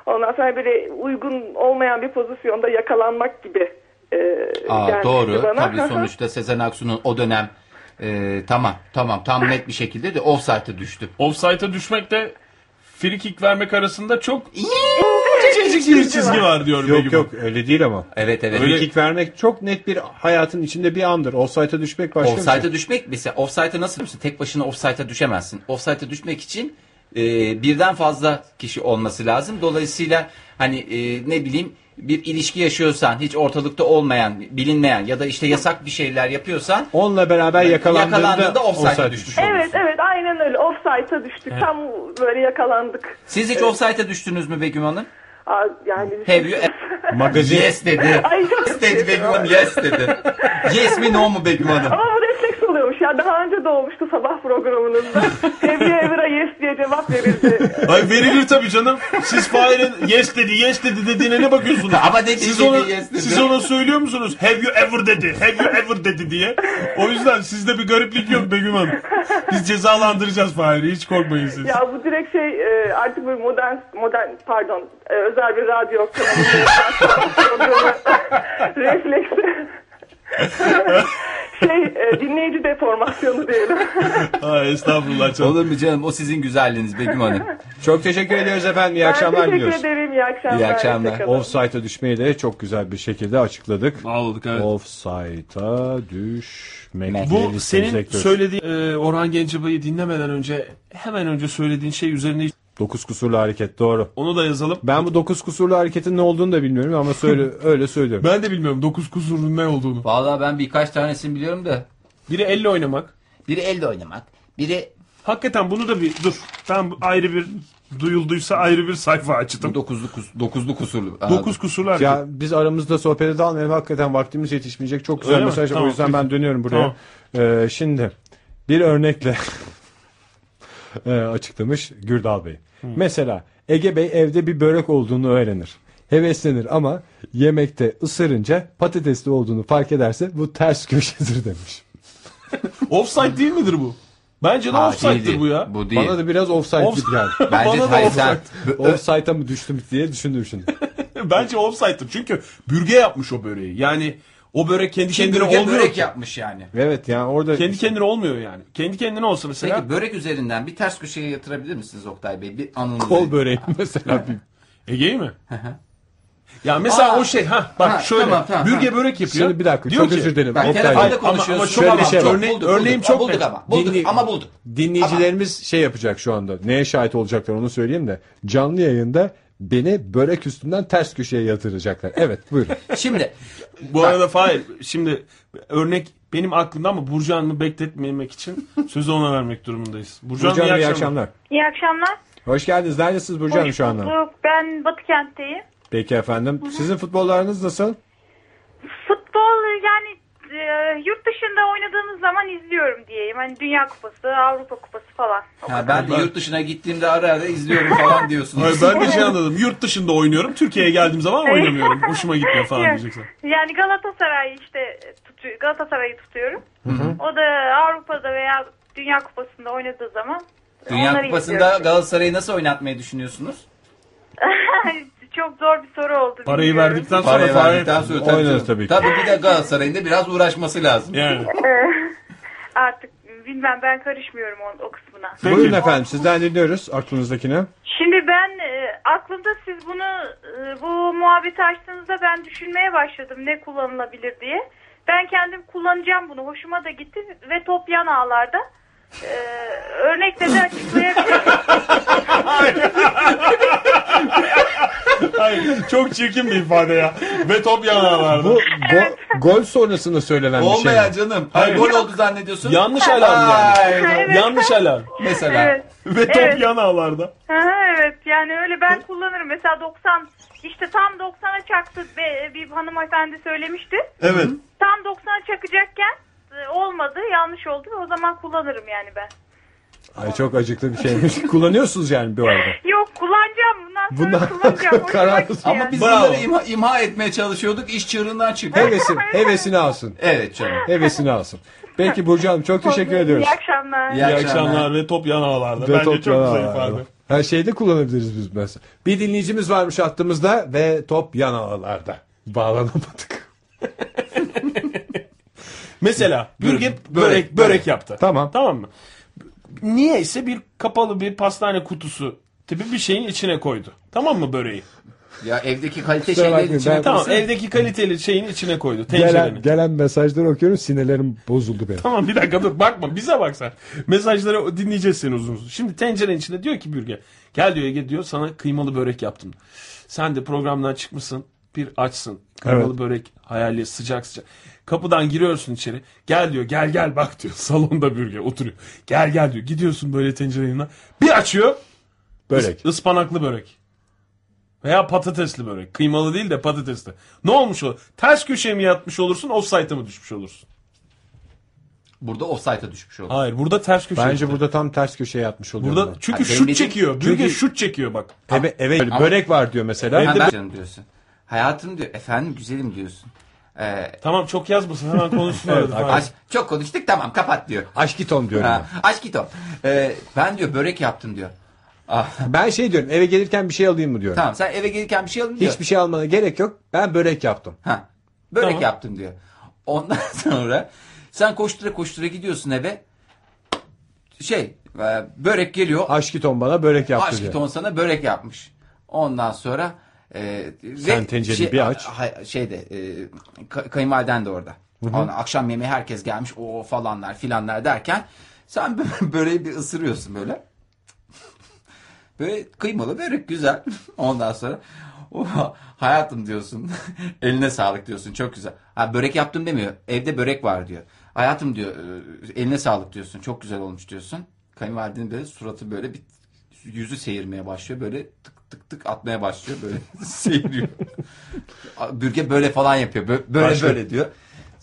[SPEAKER 9] Ondan sonra böyle uygun olmayan bir pozisyonda yakalanmak gibi e,
[SPEAKER 3] Aa,
[SPEAKER 9] gelmişti
[SPEAKER 3] doğru.
[SPEAKER 9] bana.
[SPEAKER 3] Tabii sonuçta Sezen Aksu'nun o dönem e, tamam tamam tam net bir şekilde de offside'e düştü.
[SPEAKER 2] Offside'a düşmek de free kick vermek arasında çok incecik bir çizgi var diyor Begüm
[SPEAKER 1] Yok
[SPEAKER 2] Hanım.
[SPEAKER 1] yok öyle değil ama.
[SPEAKER 3] Evet evet.
[SPEAKER 1] Öyle kick vermek çok net bir hayatın içinde bir andır. Offside'a düşmek başka bir şey.
[SPEAKER 3] Offside'a düşmek mesela offside'a nasıl düşsün? Tek başına offside'a düşemezsin. Offside'a düşmek için e, birden fazla kişi olması lazım. Dolayısıyla hani e, ne bileyim bir ilişki yaşıyorsan hiç ortalıkta olmayan bilinmeyen ya da işte yasak bir şeyler yapıyorsan
[SPEAKER 1] Onunla beraber yakalandığında,
[SPEAKER 3] yakalandığında offside'a
[SPEAKER 1] offside
[SPEAKER 3] düşmüş
[SPEAKER 1] düşüyor.
[SPEAKER 9] Evet evet aynen öyle offside'a düştük tam böyle yakalandık.
[SPEAKER 3] siz hiç offside'a düştünüz mü Begüm Hanım?
[SPEAKER 9] Aa, yani
[SPEAKER 3] Have you
[SPEAKER 1] Magazin
[SPEAKER 3] yes dedi.
[SPEAKER 9] Ay, çok
[SPEAKER 3] yes dedi Begüm Hanım
[SPEAKER 9] seviyorum.
[SPEAKER 3] yes dedi. yes mi no mu Begüm Hanım?
[SPEAKER 9] Ama bu refleks oluyormuş ya. Daha önce de olmuştu sabah programınızda. Evliya Evra yes diye cevap verildi.
[SPEAKER 2] Ay verilir tabii canım. Siz Fahir'in yes dedi yes dedi dediğine ne bakıyorsunuz?
[SPEAKER 3] Ama dedi
[SPEAKER 2] siz
[SPEAKER 3] dedi,
[SPEAKER 2] ona,
[SPEAKER 3] yes dedi.
[SPEAKER 2] siz ona söylüyor musunuz? Have you ever dedi. Have you ever dedi diye. O yüzden sizde bir gariplik yok Begüm Hanım. Biz cezalandıracağız Fahir'i. Hiç korkmayın siz.
[SPEAKER 9] ya bu direkt şey e, artık böyle modern, modern pardon e, özel bir radyo kanalı programı refleksi. şey e, dinleyici deformasyonu diyelim.
[SPEAKER 2] Ha, estağfurullah canım.
[SPEAKER 3] Olur mu canım o sizin güzelliğiniz Begüm Hanım.
[SPEAKER 1] Çok teşekkür ediyoruz efendim. İyi akşamlar
[SPEAKER 9] ben teşekkür
[SPEAKER 1] diliyoruz.
[SPEAKER 9] ederim. İyi akşamlar.
[SPEAKER 3] İyi akşamlar.
[SPEAKER 9] Hoşçakalın.
[SPEAKER 1] Offside'a düşmeyi de çok güzel bir şekilde açıkladık.
[SPEAKER 2] Ağladık evet.
[SPEAKER 1] Offside'a düşmek. diye
[SPEAKER 2] Bu
[SPEAKER 1] listemize
[SPEAKER 2] senin
[SPEAKER 1] ekliyoruz.
[SPEAKER 2] söylediğin e, Orhan Gencebay'ı dinlemeden önce hemen önce söylediğin şey üzerine
[SPEAKER 1] Dokuz kusurlu hareket doğru.
[SPEAKER 2] Onu da yazalım.
[SPEAKER 1] Ben bu dokuz kusurlu hareketin ne olduğunu da bilmiyorum ama söyle öyle söylüyorum.
[SPEAKER 2] Ben de bilmiyorum 9 kusurun ne olduğunu.
[SPEAKER 3] Vallahi ben birkaç tanesini biliyorum da.
[SPEAKER 2] Biri elle oynamak.
[SPEAKER 3] Biri elde oynamak. Biri
[SPEAKER 2] Hakikaten bunu da bir dur. Ben bu- ayrı bir duyulduysa ayrı bir sayfa açtım.
[SPEAKER 3] dokuzlu, kus, dokuzlu kusurlu. Aa,
[SPEAKER 2] 9 kusurlar.
[SPEAKER 1] Ya biz aramızda sohbete dalmayalım. Hakikaten vaktimiz yetişmeyecek. Çok güzel
[SPEAKER 2] Öyle mi?
[SPEAKER 1] mesaj.
[SPEAKER 2] Tamam,
[SPEAKER 1] o yüzden ben dönüyorum buraya. Ee, şimdi bir örnekle e, açıklamış Gürdal Bey. Mesela Ege Bey evde bir börek olduğunu öğrenir. Heveslenir ama yemekte ısırınca patatesli olduğunu fark ederse bu ters köşedir demiş.
[SPEAKER 2] Offside değil midir bu? Bence de
[SPEAKER 3] Aa,
[SPEAKER 2] offside'dir
[SPEAKER 3] değil,
[SPEAKER 2] bu ya.
[SPEAKER 3] Bu değil.
[SPEAKER 1] Bana da biraz offside
[SPEAKER 2] Offside.
[SPEAKER 1] gibi geldi.
[SPEAKER 3] Bence
[SPEAKER 2] bana da
[SPEAKER 3] hayır, sen-
[SPEAKER 1] Offside'a mı düştüm diye düşündüm şimdi.
[SPEAKER 2] Bence offside'dir. Çünkü bürge yapmış o böreği. Yani o börek kendi kendine
[SPEAKER 3] Börek
[SPEAKER 2] olmuyor.
[SPEAKER 3] börek
[SPEAKER 2] ki.
[SPEAKER 3] yapmış yani.
[SPEAKER 1] Evet yani orada
[SPEAKER 2] Kendi kendine olmuyor yani. Kendi kendine olsa
[SPEAKER 3] Peki
[SPEAKER 2] mesela
[SPEAKER 3] börek üzerinden bir ters köşeye yatırabilir misiniz Oktay Bey? Bir anınızı.
[SPEAKER 1] kol böreği mesela bir
[SPEAKER 2] Ege'yi mi? ya mesela
[SPEAKER 3] Aa.
[SPEAKER 2] o şey ha bak
[SPEAKER 3] Ha,
[SPEAKER 2] şöyle
[SPEAKER 3] tamam, tamam,
[SPEAKER 2] bürge
[SPEAKER 3] ha.
[SPEAKER 2] börek yapıyor.
[SPEAKER 1] Şimdi bir dakika
[SPEAKER 2] Diyor
[SPEAKER 1] çok
[SPEAKER 2] ki,
[SPEAKER 1] özür dilerim.
[SPEAKER 3] Bak
[SPEAKER 1] Oktay
[SPEAKER 3] telefonda
[SPEAKER 1] Bey.
[SPEAKER 2] Ama- ama
[SPEAKER 3] konuşuyoruz.
[SPEAKER 2] çok
[SPEAKER 3] Şöyle
[SPEAKER 1] ama-
[SPEAKER 3] bir şey var.
[SPEAKER 2] örneğin-
[SPEAKER 3] Bulduk,
[SPEAKER 2] örneğim
[SPEAKER 3] bulduk.
[SPEAKER 2] çok
[SPEAKER 3] Ama bulduk
[SPEAKER 2] net.
[SPEAKER 3] ama. Bulduk
[SPEAKER 1] Dinli-
[SPEAKER 3] ama bulduk.
[SPEAKER 1] Dinleyicilerimiz şey yapacak şu anda. Neye şahit olacaklar onu söyleyeyim de. Canlı yayında beni börek üstünden ters köşeye yatıracaklar. Evet buyurun.
[SPEAKER 3] Şimdi
[SPEAKER 2] Bu arada Fahir şimdi örnek benim aklımda ama Burcu Hanım'ı bekletmemek için sözü ona vermek durumundayız. Burcu,
[SPEAKER 1] Burcu
[SPEAKER 2] Hanım
[SPEAKER 1] Hanım
[SPEAKER 2] iyi
[SPEAKER 1] iyi
[SPEAKER 2] akşamlar.
[SPEAKER 1] akşamlar.
[SPEAKER 9] İyi akşamlar.
[SPEAKER 1] Hoş geldiniz. Neredesiniz Burcu Hanım
[SPEAKER 9] Hoş
[SPEAKER 1] şu anda?
[SPEAKER 9] bulduk. Ben Batıkent'teyim.
[SPEAKER 1] Peki efendim. Sizin futbollarınız nasıl?
[SPEAKER 9] Futbol yani e, yurt dışında oynadığımız zaman izliyorum diyeyim. Hani Dünya Kupası, Avrupa Kupası falan.
[SPEAKER 3] ha, ben de yurt dışına gittiğimde ara ara izliyorum falan
[SPEAKER 2] Ay,
[SPEAKER 3] diyorsunuz.
[SPEAKER 2] ben de şey anladım. Yurt dışında oynuyorum. Türkiye'ye geldiğim zaman oynamıyorum. Hoşuma gitmiyor falan
[SPEAKER 9] Yok.
[SPEAKER 2] diyeceksin.
[SPEAKER 9] Yani Galatasaray işte tutu- Galatasaray'ı tutuyorum. O da Avrupa'da veya Dünya Kupası'nda oynadığı zaman
[SPEAKER 3] Dünya
[SPEAKER 9] onları
[SPEAKER 3] Kupası'nda
[SPEAKER 9] izliyorum.
[SPEAKER 3] Galatasaray'ı nasıl oynatmayı düşünüyorsunuz?
[SPEAKER 9] Çok zor bir soru oldu.
[SPEAKER 2] Parayı
[SPEAKER 9] bilmiyorum.
[SPEAKER 2] verdikten sonra
[SPEAKER 3] Parayı
[SPEAKER 2] Fahir.
[SPEAKER 3] verdikten sonra tabii.
[SPEAKER 1] Oynarız
[SPEAKER 3] canım.
[SPEAKER 1] tabii ki.
[SPEAKER 3] Tabii bir de Galatasaray'ın da biraz uğraşması lazım.
[SPEAKER 2] Yani.
[SPEAKER 9] Artık bilmem ben karışmıyorum o, o kısmına.
[SPEAKER 2] Peki.
[SPEAKER 1] Buyurun efendim sizden dinliyoruz aklınızdakini.
[SPEAKER 9] Şimdi ben e, aklımda siz bunu e, bu muhabbeti açtığınızda ben düşünmeye başladım ne kullanılabilir diye. Ben kendim kullanacağım bunu. Hoşuma da gitti ve top yan ağlarda. E, örnekle de açıklayabilirim.
[SPEAKER 2] Ay, çok çirkin bir ifade ya. Ve top yanağı
[SPEAKER 1] Bu go- gol sonrasında söylenen bir şey.
[SPEAKER 3] Olmayan
[SPEAKER 1] mi?
[SPEAKER 3] canım. Hayır,
[SPEAKER 2] Hayır.
[SPEAKER 3] gol oldu zannediyorsun.
[SPEAKER 2] Yanlış alarm yani.
[SPEAKER 3] Ay,
[SPEAKER 9] Evet.
[SPEAKER 2] Yanlış alarm.
[SPEAKER 3] Mesela.
[SPEAKER 9] evet.
[SPEAKER 2] Ve top
[SPEAKER 9] Evet.
[SPEAKER 2] yanağlarda.
[SPEAKER 9] Aha, evet yani öyle ben kullanırım. Mesela 90 işte tam 90'a çaktı ve bir hanımefendi söylemişti.
[SPEAKER 2] Evet.
[SPEAKER 9] Tam 90'a çakacakken e, olmadı yanlış oldu o zaman kullanırım yani ben.
[SPEAKER 1] Ay çok acıklı bir şeymiş. Kullanıyorsunuz yani bu arada.
[SPEAKER 9] Yok kullanacağım bundan sonra
[SPEAKER 1] Bundan
[SPEAKER 9] kullanacağım. Hoşuma
[SPEAKER 1] karar-
[SPEAKER 9] gitti
[SPEAKER 3] Ama
[SPEAKER 9] yani.
[SPEAKER 3] biz
[SPEAKER 2] Bravo.
[SPEAKER 3] bunları imha, imha etmeye çalışıyorduk. İş çığırından çıktı.
[SPEAKER 1] Hevesin, hevesini alsın.
[SPEAKER 3] Evet canım.
[SPEAKER 1] Hevesini alsın. Peki Burcu Hanım çok teşekkür ediyoruz.
[SPEAKER 9] İyi akşamlar.
[SPEAKER 2] İyi akşamlar ve top yanağlarda.
[SPEAKER 1] Ve
[SPEAKER 2] Bence çok
[SPEAKER 1] yana
[SPEAKER 2] güzel
[SPEAKER 1] ağlarla.
[SPEAKER 2] ifade.
[SPEAKER 1] Her şeyde kullanabiliriz biz mesela. Bir dinleyicimiz varmış hattımızda ve top yan ağlarda. Bağlanamadık.
[SPEAKER 2] Mesela bürge börek, börek, yaptı.
[SPEAKER 1] Tamam.
[SPEAKER 2] Tamam mı? Niyeyse bir kapalı bir pastane kutusu tipi bir şeyin içine koydu. Tamam mı böreği?
[SPEAKER 3] Ya evdeki kalite
[SPEAKER 1] Kusura
[SPEAKER 3] şeylerin
[SPEAKER 1] bakmayın,
[SPEAKER 3] şey içine
[SPEAKER 1] ben-
[SPEAKER 2] Tamam
[SPEAKER 1] Mesela-
[SPEAKER 2] evdeki kaliteli şeyin içine koydu. Tencerenin.
[SPEAKER 1] Gelen, gelen mesajları okuyorum sinirlerim bozuldu benim.
[SPEAKER 2] Tamam bir dakika dur bakma bize bak sen. Mesajları dinleyeceğiz seni uzun uzun. Şimdi tencerenin içinde diyor ki bürge. Gel diyor Ege diyor sana kıymalı börek yaptım. Sen de programdan çıkmışsın bir açsın. Kıymalı
[SPEAKER 1] Evet.
[SPEAKER 2] börek hayali sıcak sıcak. Kapıdan giriyorsun içeri. Gel diyor gel gel bak diyor. Salonda bürge oturuyor. Gel gel diyor. Gidiyorsun böyle tencerenin yanına. Bir açıyor.
[SPEAKER 1] Börek.
[SPEAKER 2] ıs- ıspanaklı börek. Veya patatesli börek. Kıymalı değil de patatesli. Ne olmuş o? Ters köşeye mi yatmış olursun, offside'e mı düşmüş olursun?
[SPEAKER 3] Burada offside'a düşmüş oldu.
[SPEAKER 2] Hayır, burada ters köşeye.
[SPEAKER 1] Bence burada tam ters köşeye yatmış oluyor.
[SPEAKER 2] Burada
[SPEAKER 1] bunlar.
[SPEAKER 2] çünkü
[SPEAKER 3] Ay,
[SPEAKER 2] şut
[SPEAKER 3] benim dediğim-
[SPEAKER 2] çekiyor. Bürge şut çekiyor bak.
[SPEAKER 1] Eve, eve börek var diyor mesela.
[SPEAKER 3] Ha, ben canım diyorsun. Hayatım diyor. Efendim güzelim diyorsun. Ee,
[SPEAKER 2] Tamam çok yazmasın hemen konuşsun.
[SPEAKER 1] Evet,
[SPEAKER 2] arada.
[SPEAKER 1] hakikaten.
[SPEAKER 3] aşk- çok konuştuk tamam kapat diyor.
[SPEAKER 1] Aşkitom diyorum.
[SPEAKER 3] Ha, aşk kitap. Ee, ben diyor börek yaptım diyor. Ah,
[SPEAKER 1] ben. Ben şey diyorum eve gelirken bir şey alayım mı diyorum.
[SPEAKER 3] tamam sen eve gelirken bir şey alın diyor.
[SPEAKER 1] Hiçbir şey almana gerek yok. Ben börek yaptım.
[SPEAKER 3] Ha, börek
[SPEAKER 2] Tamam.
[SPEAKER 3] yaptım diyor. Ondan sonra sen koştura koştura gidiyorsun eve. Şey e, börek geliyor.
[SPEAKER 1] Aşkitom bana börek yaptı
[SPEAKER 3] Aşk
[SPEAKER 1] diyor.
[SPEAKER 3] ton sana börek yapmış. Ondan sonra e,
[SPEAKER 1] Sen
[SPEAKER 3] ve
[SPEAKER 1] tencereyi bir aç.
[SPEAKER 3] hay- şeyde e, ka- kayınvaliden de orada. Ondan akşam yemeği herkes gelmiş o falanlar filanlar derken sen bö- böreği bir ısırıyorsun böyle. Böyle kıymalı börek güzel. Ondan sonra "Oha, hayatım diyorsun. eline sağlık diyorsun. Çok güzel. Ha börek yaptım demiyor. Evde börek var diyor. Hayatım diyor "e, eline sağlık diyorsun. Çok güzel olmuş diyorsun. Kayınvalidenin böyle suratı böyle bir yüzü seyirmeye başlıyor. Böyle tık tık tık atmaya başlıyor. Böyle seyiriyor. Bürge böyle falan yapıyor. Bö- Böyle
[SPEAKER 6] Başka-
[SPEAKER 3] böyle diyor.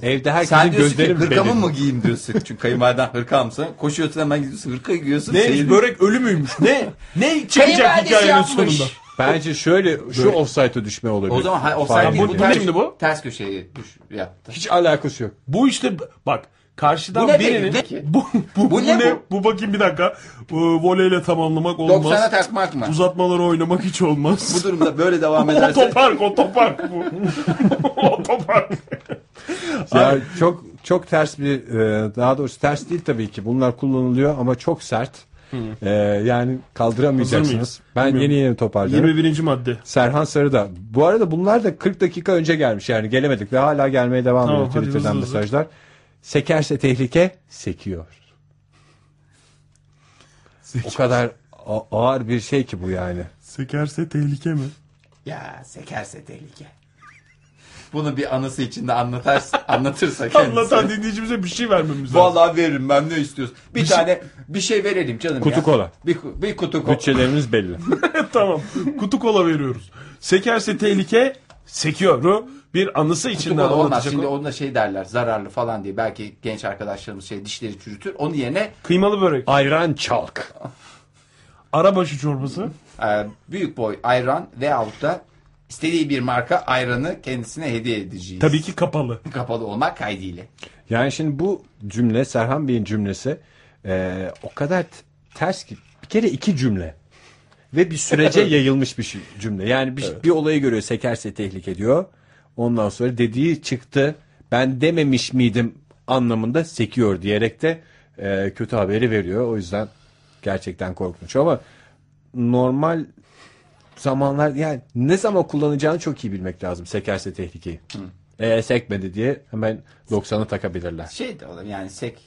[SPEAKER 1] Evde
[SPEAKER 3] Sen
[SPEAKER 1] herkesin
[SPEAKER 3] diyorsun ki
[SPEAKER 1] gözleri mi
[SPEAKER 3] hırkamı
[SPEAKER 1] belirli?
[SPEAKER 3] mı giyeyim diyorsun. Çünkü kayınvaliden hırkamsa. Koşuyorsun hemen gidiyorsun hırkayı giyiyorsun.
[SPEAKER 2] Ne?
[SPEAKER 3] seyiriyor.
[SPEAKER 2] Börek ölü müymüş? Ne? Ne çıkacak
[SPEAKER 3] Kayınvalidesi
[SPEAKER 2] hikayenin
[SPEAKER 3] yapmış.
[SPEAKER 2] sonunda?
[SPEAKER 1] Bence şöyle şu offside'a düşme olabilir.
[SPEAKER 3] O zaman hayır,
[SPEAKER 1] Fark
[SPEAKER 3] offside
[SPEAKER 1] edin.
[SPEAKER 3] değil.
[SPEAKER 2] bu-
[SPEAKER 3] Bu
[SPEAKER 2] bu
[SPEAKER 3] ters,
[SPEAKER 2] neydi bu?
[SPEAKER 3] ters köşeyi düş, yaptı.
[SPEAKER 1] Hiç alakası yok.
[SPEAKER 2] Bu işte bak karşıdan
[SPEAKER 3] Bu ne
[SPEAKER 2] birinin
[SPEAKER 3] peki? Ne ki?
[SPEAKER 2] bu, bu,
[SPEAKER 3] Bu
[SPEAKER 2] bu
[SPEAKER 3] ne
[SPEAKER 2] ne?
[SPEAKER 3] bu?
[SPEAKER 2] Bu bakayım bir dakika. Bu, voleyle tamamlamak olmaz.
[SPEAKER 3] 90'a takmak mı?
[SPEAKER 2] Uzatmaları oynamak hiç olmaz.
[SPEAKER 3] Bu durumda böyle devam
[SPEAKER 2] Bu
[SPEAKER 3] ederse
[SPEAKER 2] otopark, otopark bu. otopark.
[SPEAKER 1] Ya çok çok ters bir e, daha doğrusu ters değil tabii ki. Bunlar kullanılıyor ama çok sert. E, yani
[SPEAKER 2] Hazır
[SPEAKER 1] kaldıramayacaksınız.
[SPEAKER 2] mıyız?
[SPEAKER 1] Ben
[SPEAKER 2] Bilmiyorum.
[SPEAKER 1] yeni yeni toparlıyorum.
[SPEAKER 2] 21. madde.
[SPEAKER 1] Serhan Sarıda. Bu arada bunlar da 40 dakika önce gelmiş yani gelemedik ve hala gelmeye devam
[SPEAKER 2] Tamam,
[SPEAKER 1] ediyor
[SPEAKER 2] hadi
[SPEAKER 1] Twitter'dan
[SPEAKER 2] hızlı hızlı.
[SPEAKER 1] mesajlar. Sekerse tehlike sekiyor. O kadar a- ağır bir şey ki bu yani.
[SPEAKER 2] Sekerse tehlike mi?
[SPEAKER 3] ya sekerse tehlike. Bunu bir anısı içinde anlatarsa, anlatırsa kendisi.
[SPEAKER 2] Anlatan dinleyicimize bir şey vermemiz lazım.
[SPEAKER 3] Vallahi veririm ben ne istiyorsun? Bir, tane bir şey verelim canım
[SPEAKER 1] Kutu
[SPEAKER 3] ya.
[SPEAKER 1] kola.
[SPEAKER 3] Bir, ku- bir kutu kola.
[SPEAKER 1] Bütçelerimiz belli.
[SPEAKER 2] tamam. Kutu kola veriyoruz. Sekerse tehlike sekiyoru bir anısı
[SPEAKER 3] Kutu
[SPEAKER 2] içinde
[SPEAKER 3] kola olmaz.
[SPEAKER 2] anlatacak.
[SPEAKER 3] Şimdi
[SPEAKER 2] o-
[SPEAKER 3] onunla şey derler zararlı falan diye. Belki genç arkadaşlarımız şey dişleri çürütür. Onun yerine
[SPEAKER 2] Kıymalı börek.
[SPEAKER 1] Ayran çalk.
[SPEAKER 2] Arabaşı çorbası.
[SPEAKER 3] e, büyük boy ayran veyahut da istediği bir marka ayranı kendisine hediye edeceğiz.
[SPEAKER 2] Tabii ki kapalı.
[SPEAKER 3] Kapalı olmak kaydıyla.
[SPEAKER 1] Yani şimdi bu cümle Serhan Bey'in cümlesi e, o kadar t- ters ki bir kere iki cümle ve bir sürece yayılmış bir şey- cümle. Yani bir, bir olayı görüyor sekerse tehlike diyor. Ondan sonra dediği çıktı ben dememiş miydim anlamında sekiyor diyerek de e, kötü haberi veriyor. O yüzden gerçekten korkunç ama normal zamanlar yani ne zaman kullanacağını çok iyi bilmek lazım sekerse tehlikeyi. E, sekmedi diye hemen 90'a takabilirler.
[SPEAKER 3] Şey de olur yani sek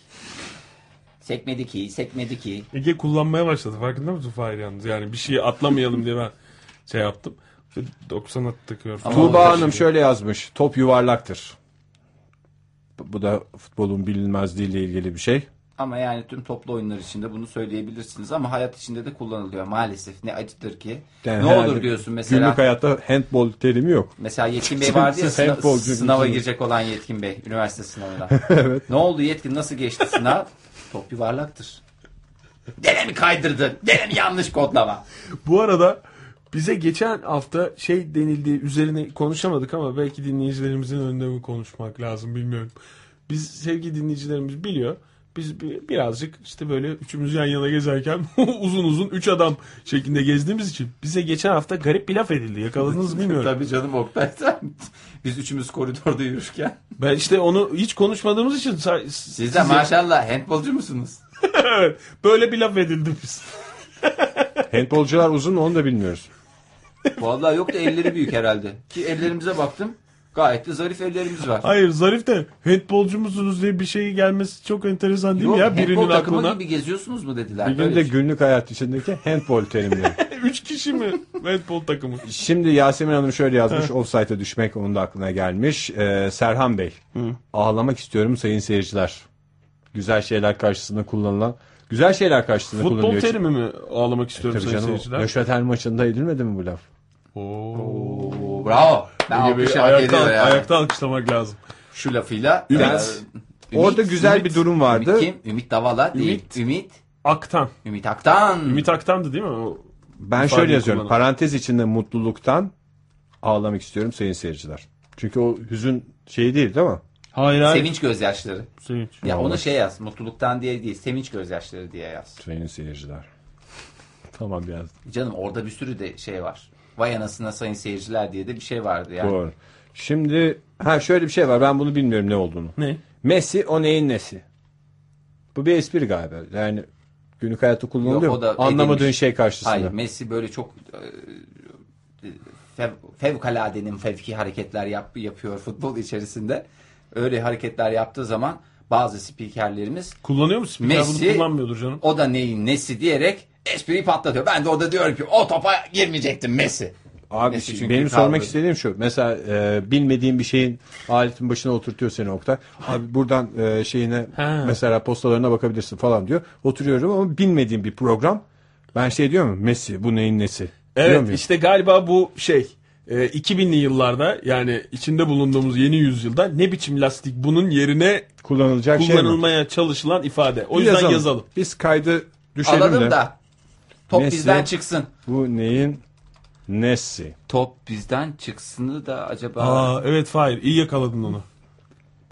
[SPEAKER 3] sekmedi ki sekmedi ki.
[SPEAKER 2] Ege kullanmaya başladı farkında mısın Fahir yalnız? Yani bir şeyi atlamayalım diye ben şey yaptım. 90'a takıyor falan.
[SPEAKER 3] Ama-
[SPEAKER 1] Tuğba Hanım şöyle yazmış. Top yuvarlaktır. Bu bu da futbolun bilinmezliği ile ilgili bir şey.
[SPEAKER 3] Ama yani tüm toplu oyunlar içinde bunu söyleyebilirsiniz ama hayat içinde de kullanılıyor maalesef. Ne acıdır ki.
[SPEAKER 1] Yani
[SPEAKER 3] ne olur
[SPEAKER 1] herhalde
[SPEAKER 3] diyorsun mesela.
[SPEAKER 1] Günlük hayatta handball terimi yok.
[SPEAKER 3] Mesela Yetkin Bey vardı ya
[SPEAKER 1] Sen
[SPEAKER 3] sınav-
[SPEAKER 1] futbolcu
[SPEAKER 3] sınava
[SPEAKER 1] musun?
[SPEAKER 3] girecek olan Yetkin Bey üniversite sınavına. Ne oldu Yetkin nasıl geçti sınav? Top yuvarlaktır. Gene mi kaydırdı? Gene mi yanlış kodlama?
[SPEAKER 2] Bu arada bize geçen hafta şey denildiği üzerine konuşamadık ama belki dinleyicilerimizin önünde mi konuşmak lazım bilmiyorum. Biz sevgili dinleyicilerimiz biliyor. Biz bi- birazcık işte böyle üçümüz yan yana gezerken uzun uzun üç adam şeklinde gezdiğimiz için bize geçen hafta garip bir laf edildi. Yakaladınız mı bilmiyorum.
[SPEAKER 3] Tabii canım Oktay. Biz üçümüz koridorda yürürken.
[SPEAKER 2] Ben işte onu hiç konuşmadığımız için sa-
[SPEAKER 3] Siz de maşallah handbolcu musunuz?
[SPEAKER 2] Evet, böyle bir laf edildi biz.
[SPEAKER 1] Handballcılar uzun onu da bilmiyoruz.
[SPEAKER 3] Vallahi yok da elleri büyük herhalde. Ki ellerimize baktım. Gayet de zarif ellerimiz var.
[SPEAKER 2] Hayır zarif de handbolcu musunuz diye bir şey gelmesi çok enteresan değil
[SPEAKER 3] Yok,
[SPEAKER 2] mi ya
[SPEAKER 3] handbol
[SPEAKER 2] birinin
[SPEAKER 3] takımı
[SPEAKER 2] aklına?
[SPEAKER 3] gibi geziyorsunuz mu dediler.
[SPEAKER 1] Bir gün
[SPEAKER 3] Böyle
[SPEAKER 1] de
[SPEAKER 3] bir şey.
[SPEAKER 1] günlük hayat içindeki handball terimleri.
[SPEAKER 2] Üç kişi mi handbol takımı?
[SPEAKER 1] Şimdi Yasemin Hanım şöyle yazmış. Offside'a düşmek onun da aklına gelmiş. Ee, Serhan Bey. Ağlamak istiyorum sayın seyirciler. Güzel şeyler karşısında kullanılan. Güzel şeyler karşısında
[SPEAKER 2] Futbol
[SPEAKER 1] kullanılıyor.
[SPEAKER 2] terimi mi ağlamak istiyorum
[SPEAKER 1] E, Tabii
[SPEAKER 2] sayın
[SPEAKER 1] canım.
[SPEAKER 2] seyirciler?
[SPEAKER 1] Nöşvet Erl maçında edilmedi mi bu laf?
[SPEAKER 3] Oo, bravo. Ben
[SPEAKER 2] Gibi
[SPEAKER 3] alkış hak
[SPEAKER 2] ayakta,
[SPEAKER 3] ediyor ya.
[SPEAKER 2] ayakta alkışlamak lazım.
[SPEAKER 3] Şu lafıyla.
[SPEAKER 1] Ümit.
[SPEAKER 3] e,
[SPEAKER 1] Orada güzel bir durum vardı.
[SPEAKER 3] Ümit kim? Ümit Davala değil. Ümit.
[SPEAKER 2] Ümit.
[SPEAKER 3] Ümit,
[SPEAKER 2] Aktan.
[SPEAKER 3] Aktan.
[SPEAKER 2] Ümit Aktan'dı değil mi? O-
[SPEAKER 1] Ben
[SPEAKER 2] İfadeyi
[SPEAKER 1] şöyle yazıyorum.
[SPEAKER 2] kullanalım.
[SPEAKER 1] Parantez içinde mutluluktan ağlamak istiyorum sayın seyirciler. Çünkü o hüzün şeyi değil değil mi?
[SPEAKER 2] Hayır hayır.
[SPEAKER 3] Sevinç gözyaşları.
[SPEAKER 2] Sevinç.
[SPEAKER 3] Ya onu şey yaz. Mutluluktan diye değil. Sevinç gözyaşları diye yaz.
[SPEAKER 1] Sayın seyirciler. Tamam yazdım.
[SPEAKER 3] Canım orada bir sürü de şey var. Vay anasına sayın seyirciler diye de bir şey vardı yani.
[SPEAKER 1] Doğru. Şimdi ha şöyle bir şey var. Ben bunu bilmiyorum ne olduğunu.
[SPEAKER 2] Ne?
[SPEAKER 1] Messi o neyin nesi? Bu bir espri galiba. Yani günlük hayatta kullanılıyor.
[SPEAKER 3] Yok, o da
[SPEAKER 1] mu? Anlamadığın
[SPEAKER 3] edilmiş.
[SPEAKER 1] şey karşısında.
[SPEAKER 3] Hayır Messi böyle çok e, fev, fevkaladenin fevki hareketler yap, yapıyor futbol içerisinde. Öyle hareketler yaptığı zaman bazı spikerlerimiz
[SPEAKER 2] Kullanıyor musun? Spiker
[SPEAKER 3] Messi-
[SPEAKER 2] bunu kullanmıyordur canım.
[SPEAKER 3] o da neyin nesi diyerek
[SPEAKER 5] espriyi patlatıyor. Ben de orada diyorum ki o topa girmeyecektim Messi.
[SPEAKER 1] Abi
[SPEAKER 5] Neyse
[SPEAKER 1] şimdi
[SPEAKER 5] çünkü
[SPEAKER 1] benim
[SPEAKER 5] kaldı.
[SPEAKER 1] sormak istediğim şu. Mesela e, bilmediğin bir şeyin aletin başına oturtuyor seni Oktay. Abi buradan e, şeyine
[SPEAKER 2] Ha.
[SPEAKER 1] mesela postalarına bakabilirsin falan diyor. Oturuyorum ama bilmediğim bir program. Ben şey diyorum Messi bu neyin nesi? Diyor
[SPEAKER 2] Evet
[SPEAKER 1] muyum?
[SPEAKER 2] işte galiba bu şey e, 2000'li yıllarda yani içinde bulunduğumuz yeni yüzyılda ne biçim lastik bunun yerine
[SPEAKER 1] kullanılacak şey mi?
[SPEAKER 2] kullanılmaya çalışılan ifade. O yüzden yazalım.
[SPEAKER 1] Biz kaydı düşelim
[SPEAKER 5] Alalım
[SPEAKER 1] de.
[SPEAKER 5] da top
[SPEAKER 1] Messi.
[SPEAKER 5] bizden çıksın.
[SPEAKER 1] Bu neyin nesi?
[SPEAKER 5] Top bizden çıksını da acaba
[SPEAKER 2] Aa evet Fahir iyi yakaladın onu.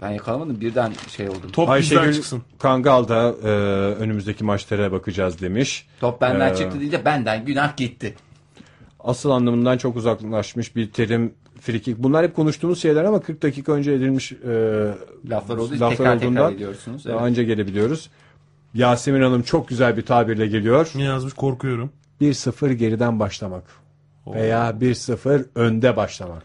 [SPEAKER 5] ben yakalamadım birden şey oldum. Top,
[SPEAKER 2] Top bizden
[SPEAKER 1] Ayşegül
[SPEAKER 2] çıksın.
[SPEAKER 1] Kangal da e, önümüzdeki maçlara bakacağız demiş.
[SPEAKER 5] benden
[SPEAKER 1] Ee,
[SPEAKER 5] çıktı deyince benden günah gitti.
[SPEAKER 1] asıl anlamından çok uzaklaşmış bir terim frikik. Bunlar hep konuştuğumuz şeyler ama 40 dakika önce edilmiş e,
[SPEAKER 5] Laflar olduğu için
[SPEAKER 1] laflar
[SPEAKER 5] tekrar tekrar
[SPEAKER 1] olduğundan
[SPEAKER 5] ediyorsunuz.
[SPEAKER 1] daha
[SPEAKER 5] Evet.
[SPEAKER 1] anca gelebiliyoruz. Yasemin Hanım çok güzel bir tabirle geliyor.
[SPEAKER 2] Ne yazmış korkuyorum.
[SPEAKER 1] 1-0 geriden başlamak veya 1-0 önde başlamak.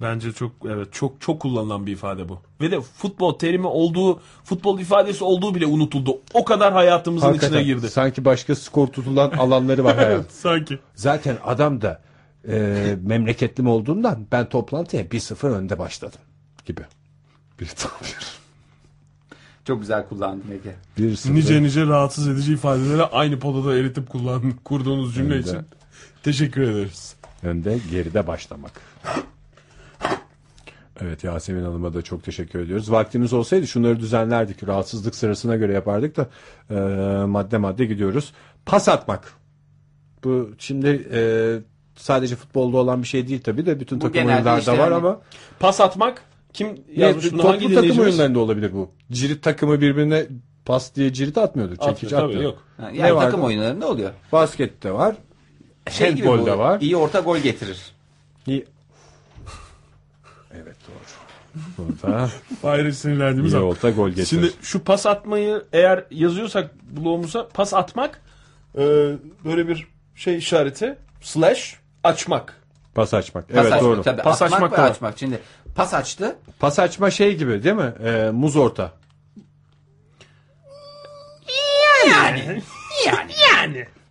[SPEAKER 2] Bence çok evet çok çok kullanılan bir ifade bu. Ve de futbol terimi olduğu, futbol ifadesi olduğu bile unutuldu. O kadar hayatımızın
[SPEAKER 1] Hakikaten
[SPEAKER 2] içine girdi.
[SPEAKER 1] Sanki başka skor tutulan alanları var hayatım.
[SPEAKER 2] Sanki.
[SPEAKER 1] Zaten adam da e, memleketlim olduğundan ben toplantıya 1-0 önde başladım gibi. Bir tabir.
[SPEAKER 5] Çok güzel kullandın Ege.
[SPEAKER 1] 1-0.
[SPEAKER 2] Nice nice rahatsız edici ifadeleri aynı potada eritip kullan kurduğunuz cümle
[SPEAKER 1] Önde.
[SPEAKER 2] için teşekkür ederiz.
[SPEAKER 1] Önde geride başlamak. Evet Yasemin Hanım'a da çok teşekkür ediyoruz. Vaktimiz olsaydı şunları düzenlerdik. Rahatsızlık sırasına göre yapardık da e, madde madde gidiyoruz. Pas atmak. Bu şimdi e, sadece futbolda olan bir şey değil tabii de bütün
[SPEAKER 5] Bu
[SPEAKER 1] takım
[SPEAKER 5] genelde
[SPEAKER 1] oyunlarda
[SPEAKER 5] işte
[SPEAKER 1] var
[SPEAKER 5] hani-
[SPEAKER 1] ama
[SPEAKER 2] Pas atmak kim
[SPEAKER 1] ne,
[SPEAKER 2] yazmış bunu
[SPEAKER 1] toplu
[SPEAKER 2] hangi
[SPEAKER 1] takım
[SPEAKER 2] dinleyicimiz?
[SPEAKER 1] oyunlarında olabilir bu. Cirit takımı birbirine pas diye cirit atmıyordur.
[SPEAKER 2] Atmıyor,
[SPEAKER 1] Çekici
[SPEAKER 2] tabii,
[SPEAKER 1] atmıyor.
[SPEAKER 2] yok.
[SPEAKER 5] Yani
[SPEAKER 1] Ne vardı?
[SPEAKER 5] takım oyunlarında oluyor.
[SPEAKER 1] Baskette var.
[SPEAKER 5] Şey gibi
[SPEAKER 1] Handball'da
[SPEAKER 5] bu,
[SPEAKER 1] var.
[SPEAKER 5] iyi orta gol getirir.
[SPEAKER 1] İyi. Evet doğru. Burada
[SPEAKER 2] Hayır sinirlendiğimiz
[SPEAKER 1] iyi
[SPEAKER 2] an.
[SPEAKER 1] olta gol getirir.
[SPEAKER 2] Şimdi şu pas atmayı eğer yazıyorsak bloğumuza pas atmak e, böyle bir şey işareti slash açmak.
[SPEAKER 1] Pas açmak.
[SPEAKER 5] Pas
[SPEAKER 1] evet
[SPEAKER 5] açmak,
[SPEAKER 1] doğru.
[SPEAKER 5] Tabii,
[SPEAKER 2] Pas
[SPEAKER 5] atmak
[SPEAKER 2] açmak
[SPEAKER 5] ve
[SPEAKER 2] da var.
[SPEAKER 5] açmak. Şimdi pas açtı.
[SPEAKER 1] Pas açma şey gibi değil mi? Ee, muz orta.
[SPEAKER 5] Yani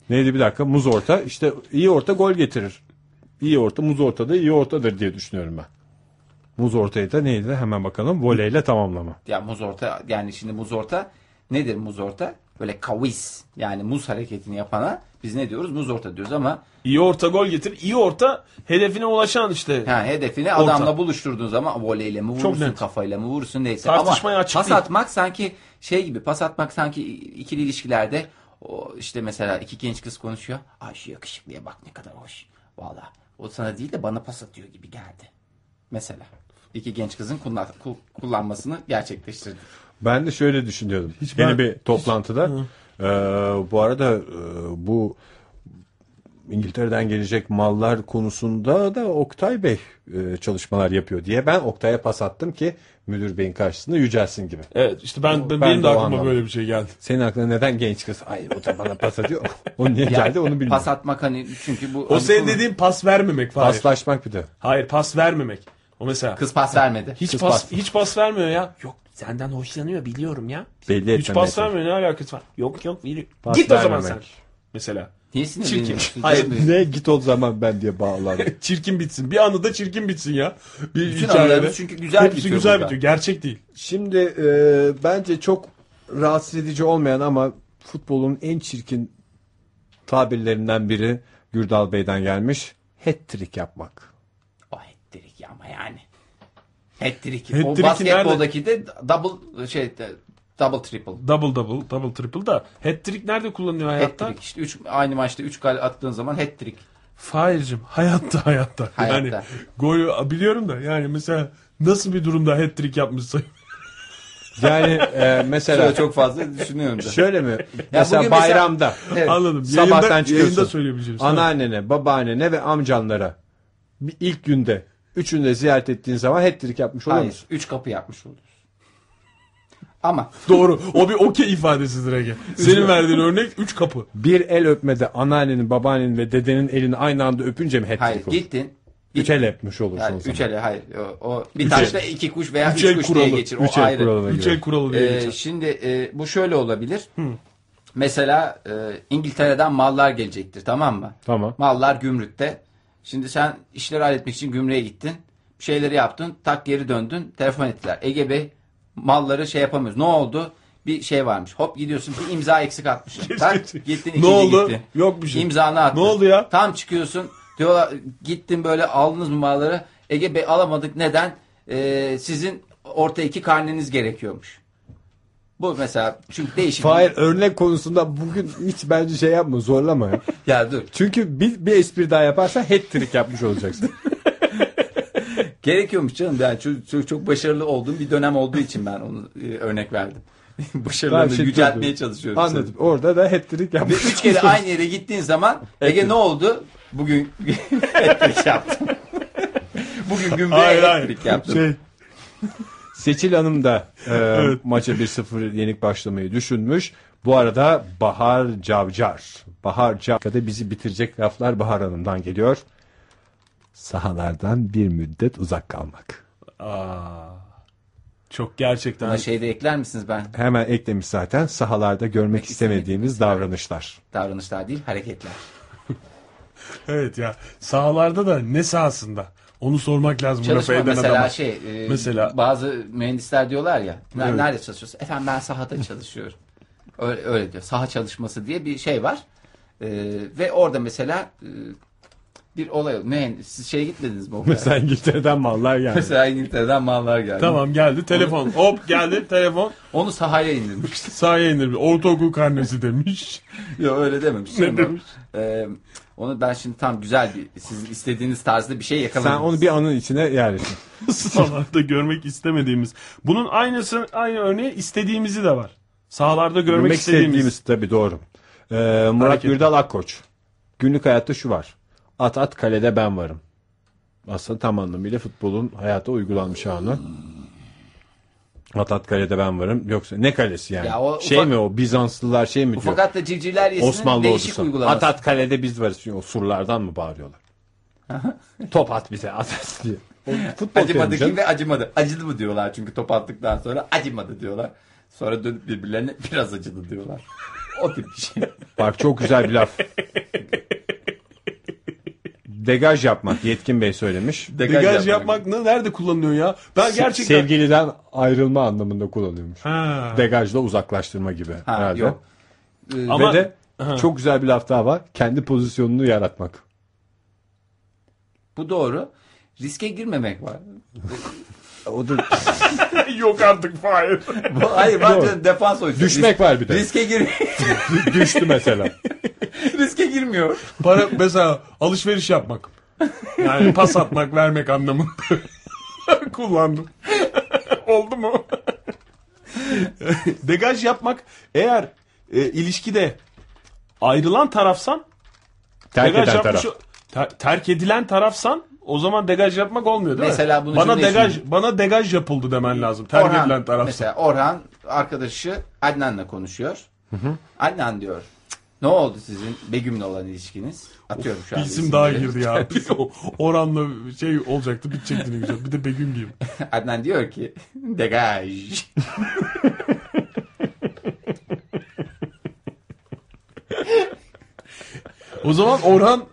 [SPEAKER 1] Neydi bir dakika? Muz orta. İşte iyi orta gol getirir. İyi orta muz ortada iyi ortadır diye düşünüyorum ben. Muz ortayı da neydi? Hemen bakalım. Voleyle tamamlama.
[SPEAKER 5] ya muz orta yani şimdi muz orta nedir muz orta? Böyle kavis yani muz hareketini yapana biz ne diyoruz? Muz orta diyoruz ama
[SPEAKER 2] İyi orta gol getir. İyi orta hedefine ulaşan işte.
[SPEAKER 5] Ha, hedefini
[SPEAKER 2] Orta.
[SPEAKER 5] adamla buluşturduğun zaman voleyle mi
[SPEAKER 2] Çok
[SPEAKER 5] vurursun,
[SPEAKER 2] net.
[SPEAKER 5] kafayla mı vurursun neyse.
[SPEAKER 2] Tartışmaya
[SPEAKER 5] Ama
[SPEAKER 2] açık
[SPEAKER 5] pas
[SPEAKER 2] değil.
[SPEAKER 5] atmak sanki şey gibi, pas atmak sanki ikili ilişkilerde o işte mesela iki genç kız konuşuyor. Ay şu yakışıklıya bak ne kadar hoş. Valla o sana değil de bana pas atıyor gibi geldi. Mesela iki genç kızın kullan- ku- kullanmasını gerçekleştirdi.
[SPEAKER 1] Ben de şöyle düşünüyordum.
[SPEAKER 2] Hiç
[SPEAKER 1] Yeni
[SPEAKER 2] ben-
[SPEAKER 1] bir toplantıda. Ee, bu arada e, bu İngiltere'den gelecek mallar konusunda da Oktay Bey e, çalışmalar yapıyor diye ben Oktay'a pas attım ki müdür beyin karşısında yücelsin gibi.
[SPEAKER 2] Evet işte ben, ben-
[SPEAKER 1] Ben
[SPEAKER 2] benim
[SPEAKER 1] de
[SPEAKER 2] de
[SPEAKER 1] o
[SPEAKER 2] aklıma
[SPEAKER 1] anlamda.
[SPEAKER 2] böyle bir şey geldi.
[SPEAKER 1] Senin aklına neden genç kız? Ay o da bana pas atıyor. O niye
[SPEAKER 5] Yani
[SPEAKER 1] geldi onu bilmiyorum.
[SPEAKER 5] Pas atmak hani çünkü bu...
[SPEAKER 2] O
[SPEAKER 5] hani
[SPEAKER 2] senin
[SPEAKER 5] kul-
[SPEAKER 2] dediğin pas vermemek Fahir.
[SPEAKER 1] Paslaşmak bir de.
[SPEAKER 2] Hayır pas vermemek. O mesela
[SPEAKER 5] Kız pas vermedi.
[SPEAKER 2] hiç
[SPEAKER 1] kız
[SPEAKER 2] pas,
[SPEAKER 1] pas.
[SPEAKER 2] hiç pas vermiyor ya. Yok senden hoşlanıyor biliyorum ya.
[SPEAKER 1] Belli
[SPEAKER 2] Hiç
[SPEAKER 1] etmemeye
[SPEAKER 2] pas
[SPEAKER 1] çalış.
[SPEAKER 2] vermiyor ne alakası var? Yok yok biliyor.
[SPEAKER 1] Pas
[SPEAKER 2] Git o zaman sen.
[SPEAKER 1] vermemek.
[SPEAKER 2] Mesela.
[SPEAKER 5] Niye sinirleniyorsun?
[SPEAKER 2] Hayır,
[SPEAKER 1] Ne git o zaman ben diye bağlandı.
[SPEAKER 2] Çirkin bitsin. Bir anı da çirkin bitsin ya. Bir
[SPEAKER 5] Bütün
[SPEAKER 2] hikayede.
[SPEAKER 5] anılarımız çünkü güzel
[SPEAKER 2] Hepsi
[SPEAKER 5] bitiyor
[SPEAKER 2] güzel
[SPEAKER 5] burada.
[SPEAKER 2] bitiyor. Gerçek değil.
[SPEAKER 1] Şimdi e, bence çok rahatsız edici olmayan ama futbolun en çirkin tabirlerinden biri Gürdal Bey'den gelmiş. Hat-trick yapmak.
[SPEAKER 5] O hat-trick ya ama yani. Hat-trick. o
[SPEAKER 2] Hat-trick'i
[SPEAKER 5] basketboldaki de double şey de- double triple.
[SPEAKER 2] Double double, double triple da. Hat-trick nerede kullanıyor hayatta?
[SPEAKER 5] Hat-trick işte üç, aynı maçta 3 gal attığın zaman hat-trick.
[SPEAKER 2] Fahir'cim hayatta hayatta.
[SPEAKER 5] Hayatta.
[SPEAKER 2] Yani golü biliyorum da yani mesela nasıl bir durumda hat-trick yapmışsın?
[SPEAKER 1] Yani e, mesela
[SPEAKER 5] Şöyle çok fazla düşünüyorum da.
[SPEAKER 1] şöyle mi? mesela
[SPEAKER 5] bugün mesela-
[SPEAKER 1] bayramda
[SPEAKER 5] Evet.
[SPEAKER 2] Anladım.
[SPEAKER 1] Sabahtan
[SPEAKER 2] yayında,
[SPEAKER 1] çıkıyorsun.
[SPEAKER 2] Yayında söyleyebileceğim.
[SPEAKER 1] anneannene, babaannene ve amcanlara bir ilk günde üçünü de ziyaret ettiğin zaman hat-trick yapmış olur
[SPEAKER 5] Hayır.
[SPEAKER 1] musun?
[SPEAKER 5] 3 kapı yapmış oluyorsun. Ama
[SPEAKER 2] Doğru. O bir okey ifadesidir Ege. Senin verdiğin örnek 3 kapı.
[SPEAKER 1] Bir el öpmede anneannenin, babaannenin ve dedenin elini aynı anda öpünce mi
[SPEAKER 5] hayır
[SPEAKER 1] hat-trick olur?
[SPEAKER 5] gittin.
[SPEAKER 1] Üç el öpmüş olursun
[SPEAKER 5] Yani
[SPEAKER 1] o zaman.
[SPEAKER 5] üç ele hayır. O, o bir taşla iki kuş veya üç,
[SPEAKER 2] el
[SPEAKER 5] kuş
[SPEAKER 2] kuralı.
[SPEAKER 5] diye geçir. O
[SPEAKER 1] Üç el
[SPEAKER 5] ayrı.
[SPEAKER 1] kuralına
[SPEAKER 2] 3
[SPEAKER 1] göre.
[SPEAKER 2] el kuralı diye
[SPEAKER 5] Ee,
[SPEAKER 2] geçer.
[SPEAKER 5] şimdi e, bu şöyle olabilir. Mesela e, İngiltere'den mallar gelecektir tamam mı?
[SPEAKER 1] Tamam.
[SPEAKER 5] Mallar gümrükte. Şimdi sen işleri halletmek için gümrüğe gittin. Bir şeyleri yaptın. Tak geri döndün. Telefon ettiler. Ege Bey malları şey yapamıyoruz. Ne oldu? Bir şey varmış. Hop gidiyorsun bir imza eksik atmışsın. tak gittin
[SPEAKER 2] Ne
[SPEAKER 5] ikinci
[SPEAKER 2] oldu?
[SPEAKER 5] gitti.
[SPEAKER 2] Yok bir şey.
[SPEAKER 5] İmzanı attın.
[SPEAKER 2] Ne oldu ya?
[SPEAKER 5] Tam çıkıyorsun. Diyorlar gittin böyle aldınız mı malları? Ege Bey alamadık. Neden? Ee, sizin orta iki karneniz gerekiyormuş. Bu mesela çünkü değişik.
[SPEAKER 1] Fahir örnek konusunda bugün hiç bence şey yapma zorlama ya.
[SPEAKER 5] Ya dur.
[SPEAKER 1] Çünkü bir, bir espri daha yaparsan hat-trick yapmış olacaksın.
[SPEAKER 5] Gerekiyormuş canım. Yani çok, çok, çok başarılı olduğum bir dönem olduğu için ben onu e, örnek verdim.
[SPEAKER 1] Tamam,
[SPEAKER 5] Başarılarını
[SPEAKER 2] şey
[SPEAKER 1] şimdi
[SPEAKER 5] yüceltmeye
[SPEAKER 1] durdum.
[SPEAKER 5] çalışıyorum.
[SPEAKER 1] Anladım. Orada da hat-trick
[SPEAKER 5] Ve
[SPEAKER 1] yapmış.
[SPEAKER 5] üç kere aynı yere gittiğin zaman Ege ne oldu? Bugün elektrik yaptım. Bugün gümrüğe
[SPEAKER 2] Hayır, hayır.
[SPEAKER 5] elektrik yaptım.
[SPEAKER 2] Şey,
[SPEAKER 1] Seçil Hanım da e, maça 1-0 yenik başlamayı düşünmüş. Bu arada Bahar Cavcar. Bahar Cavcar'da bizi bitirecek laflar Bahar Hanım'dan geliyor. Sahalardan bir müddet uzak kalmak.
[SPEAKER 2] aa, çok
[SPEAKER 5] Buna
[SPEAKER 2] gerçekten
[SPEAKER 5] şey de ekler misiniz ben?
[SPEAKER 1] Hemen eklemiş zaten sahalarda görmek istemediğimiz davranışlar.
[SPEAKER 5] Davranışlar değil hareketler.
[SPEAKER 2] evet ya sahalarda da ne sahasında onu sormak lazım bu lafı
[SPEAKER 5] Çalışma
[SPEAKER 2] eden
[SPEAKER 5] mesela
[SPEAKER 2] adama.
[SPEAKER 5] şey e,
[SPEAKER 2] Mesela-
[SPEAKER 5] bazı mühendisler diyorlar ya "Ben
[SPEAKER 2] Evet.
[SPEAKER 5] nerede çalışıyorsun? Efendim ben sahada çalışıyorum. Öyle, öyle diyor. Saha çalışması diye bir şey var. E, ve orada mesela e, bir olay oldu. Mühendis, siz şeye gitmediniz mi? Mesela,
[SPEAKER 1] Mesela İngiltere'den mallar yani.
[SPEAKER 5] mesela İngiltere'den mallar geldi.
[SPEAKER 2] Tamam geldi telefon hop geldi telefon
[SPEAKER 5] Onu sahaya indirmişti.
[SPEAKER 2] sahaya indirmiş ortaokul karnesi demiş.
[SPEAKER 5] Yok öyle dememiş.
[SPEAKER 2] Ne
[SPEAKER 5] Ama,
[SPEAKER 2] demiş?
[SPEAKER 5] e, onu ben şimdi tam güzel bir sizin istediğiniz tarzda bir şey yakaladım.
[SPEAKER 1] Sen onu bir anın içine yerleştir.
[SPEAKER 2] sahalarda görmek istemediğimiz. Bunun aynısı aynı örneği istediğimizi de var. Sahalarda görmek,
[SPEAKER 1] Görmek
[SPEAKER 2] istediğimiz.
[SPEAKER 1] istediğimiz tabii doğru. Ee, Murat
[SPEAKER 2] Hareket.
[SPEAKER 1] Gürdal Akkoç. Günlük hayatta şu var. At at kalede ben varım. Aslında tam anlamıyla futbolun hayata uygulanmış anı. At at kalede ben varım. Yoksa ne kalesi yani?
[SPEAKER 5] Ya o
[SPEAKER 1] şey
[SPEAKER 5] ufak-
[SPEAKER 1] mi o Bizanslılar şey mi diyor?
[SPEAKER 5] Fakat da civcivler yesinin
[SPEAKER 1] Osmanlı
[SPEAKER 5] değişik
[SPEAKER 1] ordusu.
[SPEAKER 5] uygulaması.
[SPEAKER 1] At at kalede biz varız. Çünkü O surlardan mı bağırıyorlar? Top at bize at at diye. O futbol
[SPEAKER 5] Acımadı
[SPEAKER 1] terimi canım.
[SPEAKER 5] ki ve acımadı. Acıdı mı diyorlar çünkü top attıktan sonra acımadı diyorlar. Sonra dönüp birbirlerine biraz acıdı diyorlar. O tip bir şey.
[SPEAKER 1] Bak çok güzel bir laf. Degaj yapmak Yetkin Bey söylemiş.
[SPEAKER 2] Degaj yapmak ne, nerede kullanılıyor ya? Ben gerçekten...
[SPEAKER 1] Sevgiliden ayrılma anlamında kullanıyormuş.
[SPEAKER 2] Ha.
[SPEAKER 1] Degajla uzaklaştırma gibi
[SPEAKER 5] Ha,
[SPEAKER 1] herhalde.
[SPEAKER 5] yok.
[SPEAKER 1] Ve
[SPEAKER 2] Ama
[SPEAKER 1] de çok güzel bir laf daha var. Kendi pozisyonunu yaratmak.
[SPEAKER 5] Bu doğru. Riske girmemek var.
[SPEAKER 1] O da
[SPEAKER 2] yok artık Fahir.
[SPEAKER 5] Bu- Hayır var
[SPEAKER 1] Doğru.
[SPEAKER 5] canım, defans oyuncusu.
[SPEAKER 1] Düşmek var bir de.
[SPEAKER 5] Riske, gir
[SPEAKER 1] düştü mesela.
[SPEAKER 5] riske girmiyor.
[SPEAKER 2] Para mesela alışveriş yapmak. Yani pas atmak vermek anlamında kullandım. Oldu mu? Degaj yapmak eğer e, ilişkide ayrılan tarafsan
[SPEAKER 1] Terk
[SPEAKER 2] degaj
[SPEAKER 1] eden
[SPEAKER 2] yapmış
[SPEAKER 1] taraf.
[SPEAKER 2] o- ter- terk edilen tarafsan o zaman degaj yapmak olmuyor değil
[SPEAKER 5] Mesela
[SPEAKER 2] mi?
[SPEAKER 5] bunu
[SPEAKER 2] bana
[SPEAKER 5] cümleye
[SPEAKER 2] degaj
[SPEAKER 5] sığdırın.
[SPEAKER 2] bana degaj yapıldı demen lazım. Terk edilen tarafsan.
[SPEAKER 5] mesela Orhan arkadaşı Adnan'la konuşuyor. Adnan diyor. "Cık, Ne oldu sizin Begüm'le olan ilişkiniz? Atıyorum şu an.
[SPEAKER 2] Bilsim daha
[SPEAKER 5] isimleri.
[SPEAKER 2] girdi ya. Bir o- Oran'la şey olacaktı bitecekti ne güzel. Bir de Begüm gibi.
[SPEAKER 5] Adnan diyor ki degaj.
[SPEAKER 2] O zaman Orhan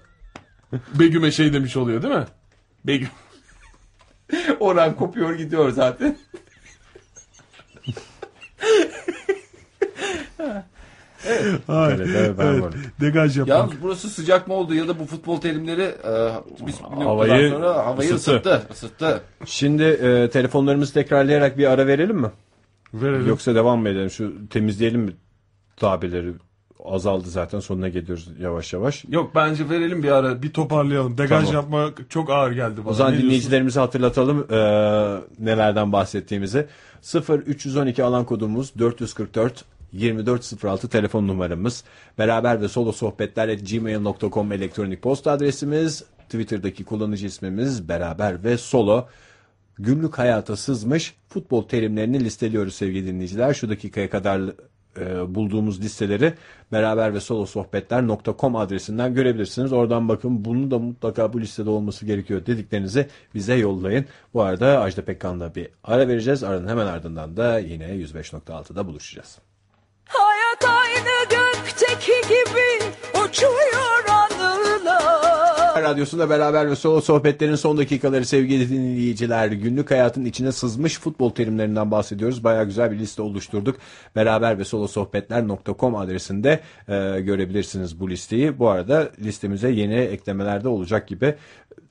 [SPEAKER 2] Begüm'e şey demiş oluyor değil mi? Begüm.
[SPEAKER 5] Orhan kopuyor gidiyor zaten.
[SPEAKER 2] Hayır.
[SPEAKER 1] Kalede ben varım.
[SPEAKER 2] Degaj yapmak.
[SPEAKER 5] Yalnız burası sıcak mı oldu ya da bu futbol terimleri e, biz bir noktadan
[SPEAKER 1] Havayı
[SPEAKER 5] sonra havayı
[SPEAKER 1] ısıttı.
[SPEAKER 5] ısıttı. ısıttı.
[SPEAKER 1] Şimdi e, telefonlarımızı tekrarlayarak bir ara verelim mi?
[SPEAKER 2] Verelim.
[SPEAKER 1] Yoksa devam mı edelim? Şu temizleyelim mi tabirleri? Azaldı zaten sonuna geliyoruz yavaş yavaş.
[SPEAKER 2] Yok bence verelim bir ara bir toparlayalım. Degaj
[SPEAKER 1] Tamam.
[SPEAKER 2] yapmak çok ağır geldi bana.
[SPEAKER 1] O zaman
[SPEAKER 2] Ne diyorsun?
[SPEAKER 1] dinleyicilerimizi hatırlatalım e, nelerden bahsettiğimizi. 0 312 alan kodumuz 444 2406 telefon numaramız. Beraber ve solo sohbetler gmail.com elektronik posta adresimiz. Twitter'daki kullanıcı ismimiz beraber ve solo. Günlük hayata sızmış futbol terimlerini listeliyoruz sevgili dinleyiciler. Şu dakikaya kadar e, bulduğumuz listeleri beraber ve solo sohbetler.com adresinden görebilirsiniz. Oradan bakın bunu da mutlaka bu listede olması gerekiyor dediklerinizi bize yollayın. Bu arada Ajda Pekkan'la bir ara vereceğiz. Aranın hemen ardından da yine 105.6'da buluşacağız.
[SPEAKER 10] Hayat aynı gün
[SPEAKER 5] gibi uçuyor anılar.
[SPEAKER 1] Radyosu'nda beraber ve solo sohbetlerin son dakikaları sevgili dinleyiciler. Günlük hayatın içine sızmış futbol terimlerinden bahsediyoruz. Baya güzel bir liste oluşturduk. Beraber ve solo sohbetler.com adresinde e, görebilirsiniz bu listeyi. Bu arada listemize yeni eklemeler de olacak gibi.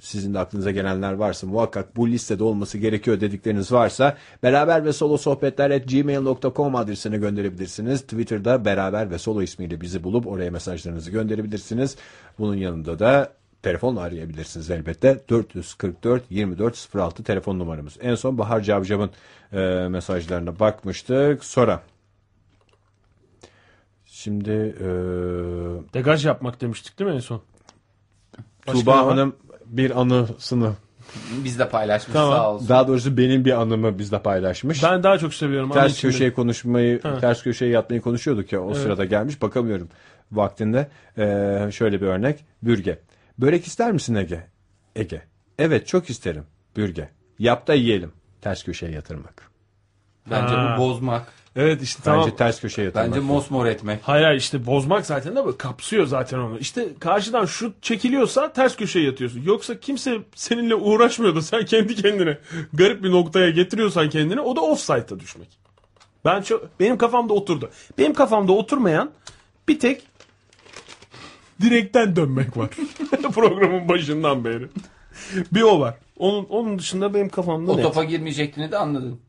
[SPEAKER 1] Sizin de aklınıza gelenler varsa muhakkak bu listede olması gerekiyor dedikleriniz varsa beraber ve solo sohbetler gmail.com adresine gönderebilirsiniz. Twitter'da beraber ve solo ismiyle bizi bulup oraya mesajlarınızı gönderebilirsiniz. Bunun yanında da Telefonla arayabilirsiniz elbette. 444 24 06 telefon numaramız. En son Bahar Cavcav'ın e, mesajlarına bakmıştık. Sonra şimdi e,
[SPEAKER 2] Degaj yapmak demiştik değil mi en son? Başka ne
[SPEAKER 1] Tuğba
[SPEAKER 2] var?
[SPEAKER 1] Hanım bir anısını
[SPEAKER 3] Biz de paylaşmış
[SPEAKER 2] Tamam.
[SPEAKER 3] sağ olsun.
[SPEAKER 1] daha doğrusu benim bir anımı bizle paylaşmış.
[SPEAKER 2] Ben daha çok seviyorum. anı
[SPEAKER 1] ters
[SPEAKER 2] içinde.
[SPEAKER 1] köşeye konuşmayı,
[SPEAKER 2] Ha.
[SPEAKER 1] ters köşeye yatmayı konuşuyorduk ya. O sırada gelmiş. Bakamıyorum vaktinde. Ee, şöyle bir örnek. Bürge. Börek ister misin Ege? Ege. Evet çok isterim. Bürge. Yap da yiyelim. Ters köşeye yatırmak.
[SPEAKER 3] Bence
[SPEAKER 2] Ha.
[SPEAKER 3] bu bozmak.
[SPEAKER 2] Evet işte
[SPEAKER 1] Bence
[SPEAKER 2] tamam.
[SPEAKER 1] ters köşeye yatırmak.
[SPEAKER 3] Bence mosmor etmek.
[SPEAKER 2] Hayır hayır, işte bozmak zaten de böyle kapsıyor zaten onu. İşte karşıdan şut çekiliyorsa ters köşeye yatıyorsun. Yoksa kimse seninle uğraşmıyor da sen kendi kendine garip bir noktaya getiriyorsan kendini o da offside'a düşmek. Ben çok, benim kafamda oturdu. Benim kafamda oturmayan bir tek direkten dönmek var. Programın başından beri. Bir o var. Onun, onun dışında benim kafamda
[SPEAKER 3] O
[SPEAKER 2] net.
[SPEAKER 3] topa girmeyecektiğini de anladım.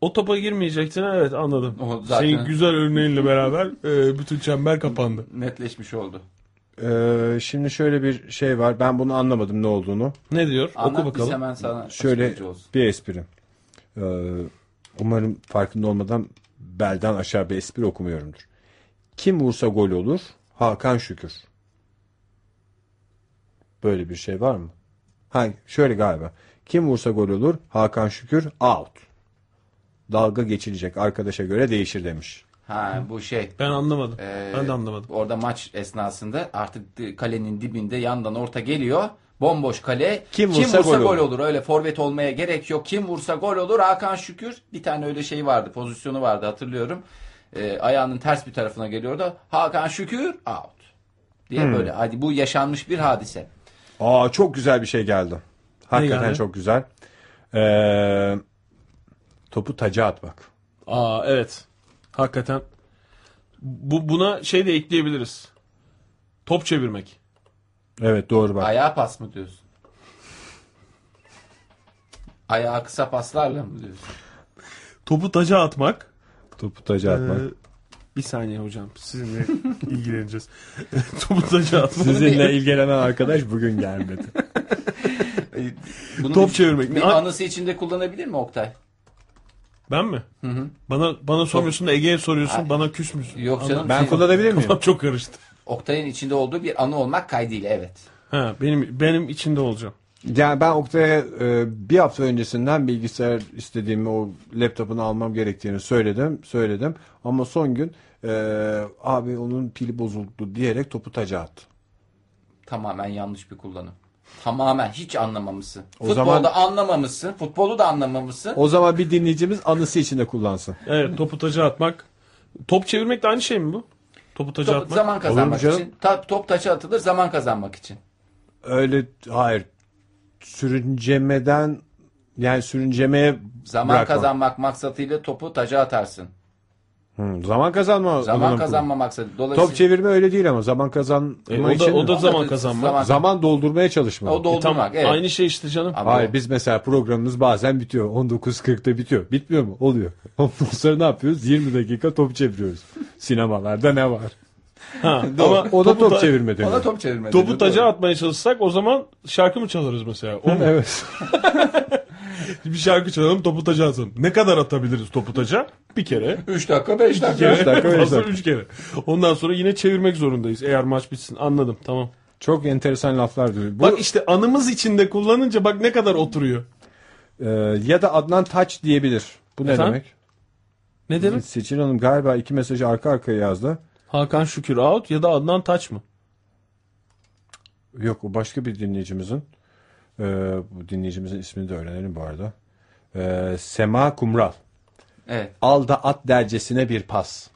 [SPEAKER 2] O topa girmeyecektin evet anladım.
[SPEAKER 3] O zaten-
[SPEAKER 2] Senin güzel örneğinle beraber e, bütün çember kapandı.
[SPEAKER 3] Netleşmiş oldu.
[SPEAKER 1] Ee, şimdi şöyle bir şey var. Ben bunu anlamadım ne olduğunu.
[SPEAKER 2] Ne diyor?
[SPEAKER 3] Anlat
[SPEAKER 2] Oku bakalım.
[SPEAKER 3] biz hemen sana
[SPEAKER 1] Şöyle
[SPEAKER 3] açıklayıcı olsun.
[SPEAKER 1] bir espri. Ee, umarım farkında olmadan belden aşağı bir espri okumuyorumdur. Kim vursa gol olur? Hakan Şükür. Böyle bir şey var mı? Ha, şöyle galiba. Kim vursa gol olur? Hakan Şükür out. Dalga geçilecek arkadaşa göre değişir demiş.
[SPEAKER 3] Ha bu şey.
[SPEAKER 2] Ben anlamadım.
[SPEAKER 3] Ee,
[SPEAKER 2] ben de anlamadım.
[SPEAKER 3] Orada maç esnasında artık di- kalenin dibinde yandan orta geliyor. Bomboş kale.
[SPEAKER 1] Kim vursa gol olur.
[SPEAKER 3] Öyle forvet olmaya gerek yok. Kim vursa gol olur. Hakan Şükür bir tane öyle şey vardı. Pozisyonu vardı hatırlıyorum. Ee, ayağının ters bir tarafına geliyordu. Hakan Şükür out. Diye
[SPEAKER 5] Hmm.
[SPEAKER 3] böyle. Hadi bu yaşanmış bir hadise.
[SPEAKER 1] Aa çok güzel bir şey geldi. Hakikaten
[SPEAKER 2] geldi?
[SPEAKER 1] çok güzel. Ee, topu taca atmak.
[SPEAKER 2] Aa evet. Hakikaten. Bu buna şey de ekleyebiliriz. Top çevirmek.
[SPEAKER 1] Evet doğru bak.
[SPEAKER 3] Ayağa pas mı diyorsun? Ayağa kısa paslarla mı diyorsun?
[SPEAKER 2] Topu taca atmak.
[SPEAKER 1] Topu taca atmak.
[SPEAKER 2] Ee, bir saniye hocam. Sizinle ilgileneceğiz. Topu taca atmak.
[SPEAKER 1] Sizinle ilgilenen arkadaş bugün gelmedi.
[SPEAKER 3] Bunu
[SPEAKER 2] Top
[SPEAKER 3] bir-
[SPEAKER 2] çevirmek.
[SPEAKER 3] Bir
[SPEAKER 2] An-
[SPEAKER 3] anısı içinde kullanabilir mi Oktay?
[SPEAKER 2] Ben mi? Bana bana sormuyorsun da Ege'ye soruyorsun. Bana küs müsün?
[SPEAKER 3] Yok canım.
[SPEAKER 1] Ben
[SPEAKER 3] şey-
[SPEAKER 1] kullanabilir miyim?
[SPEAKER 2] Kafam çok karıştı.
[SPEAKER 3] Oktay'ın içinde olduğu bir anı olmak kaydıyla evet.
[SPEAKER 2] Ha, benim benim içinde olacağım.
[SPEAKER 1] Yani ben Oktay'a e, bir hafta öncesinden bilgisayar istediğimi o laptopunu almam gerektiğini söyledim. Söyledim. Ama son gün e, abi onun pili bozuldu diyerek topu taca attı.
[SPEAKER 3] Tamamen yanlış bir kullanım. Tamamen hiç anlamamışsın.
[SPEAKER 1] O
[SPEAKER 3] Futbolda
[SPEAKER 1] zaman-
[SPEAKER 3] anlamamışsın. Futbolu da anlamamışsın.
[SPEAKER 1] O zaman bir dinleyicimiz anısı içinde kullansın.
[SPEAKER 2] Evet topu taca atmak. Top çevirmek de aynı şey mi bu? Topu taca
[SPEAKER 3] Top-
[SPEAKER 2] atmak.
[SPEAKER 3] zaman kazanmak
[SPEAKER 1] Olur mu canım?
[SPEAKER 3] için. Ta- top taça atılır zaman kazanmak için.
[SPEAKER 1] Öyle hayır. Sürüncemeden yani sürüncemeye
[SPEAKER 3] Zaman
[SPEAKER 1] bırakma.
[SPEAKER 3] kazanmak maksatıyla topu taca atarsın.
[SPEAKER 1] Hı, zaman kazanma.
[SPEAKER 3] Zaman
[SPEAKER 1] adamın-
[SPEAKER 3] kazanma maksadı. Dolayısıyla
[SPEAKER 1] Top çevirme öyle değil ama zaman kazanma
[SPEAKER 2] E, o da-
[SPEAKER 1] için
[SPEAKER 2] o da
[SPEAKER 1] mi?
[SPEAKER 2] zaman kazanmak.
[SPEAKER 1] zaman doldurmaya çalışma.
[SPEAKER 3] o doldurmak.
[SPEAKER 2] Tam
[SPEAKER 3] evet.
[SPEAKER 2] aynı şey işte canım.
[SPEAKER 3] Ama
[SPEAKER 1] Hayır
[SPEAKER 3] o-
[SPEAKER 1] biz mesela programımız bazen bitiyor. 19.40'da bitiyor. Bitmiyor mu? Oluyor. Ondan sonra ne yapıyoruz? 20 dakika top çeviriyoruz. Sinemalarda ne var?
[SPEAKER 2] Ha,
[SPEAKER 1] Ama o da
[SPEAKER 2] topu
[SPEAKER 1] top
[SPEAKER 2] da-
[SPEAKER 1] çevirme deniyor.
[SPEAKER 3] Ona top çevirme.
[SPEAKER 2] Topu
[SPEAKER 3] dedi,
[SPEAKER 2] taca
[SPEAKER 3] doğru.
[SPEAKER 2] atmaya çalışsak o zaman şarkı mı çalarız mesela? O mu?
[SPEAKER 1] Evet.
[SPEAKER 2] Bir şarkı çalalım topu taca atalım. Ne kadar atabiliriz topu taca? Bir kere.
[SPEAKER 3] Üç dakika 5
[SPEAKER 2] iki
[SPEAKER 3] dakika.
[SPEAKER 2] kere.
[SPEAKER 1] Üç dakika, beş
[SPEAKER 2] fazla
[SPEAKER 1] dakika.
[SPEAKER 2] üç kere. Ondan sonra yine çevirmek zorundayız eğer maç bitsin. Anladım tamam.
[SPEAKER 1] Çok enteresan laflar duyuyor. Bu,
[SPEAKER 2] Bak işte anımız içinde kullanınca bak ne kadar oturuyor.
[SPEAKER 1] e, ya da Adnan Taç diyebilir. Bu ne
[SPEAKER 2] Efendim?
[SPEAKER 1] demek?
[SPEAKER 2] Ne demek?
[SPEAKER 1] Seçil Hanım galiba iki mesajı arka arkaya yazdı.
[SPEAKER 2] Hakan Şükür out ya da Adnan Taç mı?
[SPEAKER 1] Yok o başka bir dinleyicimizin. E, bu dinleyicimizin ismini de öğrenelim bu arada. E, Sema Kumral.
[SPEAKER 3] Evet.
[SPEAKER 1] Alda at dercesine bir pas.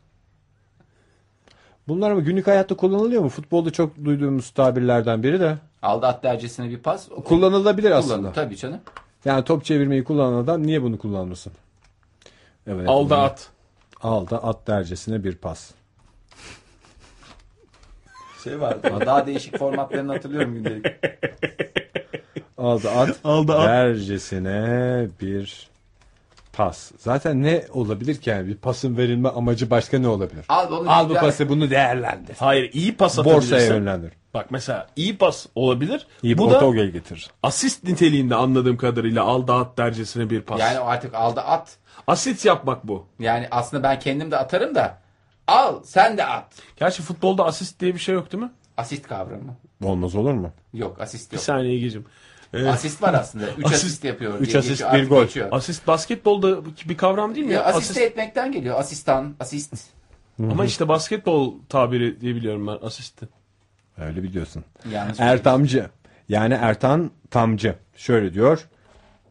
[SPEAKER 1] Bunlar ama günlük hayatta kullanılıyor mu? Futbolda çok duyduğumuz tabirlerden biri de.
[SPEAKER 5] Aldı at dercesine bir pas. O-
[SPEAKER 1] Kullanılabilir aslında.
[SPEAKER 5] Tabii canım.
[SPEAKER 1] Yani top çevirmeyi kullanan adam niye bunu kullanmasın? Evet.
[SPEAKER 2] Alda at.
[SPEAKER 1] Alda at dercesine bir pas.
[SPEAKER 5] Şey vardı. ama daha değişik formatlarını hatırlıyorum gündelik.
[SPEAKER 1] Aldı at.
[SPEAKER 2] Alda at.
[SPEAKER 1] Dercesine bir pas. Zaten ne olabilir ki yani? Bir pasın verilme amacı başka ne olabilir?
[SPEAKER 5] Al, onu
[SPEAKER 1] Al bu
[SPEAKER 5] güzel-
[SPEAKER 1] pası bunu değerlendir.
[SPEAKER 2] Hayır iyi pas
[SPEAKER 1] Borsaya
[SPEAKER 2] atabilirsen.
[SPEAKER 1] yönlendir.
[SPEAKER 2] Bak mesela iyi pas olabilir.
[SPEAKER 1] İyi
[SPEAKER 2] Bu da
[SPEAKER 1] Portogel getirir.
[SPEAKER 2] asist niteliğinde anladığım kadarıyla alda at dercesine bir pas.
[SPEAKER 5] Yani o artık aldı at.
[SPEAKER 2] Asist yapmak bu.
[SPEAKER 5] Yani aslında ben kendim de atarım da al sen de at.
[SPEAKER 2] Gerçi futbolda asist diye bir şey yok değil mi?
[SPEAKER 5] Asist kavramı.
[SPEAKER 1] Olmaz olur mu?
[SPEAKER 5] Yok asist
[SPEAKER 2] Bir
[SPEAKER 5] yok.
[SPEAKER 2] saniye İlgeciğim. Ee,
[SPEAKER 5] Asist var aslında. 3 asist,
[SPEAKER 2] Asist-
[SPEAKER 5] yapıyor.
[SPEAKER 1] üç
[SPEAKER 5] diye
[SPEAKER 1] asist,
[SPEAKER 5] geçiyor,
[SPEAKER 1] bir
[SPEAKER 5] artık
[SPEAKER 1] gol.
[SPEAKER 5] geçiyor.
[SPEAKER 2] asist basketbolda bir kavram değil mi?
[SPEAKER 5] Ya,
[SPEAKER 2] ya?
[SPEAKER 5] asist
[SPEAKER 2] Asist-
[SPEAKER 5] de etmekten geliyor. Asistan, asist.
[SPEAKER 2] Ama işte basketbol tabiri diye biliyorum ben asisti.
[SPEAKER 1] Öyle biliyorsun.
[SPEAKER 5] Yanlış.
[SPEAKER 1] Er- Ertamcı. Yani Ertan Tamcı. Şöyle diyor.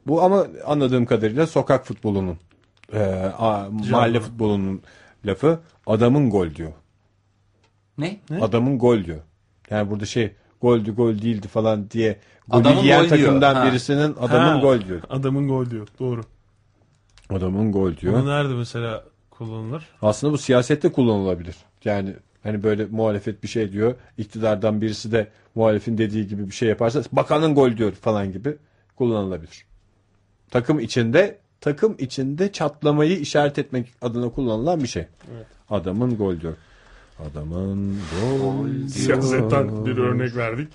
[SPEAKER 1] Bu ama anladığım kadarıyla sokak futbolunun e, a- mahalle futbolunun lafı adamın gol diyor.
[SPEAKER 5] ne?
[SPEAKER 1] Adamın gol diyor. Yani burada şey goldü gol değildi falan diye golü
[SPEAKER 5] Adamın
[SPEAKER 1] yiyen
[SPEAKER 5] gol diyor.
[SPEAKER 1] takımdan
[SPEAKER 5] Ha.
[SPEAKER 1] birisinin adamın
[SPEAKER 2] Ha,
[SPEAKER 1] gol diyor.
[SPEAKER 2] Adamın gol diyor. Doğru.
[SPEAKER 1] Adamın gol diyor.
[SPEAKER 2] Bu nerede mesela kullanılır?
[SPEAKER 1] Aslında bu siyasette kullanılabilir. Yani hani böyle muhalefet bir şey diyor. iktidardan birisi de muhalefin dediği gibi bir şey yaparsa bakanın gol diyor falan gibi kullanılabilir. Takım içinde takım içinde çatlamayı işaret etmek adına kullanılan bir şey. Adamın gol diyor. Adamın gol diyor.
[SPEAKER 2] Siyasetten bir örnek verdik.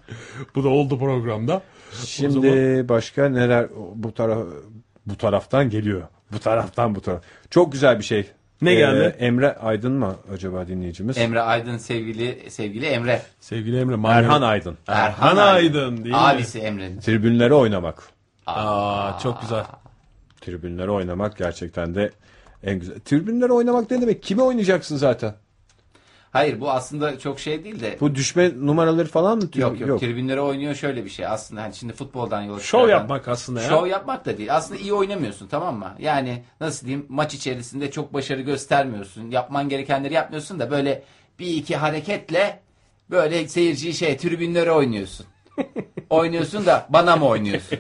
[SPEAKER 2] Bu da oldu programda.
[SPEAKER 1] Şimdi başka neler bu taraf bu taraftan geliyor. Bu taraftan bu taraf. Çok güzel bir şey.
[SPEAKER 2] Ne geldi?
[SPEAKER 1] Emre Aydın mı acaba dinleyicimiz?
[SPEAKER 5] Emre Aydın sevgili sevgili Emre.
[SPEAKER 2] Sevgili Emre Manuel-
[SPEAKER 1] Erhan Aydın.
[SPEAKER 2] Erhan Aydın değil mi?
[SPEAKER 5] Abisi Emre'nin.
[SPEAKER 1] Tribünlere oynamak.
[SPEAKER 2] Aa, çok güzel.
[SPEAKER 1] Tribünlere oynamak gerçekten de en güzel. Tribünlere oynamak ne demek? Kime oynayacaksın zaten?
[SPEAKER 5] Hayır bu aslında çok şey değil de.
[SPEAKER 1] Bu düşme numaraları falan mı? Tri-
[SPEAKER 5] Yok yok, tribünlere oynuyor şöyle bir şey aslında hani şimdi futboldan yola
[SPEAKER 2] Şov
[SPEAKER 5] çıkarken-
[SPEAKER 2] yapmak aslında ya.
[SPEAKER 5] Şov yapmak da değil. Aslında iyi oynamıyorsun tamam mı? Yani nasıl diyeyim maç içerisinde çok başarı göstermiyorsun. Yapman gerekenleri yapmıyorsun da böyle bir iki hareketle böyle seyirciyi şey tribünlere oynuyorsun. oynuyorsun da bana mı oynuyorsun?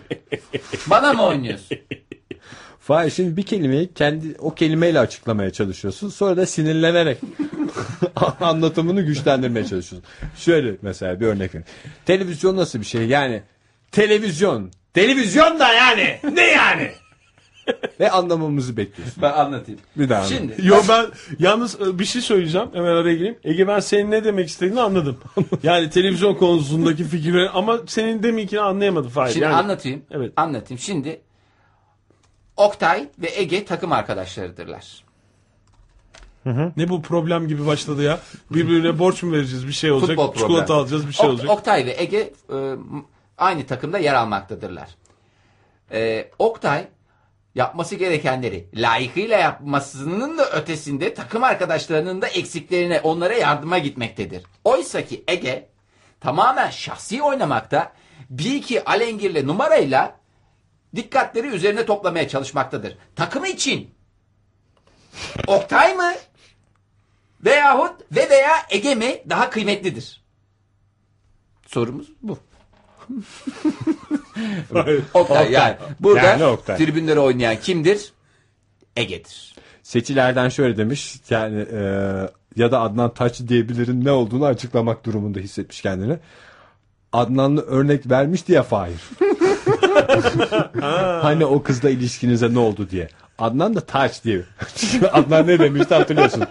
[SPEAKER 5] bana mı oynuyorsun?
[SPEAKER 1] Fahir şimdi bir kelimeyi kendi o kelimeyle açıklamaya çalışıyorsun. Sonra da sinirlenerek anlatımını güçlendirmeye çalışıyorsun. Şöyle mesela bir örnek vereyim. Televizyon nasıl bir şey? Yani televizyon. Televizyon da yani. Ne yani? Ve anlamamızı bekliyorsun.
[SPEAKER 5] Ben anlatayım.
[SPEAKER 1] Bir daha
[SPEAKER 5] Şimdi
[SPEAKER 2] Yo ben yalnız e, bir şey söyleyeceğim. Hemen araya gireyim. Ege ben senin ne demek istediğini anladım. yani televizyon konusundaki fikirleri ama senin deminkini anlayamadım Fahir.
[SPEAKER 5] Şimdi
[SPEAKER 2] yani,
[SPEAKER 5] anlatayım.
[SPEAKER 2] Evet.
[SPEAKER 5] Anlatayım. Şimdi Oktay ve Ege takım arkadaşlarıdırlar.
[SPEAKER 2] Ne bu problem gibi başladı ya. Birbirine borç mu vereceğiz bir şey olacak.
[SPEAKER 5] Futbol
[SPEAKER 2] çikolata
[SPEAKER 5] problemi.
[SPEAKER 2] alacağız bir şey
[SPEAKER 5] Ok-
[SPEAKER 2] olacak.
[SPEAKER 5] Oktay ve Ege e, m- aynı takımda yer almaktadırlar. E, Oktay yapması gerekenleri layıkıyla yapmasının da ötesinde takım arkadaşlarının da eksiklerine onlara yardıma gitmektedir. Oysa ki Ege tamamen şahsi oynamakta bir iki alengirle numarayla dikkatleri üzerine toplamaya çalışmaktadır. Takımı için Oktay mı veyahut ve veya Ege mi daha kıymetlidir? Sorumuz bu. Oktay, yani burada
[SPEAKER 1] Yani Oktay.
[SPEAKER 5] tribünlere oynayan kimdir? Ege'dir.
[SPEAKER 1] Seçilerden şöyle demiş yani e, ya da Adnan Taç diyebilirin ne olduğunu açıklamak durumunda hissetmiş kendini. Adnan'la örnek vermişti ya Fahir. hani o kızla ilişkinize ne oldu diye. Adnan da Taç diye. Çünkü Adnan ne demişti hatırlıyorsun.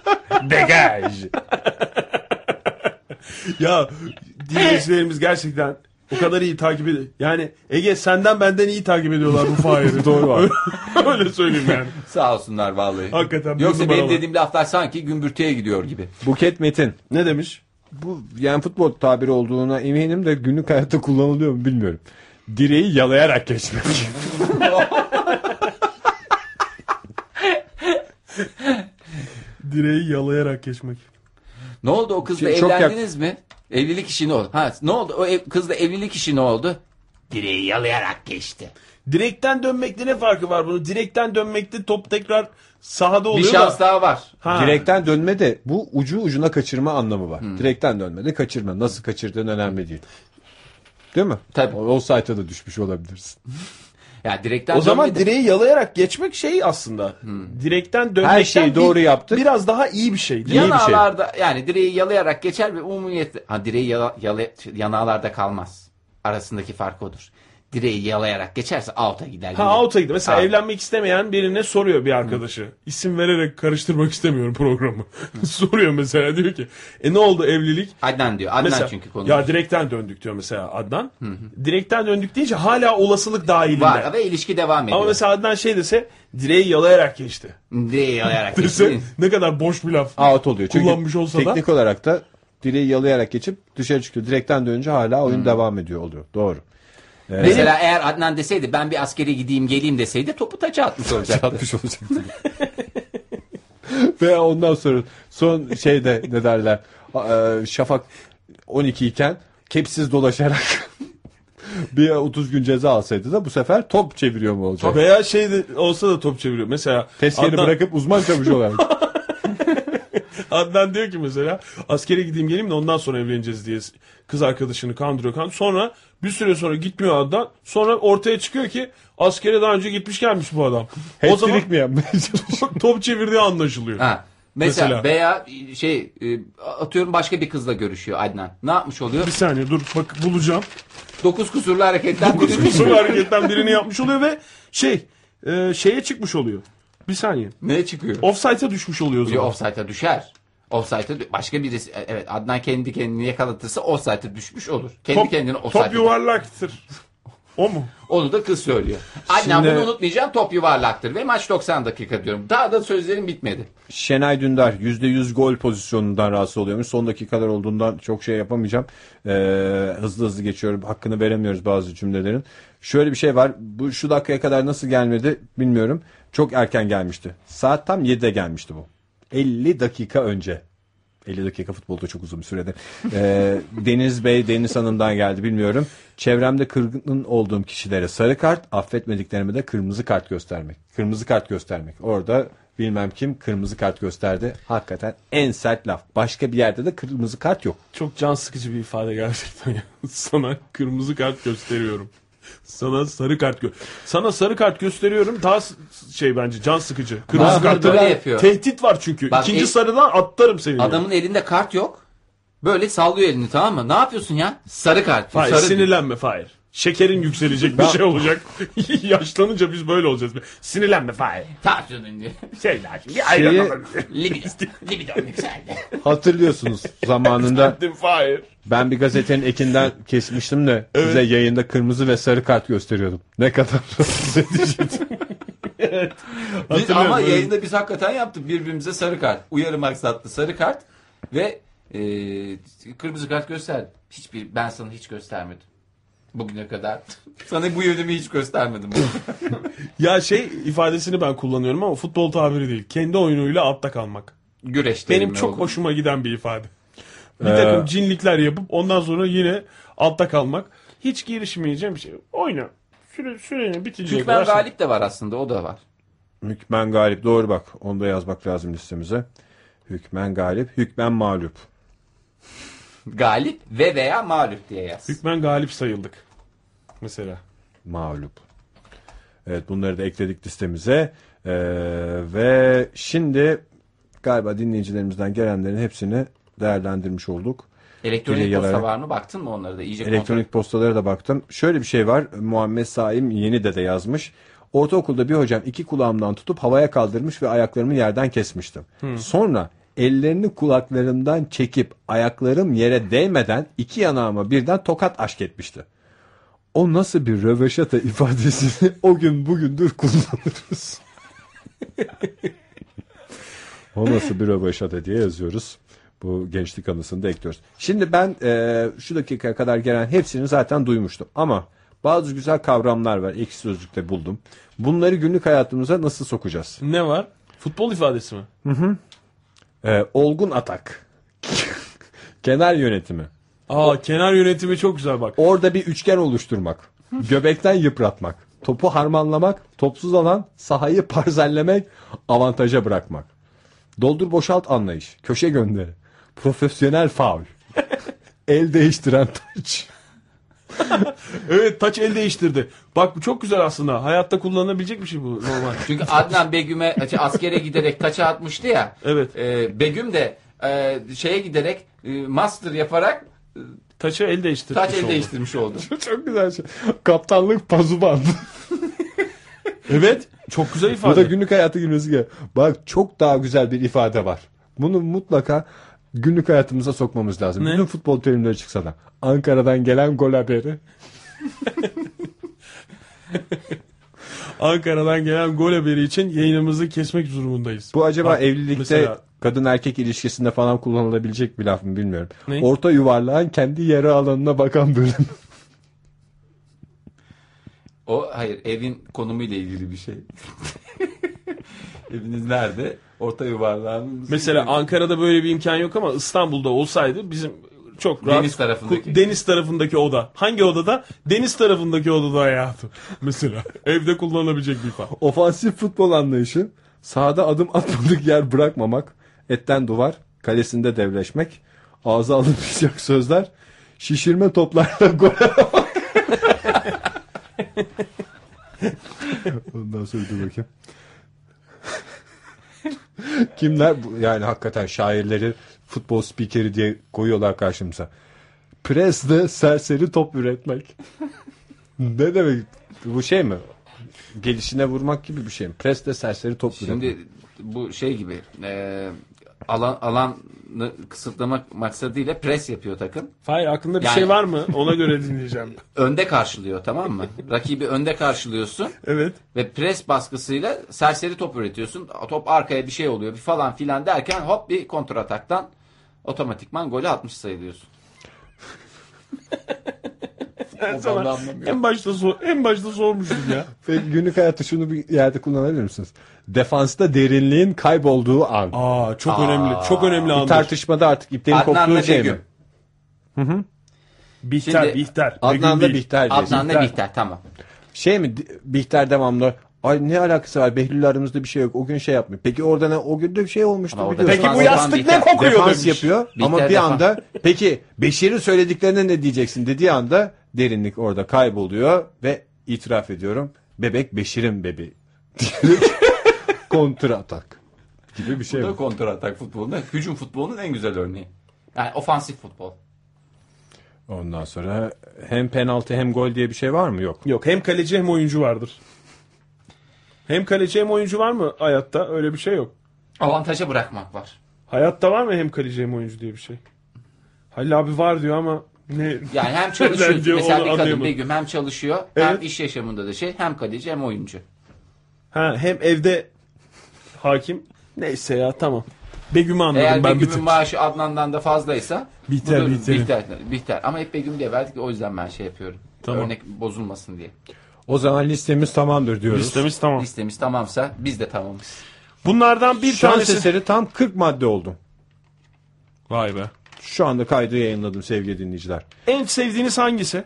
[SPEAKER 1] Degaj.
[SPEAKER 2] ya dinleyicilerimiz gerçekten o kadar iyi takip ediyor. Yani Ege senden benden iyi takip ediyorlar bu Fahir'i.
[SPEAKER 1] Doğru var.
[SPEAKER 2] Öyle söyleyeyim yani.
[SPEAKER 5] Sağ olsunlar vallahi.
[SPEAKER 2] Hakikaten bir
[SPEAKER 5] Yoksa
[SPEAKER 2] numara
[SPEAKER 5] benim
[SPEAKER 2] var.
[SPEAKER 5] dediğim laflar sanki gümbürtüye gidiyor gibi.
[SPEAKER 1] Buket Metin.
[SPEAKER 2] Ne demiş?
[SPEAKER 1] Bu yani futbol tabiri olduğuna eminim de günlük hayatta kullanılıyor mu bilmiyorum. Direği yalayarak geçmek.
[SPEAKER 2] Direği yalayarak geçmek.
[SPEAKER 5] Ne oldu o kızla
[SPEAKER 1] Şimdi çok yak-
[SPEAKER 5] evlendiniz mi? Evlilik işi ne oldu? Ha, ne oldu o ev- kızla evlilik işi ne oldu?
[SPEAKER 11] Direği yalayarak geçti.
[SPEAKER 2] Direkten dönmekte ne farkı var bunun? Direkten dönmekte top tekrar sahada oluyor da- Ha.
[SPEAKER 1] Direkten dönme de bu ucu ucuna kaçırma anlamı var.
[SPEAKER 2] Hmm.
[SPEAKER 1] Direkten dönme de kaçırma. Nasıl kaçırdığın önemli değil. Değil mi? Tabii. Offside'a da düşmüş olabilirsin.
[SPEAKER 5] ya direkten
[SPEAKER 2] O zaman
[SPEAKER 5] dönmedi.
[SPEAKER 2] direği yalayarak geçmek şey aslında. Direkten dönmekten
[SPEAKER 5] Hmm. Her şeyi doğru
[SPEAKER 2] bir-
[SPEAKER 5] yaptık.
[SPEAKER 2] Biraz daha iyi bir şey. değil mi?
[SPEAKER 5] Yanağlarda yani direği yalayarak geçer ve umumiyetle ha direği yala, yala, yanağlarda kalmaz. Arasındaki fark odur. Direği yalayarak geçerse out'a gider.
[SPEAKER 2] Ha out'a gidiyor. Mesela
[SPEAKER 5] Ha.
[SPEAKER 2] evlenmek istemeyen birine soruyor bir arkadaşı. İsim vererek karıştırmak istemiyorum programı. soruyor mesela diyor ki e ne oldu evlilik?
[SPEAKER 5] Adnan diyor. Adnan
[SPEAKER 2] Mesela,
[SPEAKER 5] çünkü konu.
[SPEAKER 2] Ya direkten döndük diyor mesela Adnan. Direkten döndük deyince hala olasılık dahilinde.
[SPEAKER 5] Var ve ilişki devam ediyor.
[SPEAKER 2] Ama mesela Adnan şey dese direği yalayarak geçti.
[SPEAKER 5] Direği yalayarak
[SPEAKER 2] Dese
[SPEAKER 5] geçti.
[SPEAKER 2] ne kadar boş bir laf.
[SPEAKER 1] Out oluyor. Çünkü
[SPEAKER 2] Kullanmış olsa da-
[SPEAKER 1] teknik olarak da direği yalayarak geçip dışarı çıkıyor. Direkten dönünce hala
[SPEAKER 2] Hmm.
[SPEAKER 1] oyun devam ediyor oluyor. Doğru. Ee,
[SPEAKER 5] Mesela eğer Adnan deseydi ben bir askere gideyim geleyim deseydi topu taça atmış olacaktı.
[SPEAKER 1] atmış olacaktı. Ve ondan sonra son şeyde ne derler e, Şafak 12 iken kepsiz dolaşarak bir 30 gün ceza alsaydı da bu sefer top çeviriyor mu olacak?
[SPEAKER 2] Veya şey de olsa da top çeviriyor. Mesela
[SPEAKER 1] Tezkeri
[SPEAKER 2] Adnan-
[SPEAKER 1] bırakıp uzman çavuş olarak.
[SPEAKER 2] Adnan diyor ki mesela askere gideyim geleyim de ondan sonra evleneceğiz diye kız arkadaşını kandırıyor. kan Sonra bir süre sonra gitmiyor Adnan. Sonra ortaya çıkıyor ki askere daha önce gitmiş gelmiş bu adam. o zaman
[SPEAKER 1] mi yapmaya
[SPEAKER 2] top, top çevirdiği anlaşılıyor.
[SPEAKER 5] Ha. Mesela,
[SPEAKER 2] Mesela.
[SPEAKER 5] veya şey e, atıyorum başka bir kızla görüşüyor Adnan. Ne yapmış oluyor?
[SPEAKER 2] Bir saniye dur bak bulacağım.
[SPEAKER 5] Dokuz kusurlu hareketten
[SPEAKER 2] Dokuz kusur hareketten birini yapmış oluyor ve şey e, şeye çıkmış oluyor. Bir saniye.
[SPEAKER 5] Neye çıkıyor?
[SPEAKER 2] Offside'a düşmüş oluyor o
[SPEAKER 5] Yo,
[SPEAKER 2] zaman.
[SPEAKER 5] offside'a düşer. Offside'a dü- başka birisi e, evet Adnan kendi kendini yakalatırsa offside'a düşmüş olur. Kendi
[SPEAKER 2] top,
[SPEAKER 5] kendini
[SPEAKER 2] top
[SPEAKER 5] offside'a.
[SPEAKER 2] yuvarlaktır. O mu?
[SPEAKER 5] Onu da kız söylüyor. Annem
[SPEAKER 1] Şimdi-
[SPEAKER 5] bunu unutmayacağım top yuvarlaktır ve maç 90 dakika diyorum. Daha da sözlerim bitmedi.
[SPEAKER 1] Şenay Dündar %100 gol pozisyonundan rahatsız oluyormuş. Son dakikalar olduğundan çok şey yapamayacağım. Ee, hızlı hızlı geçiyorum. Hakkını veremiyoruz bazı cümlelerin. Şöyle bir şey var. Bu şu dakikaya kadar nasıl gelmedi bilmiyorum. Çok erken gelmişti. Saat tam 7'de gelmişti bu. 50 dakika önce. 50 dakika futbolda çok uzun bir sürede. Ee, Deniz Bey, Deniz Hanım'dan geldi bilmiyorum. Çevremde kırgın olduğum kişilere sarı kart, affetmediklerime de kırmızı kart göstermek. Kırmızı kart göstermek. Orada bilmem kim kırmızı kart gösterdi. Hakikaten en sert laf. Başka bir yerde de kırmızı kart yok.
[SPEAKER 2] Çok can sıkıcı bir ifade gerçekten ya. Sana kırmızı kart gösteriyorum. Sana sarı kart gö Sana sarı kart gösteriyorum. Daha s- şey bence can sıkıcı. Kırmızı
[SPEAKER 5] Bazıları
[SPEAKER 2] kart
[SPEAKER 5] böyle yapıyor.
[SPEAKER 2] Tehdit var çünkü.
[SPEAKER 5] Bak,
[SPEAKER 2] İkinci
[SPEAKER 5] e-
[SPEAKER 2] sarıdan atlarım seni.
[SPEAKER 5] Adamın elinde kart yok. Böyle sallıyor elini tamam mı? Ne yapıyorsun ya? Sarı kart.
[SPEAKER 2] Hayır,
[SPEAKER 5] sarı
[SPEAKER 2] sinirlenme Fahir. Şekerin yükselecek bir şey olacak. Yaşlanınca biz böyle olacağız. Sinirlenme Fahir.
[SPEAKER 5] Tartıyordun diye.
[SPEAKER 2] Şey lazım. Bir
[SPEAKER 1] Şeyi-
[SPEAKER 2] ayran alalım.
[SPEAKER 5] Libido. Libido yükseldi.
[SPEAKER 1] Hatırlıyorsunuz zamanında
[SPEAKER 2] Dedim Fahir.
[SPEAKER 1] ben bir gazetenin ekinden kesmiştim de size yayında kırmızı ve sarı kart gösteriyordum. Ne kadar rahatsız edici.
[SPEAKER 5] Biz,
[SPEAKER 2] Hatırlıyorum,
[SPEAKER 5] ama
[SPEAKER 2] evet.
[SPEAKER 5] yayında biz hakikaten yaptık. Birbirimize sarı kart. Uyarı maksatlı sarı kart. Ve e, kırmızı kart gösterdim. Hiçbir, ben sana hiç göstermedim. Bugüne kadar. sana bu yönümü hiç göstermedim.
[SPEAKER 2] Ya şey ifadesini ben kullanıyorum ama futbol tabiri değil. Kendi oyunuyla altta kalmak.
[SPEAKER 5] Güreşte
[SPEAKER 2] Benim
[SPEAKER 5] elimle
[SPEAKER 2] çok
[SPEAKER 5] oldu.
[SPEAKER 2] hoşuma giden bir ifade. Bir
[SPEAKER 1] Ee,
[SPEAKER 2] takım cinlikler yapıp ondan sonra yine altta kalmak. Hiç girişmeyeceğim bir şey. Oyna. Süre, süreni bitirecek.
[SPEAKER 5] Türkmen Galip de var aslında. O da var.
[SPEAKER 1] Hükmen galip doğru bak. Onu da yazmak lazım listemize. Hükmen galip, hükmen mağlup.
[SPEAKER 5] Galip ve veya mağlup diye yaz.
[SPEAKER 2] Hükmen galip sayıldık. Mesela.
[SPEAKER 1] Mağlup. Evet bunları da ekledik listemize. Ee, ve şimdi galiba dinleyicilerimizden gelenlerin hepsini değerlendirmiş olduk.
[SPEAKER 5] Elektronik
[SPEAKER 1] Biri
[SPEAKER 5] posta
[SPEAKER 1] yalarak-
[SPEAKER 5] var mı? Baktın mı onlara da? İyice kontrol-
[SPEAKER 1] Elektronik postalara da baktım. Şöyle bir şey var. Muhammed Saim yeni de de yazmış. Ortaokulda bir hocam iki kulağımdan tutup havaya kaldırmış ve ayaklarımı yerden kesmiştim. Sonra ellerini kulaklarımdan çekip ayaklarım yere değmeden iki yanağıma birden tokat aşk etmişti. O nasıl bir röveşata ifadesini o gün bugündür kullanırız. o nasıl bir röveşata diye yazıyoruz. Bu gençlik anısını da ekliyoruz. Şimdi ben eee, şu dakikaya kadar gelen hepsini zaten duymuştum. Ama bazı güzel kavramlar var. Ekşi sözlükte buldum. Bunları günlük hayatımıza nasıl sokacağız?
[SPEAKER 2] Ne var? Futbol ifadesi mi?
[SPEAKER 1] Eee, olgun atak. E, Kenar yönetimi.
[SPEAKER 2] Aa kenar yönetimi çok güzel bak.
[SPEAKER 1] Orada bir üçgen oluşturmak. Göbekten yıpratmak. Topu harmanlamak. Topsuz alan sahayı parzellemek. Avantaja bırakmak. Doldur boşalt anlayış. Köşe gönderi. Profesyonel faul. El değiştiren taç.
[SPEAKER 2] Evet taç el değiştirdi. Bak bu çok güzel aslında. Hayatta kullanılabilecek bir şey bu normal.
[SPEAKER 5] Çünkü Adnan Begüm'e şey, askere giderek taça atmıştı ya.
[SPEAKER 2] Evet.
[SPEAKER 5] Begüm de e, şeye giderek e, master yaparak
[SPEAKER 2] taça el değiştirmiş
[SPEAKER 5] Taç el
[SPEAKER 2] oldu.
[SPEAKER 5] değiştirmiş oldu.
[SPEAKER 1] Çok güzel şey. Kaptanlık pazuban.
[SPEAKER 2] evet. Çok güzel ifade.
[SPEAKER 1] Bu da günlük hayatı gülmesi gel. Bak çok daha güzel bir ifade var. Bunu mutlaka günlük hayatımıza sokmamız lazım.
[SPEAKER 2] Ne?
[SPEAKER 1] Bütün futbol terimleri çıksa da. Ankara'dan gelen gol haberi.
[SPEAKER 2] Ankara'dan gelen gol haberi için yayınımızı kesmek durumundayız.
[SPEAKER 1] Bu acaba
[SPEAKER 2] Bak,
[SPEAKER 1] evlilikte
[SPEAKER 2] mesela-
[SPEAKER 1] kadın erkek ilişkisinde falan kullanılabilecek bir laf mı bilmiyorum.
[SPEAKER 2] Ne?
[SPEAKER 1] Orta yuvarlağın kendi yarı alanına bakan bölüm.
[SPEAKER 5] O hayır evin konumuyla ilgili bir şey. Eviniz nerede? Orta yuvarlağın.
[SPEAKER 2] Mesela Ankara'da böyle bir imkan yok ama İstanbul'da olsaydı bizim çok rahat
[SPEAKER 5] Deniz tarafındaki.
[SPEAKER 2] Ku- deniz tarafındaki oda. Hangi odada? Deniz tarafındaki odada hayatım. Mesela evde kullanılabilecek bir ifade.
[SPEAKER 1] Ofansif futbol anlayışı. Sahada adım atmadık yer bırakmamak. Etten duvar. Kalesinde devleşmek. Ağza alınmayacak sözler. Şişirme toplarla gol atmak. Ondan sonra dur bakayım. Kimler bu- yani hakikaten şairleri futbol spikeri diye koyuyorlar karşımıza. Presle serseri top üretmek. ne demek? Bu şey mi? Gelişine vurmak gibi bir şey mi? Presle serseri top üretmek.
[SPEAKER 5] Şimdi bu şey gibi e, alan alanı kısıtlamak maksadıyla pres yapıyor takım.
[SPEAKER 2] Hayır aklında bir
[SPEAKER 5] Yani-
[SPEAKER 2] şey var mı? Ona göre dinleyeceğim.
[SPEAKER 5] Önde karşılıyor tamam mı? Rakibi önde karşılıyorsun
[SPEAKER 2] Evet.
[SPEAKER 5] ve pres baskısıyla serseri top üretiyorsun. Top arkaya bir şey oluyor bir falan filan derken hop bir kontrataktan otomatikman golü atmış sayılıyorsun.
[SPEAKER 2] Ben sana en başta sor- en başta sormuştum ya.
[SPEAKER 1] Ve günlük hayatta şunu bir yerde kullanabilir misiniz? Defansta derinliğin kaybolduğu an.
[SPEAKER 2] Aa çok önemli. Çok önemli
[SPEAKER 1] bir
[SPEAKER 2] andır.
[SPEAKER 1] tartışmada artık iplerin koptuğu
[SPEAKER 5] Adnan'la
[SPEAKER 1] şey mi?
[SPEAKER 5] Begüm.
[SPEAKER 2] Bihter,
[SPEAKER 5] Şimdi-
[SPEAKER 2] Bihter. Begüm
[SPEAKER 1] Adnan'la
[SPEAKER 2] değil.
[SPEAKER 1] Bihter. diye.
[SPEAKER 5] Adnan'la Bihter tamam.
[SPEAKER 1] Şey mi Di- Bihter devamlı Ay ne alakası var Behlül'le aramızda bir şey yok. O gün şey yapmıyor. Peki orada ne? O gün de bir şey olmuştu.
[SPEAKER 5] Ama orada
[SPEAKER 1] biliyorsun.
[SPEAKER 2] Peki bu
[SPEAKER 5] Defans-
[SPEAKER 2] yastık ne
[SPEAKER 5] Bihter.
[SPEAKER 2] kokuyor
[SPEAKER 1] defans
[SPEAKER 2] demiş.
[SPEAKER 1] yapıyor
[SPEAKER 5] Bihter
[SPEAKER 1] ama bir
[SPEAKER 5] defans.
[SPEAKER 1] anda peki Beşir'in söylediklerine ne diyeceksin dediği anda derinlik orada kayboluyor ve itiraf ediyorum bebek Beşir'in bebeği. diyerek kontra atak gibi bir şey.
[SPEAKER 5] Bu da
[SPEAKER 1] var.
[SPEAKER 5] kontra atak futbolunda hücum futbolunun en güzel örneği. Yani ofansif futbol.
[SPEAKER 1] Ondan sonra hem penaltı hem gol diye bir şey var mı? Yok.
[SPEAKER 2] Yok hem kaleci hem oyuncu vardır. Hem kaleci hem oyuncu var mı hayatta? Öyle bir şey yok.
[SPEAKER 5] Avantaja bırakmak var.
[SPEAKER 2] Hayatta var mı hem kaleci hem oyuncu diye bir şey? Halil abi var diyor ama ne?
[SPEAKER 5] Yani hem
[SPEAKER 2] Neden
[SPEAKER 5] çalışıyor.
[SPEAKER 2] diyor,
[SPEAKER 5] mesela
[SPEAKER 2] onu
[SPEAKER 5] bir kadın
[SPEAKER 2] anlayamadım.
[SPEAKER 5] bir gün hem çalışıyor hem
[SPEAKER 2] Evet.
[SPEAKER 5] iş yaşamında da şey hem kaleci hem oyuncu.
[SPEAKER 2] Ha, hem evde hakim. Neyse ya tamam. Begüm'ü anladım ben
[SPEAKER 5] Eğer
[SPEAKER 2] bir
[SPEAKER 5] Begüm'ün
[SPEAKER 2] tek.
[SPEAKER 5] maaşı Adnan'dan da fazlaysa
[SPEAKER 2] Bihter,
[SPEAKER 5] bu da-
[SPEAKER 2] Bihter'in.
[SPEAKER 5] Bihter, Bihter. Ama hep Begüm diye verdik o yüzden ben şey yapıyorum. Örnek bozulmasın diye.
[SPEAKER 1] O zaman listemiz tamamdır diyoruz.
[SPEAKER 2] Listemiz tamam.
[SPEAKER 5] Listemiz tamamsa biz de tamamız.
[SPEAKER 2] Bunlardan bir
[SPEAKER 1] Şans
[SPEAKER 2] tanesi.
[SPEAKER 1] eseri tam 40 madde oldu.
[SPEAKER 2] Vay be.
[SPEAKER 1] Şu anda kaydı yayınladım sevgili dinleyiciler.
[SPEAKER 2] En sevdiğiniz hangisi?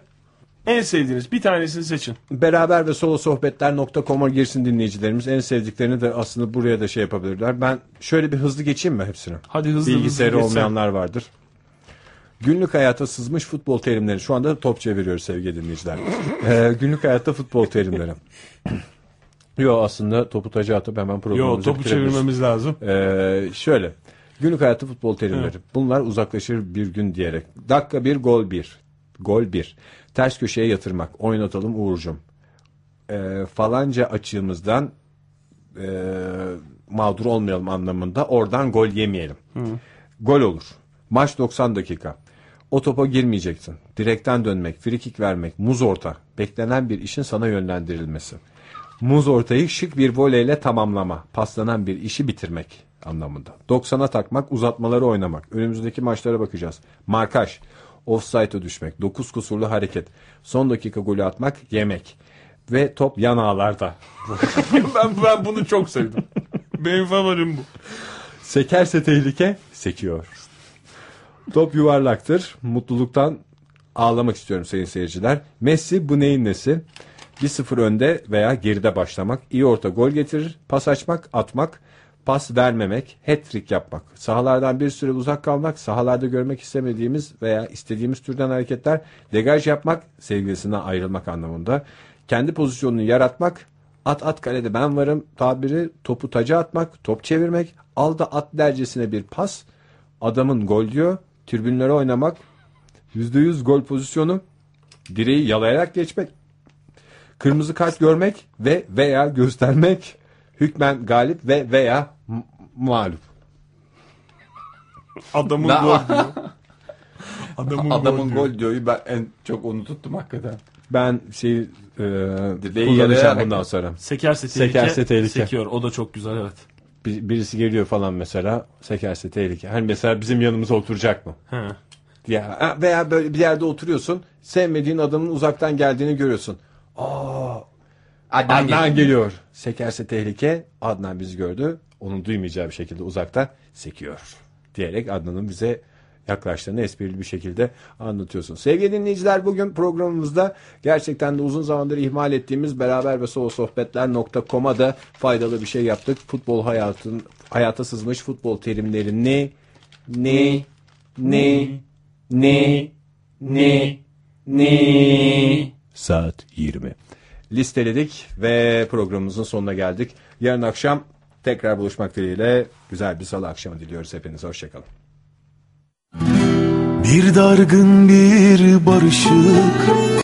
[SPEAKER 2] En sevdiğiniz bir tanesini seçin.
[SPEAKER 1] Beraber ve solo sohbetler.com'a girsin dinleyicilerimiz. En sevdiklerini de aslında buraya da şey yapabilirler. Ben şöyle bir hızlı geçeyim mi hepsini?
[SPEAKER 2] Hadi hızlı
[SPEAKER 1] Bilgisayarı
[SPEAKER 2] hızlı geçsen.
[SPEAKER 1] olmayanlar vardır. Günlük hayata sızmış futbol terimleri. Şu anda top çeviriyoruz sevgili dinleyiciler. Ee, günlük hayatta futbol terimleri. Yo aslında topu taca atıp hemen programımızı
[SPEAKER 2] Yo topu
[SPEAKER 1] bitirebiliriz.
[SPEAKER 2] çevirmemiz lazım.
[SPEAKER 1] Ee, şöyle. Günlük hayatta futbol terimleri. Bunlar uzaklaşır bir gün diyerek. Dakika bir, gol bir. Gol bir. Ters köşeye yatırmak. Oynatalım Uğur'cum. Ee, falanca açığımızdan e, mağdur olmayalım anlamında. Oradan gol yemeyelim. Gol olur. Maç 90 dakika. O topa girmeyeceksin. Direkten dönmek, frikik vermek, muz orta. Beklenen bir işin sana yönlendirilmesi. Muz ortayı şık bir voleyle tamamlama. Paslanan bir işi bitirmek anlamında. 90'a takmak, uzatmaları oynamak. Önümüzdeki maçlara bakacağız. Markaj, offside'a düşmek, 9 kusurlu hareket, son dakika golü atmak, yemek ve top yan ağlarda.
[SPEAKER 2] ben, ben bunu çok sevdim. Benim favorim bu.
[SPEAKER 1] Sekerse tehlike, sekiyor. Top yuvarlaktır. Mutluluktan ağlamak istiyorum sayın seyirciler. Messi bu neyin nesi? 1-0 önde veya geride başlamak, iyi orta gol getirir, pas açmak, atmak, pas vermemek, hat-trick yapmak, sahalardan bir süre uzak kalmak, sahalarda görmek istemediğimiz veya istediğimiz türden hareketler, degaj yapmak, sevgilisinden ayrılmak anlamında, kendi pozisyonunu yaratmak, at at kalede ben varım tabiri, topu taca atmak, top çevirmek, al da at dercesine bir pas, adamın gol diyor, tribünlere oynamak, %100 gol pozisyonu, direği yalayarak geçmek, kırmızı kart görmek ve veya göstermek, hükmen galip ve veya m- mağlup.
[SPEAKER 2] Adamın
[SPEAKER 3] Ben-
[SPEAKER 2] gol diyor. Adamın, gol
[SPEAKER 3] Adamın,
[SPEAKER 2] diyor.
[SPEAKER 3] gol diyor'yu ben en çok onu tuttum hakikaten.
[SPEAKER 1] Ben şey e,
[SPEAKER 3] Direği
[SPEAKER 1] kullanacağım
[SPEAKER 3] yalayarak-
[SPEAKER 1] bundan sonra.
[SPEAKER 2] Sekerse tehlike.
[SPEAKER 1] Sekerse tehlike.
[SPEAKER 2] Sekiyor. O da çok güzel evet.
[SPEAKER 1] Bir- birisi geliyor falan mesela sekerse tehlike. Hani mesela bizim yanımıza oturacak mı?
[SPEAKER 2] He.
[SPEAKER 1] Ya ha, veya böyle bir yerde oturuyorsun, sevmediğin adamın uzaktan geldiğini görüyorsun.
[SPEAKER 3] Adnan,
[SPEAKER 1] Adnan geliyor. Sekerse tehlike. Adnan bizi gördü. Onun duymayacağı bir şekilde uzaktan sekiyor. Diyerek Adnan'ın bize yaklaştığını esprili bir şekilde anlatıyorsun. Sevgili dinleyiciler bugün programımızda gerçekten de uzun zamandır ihmal ettiğimiz beraber ve solo sohbetler.com'a da faydalı bir şey yaptık. Futbol hayatın hayata sızmış futbol terimlerini ne ne ne ne ne saat 20 listeledik ve programımızın sonuna geldik. Yarın akşam tekrar buluşmak dileğiyle güzel bir salı akşamı diliyoruz hepinize. Hoşçakalın.
[SPEAKER 12] Bir dargın bir barışık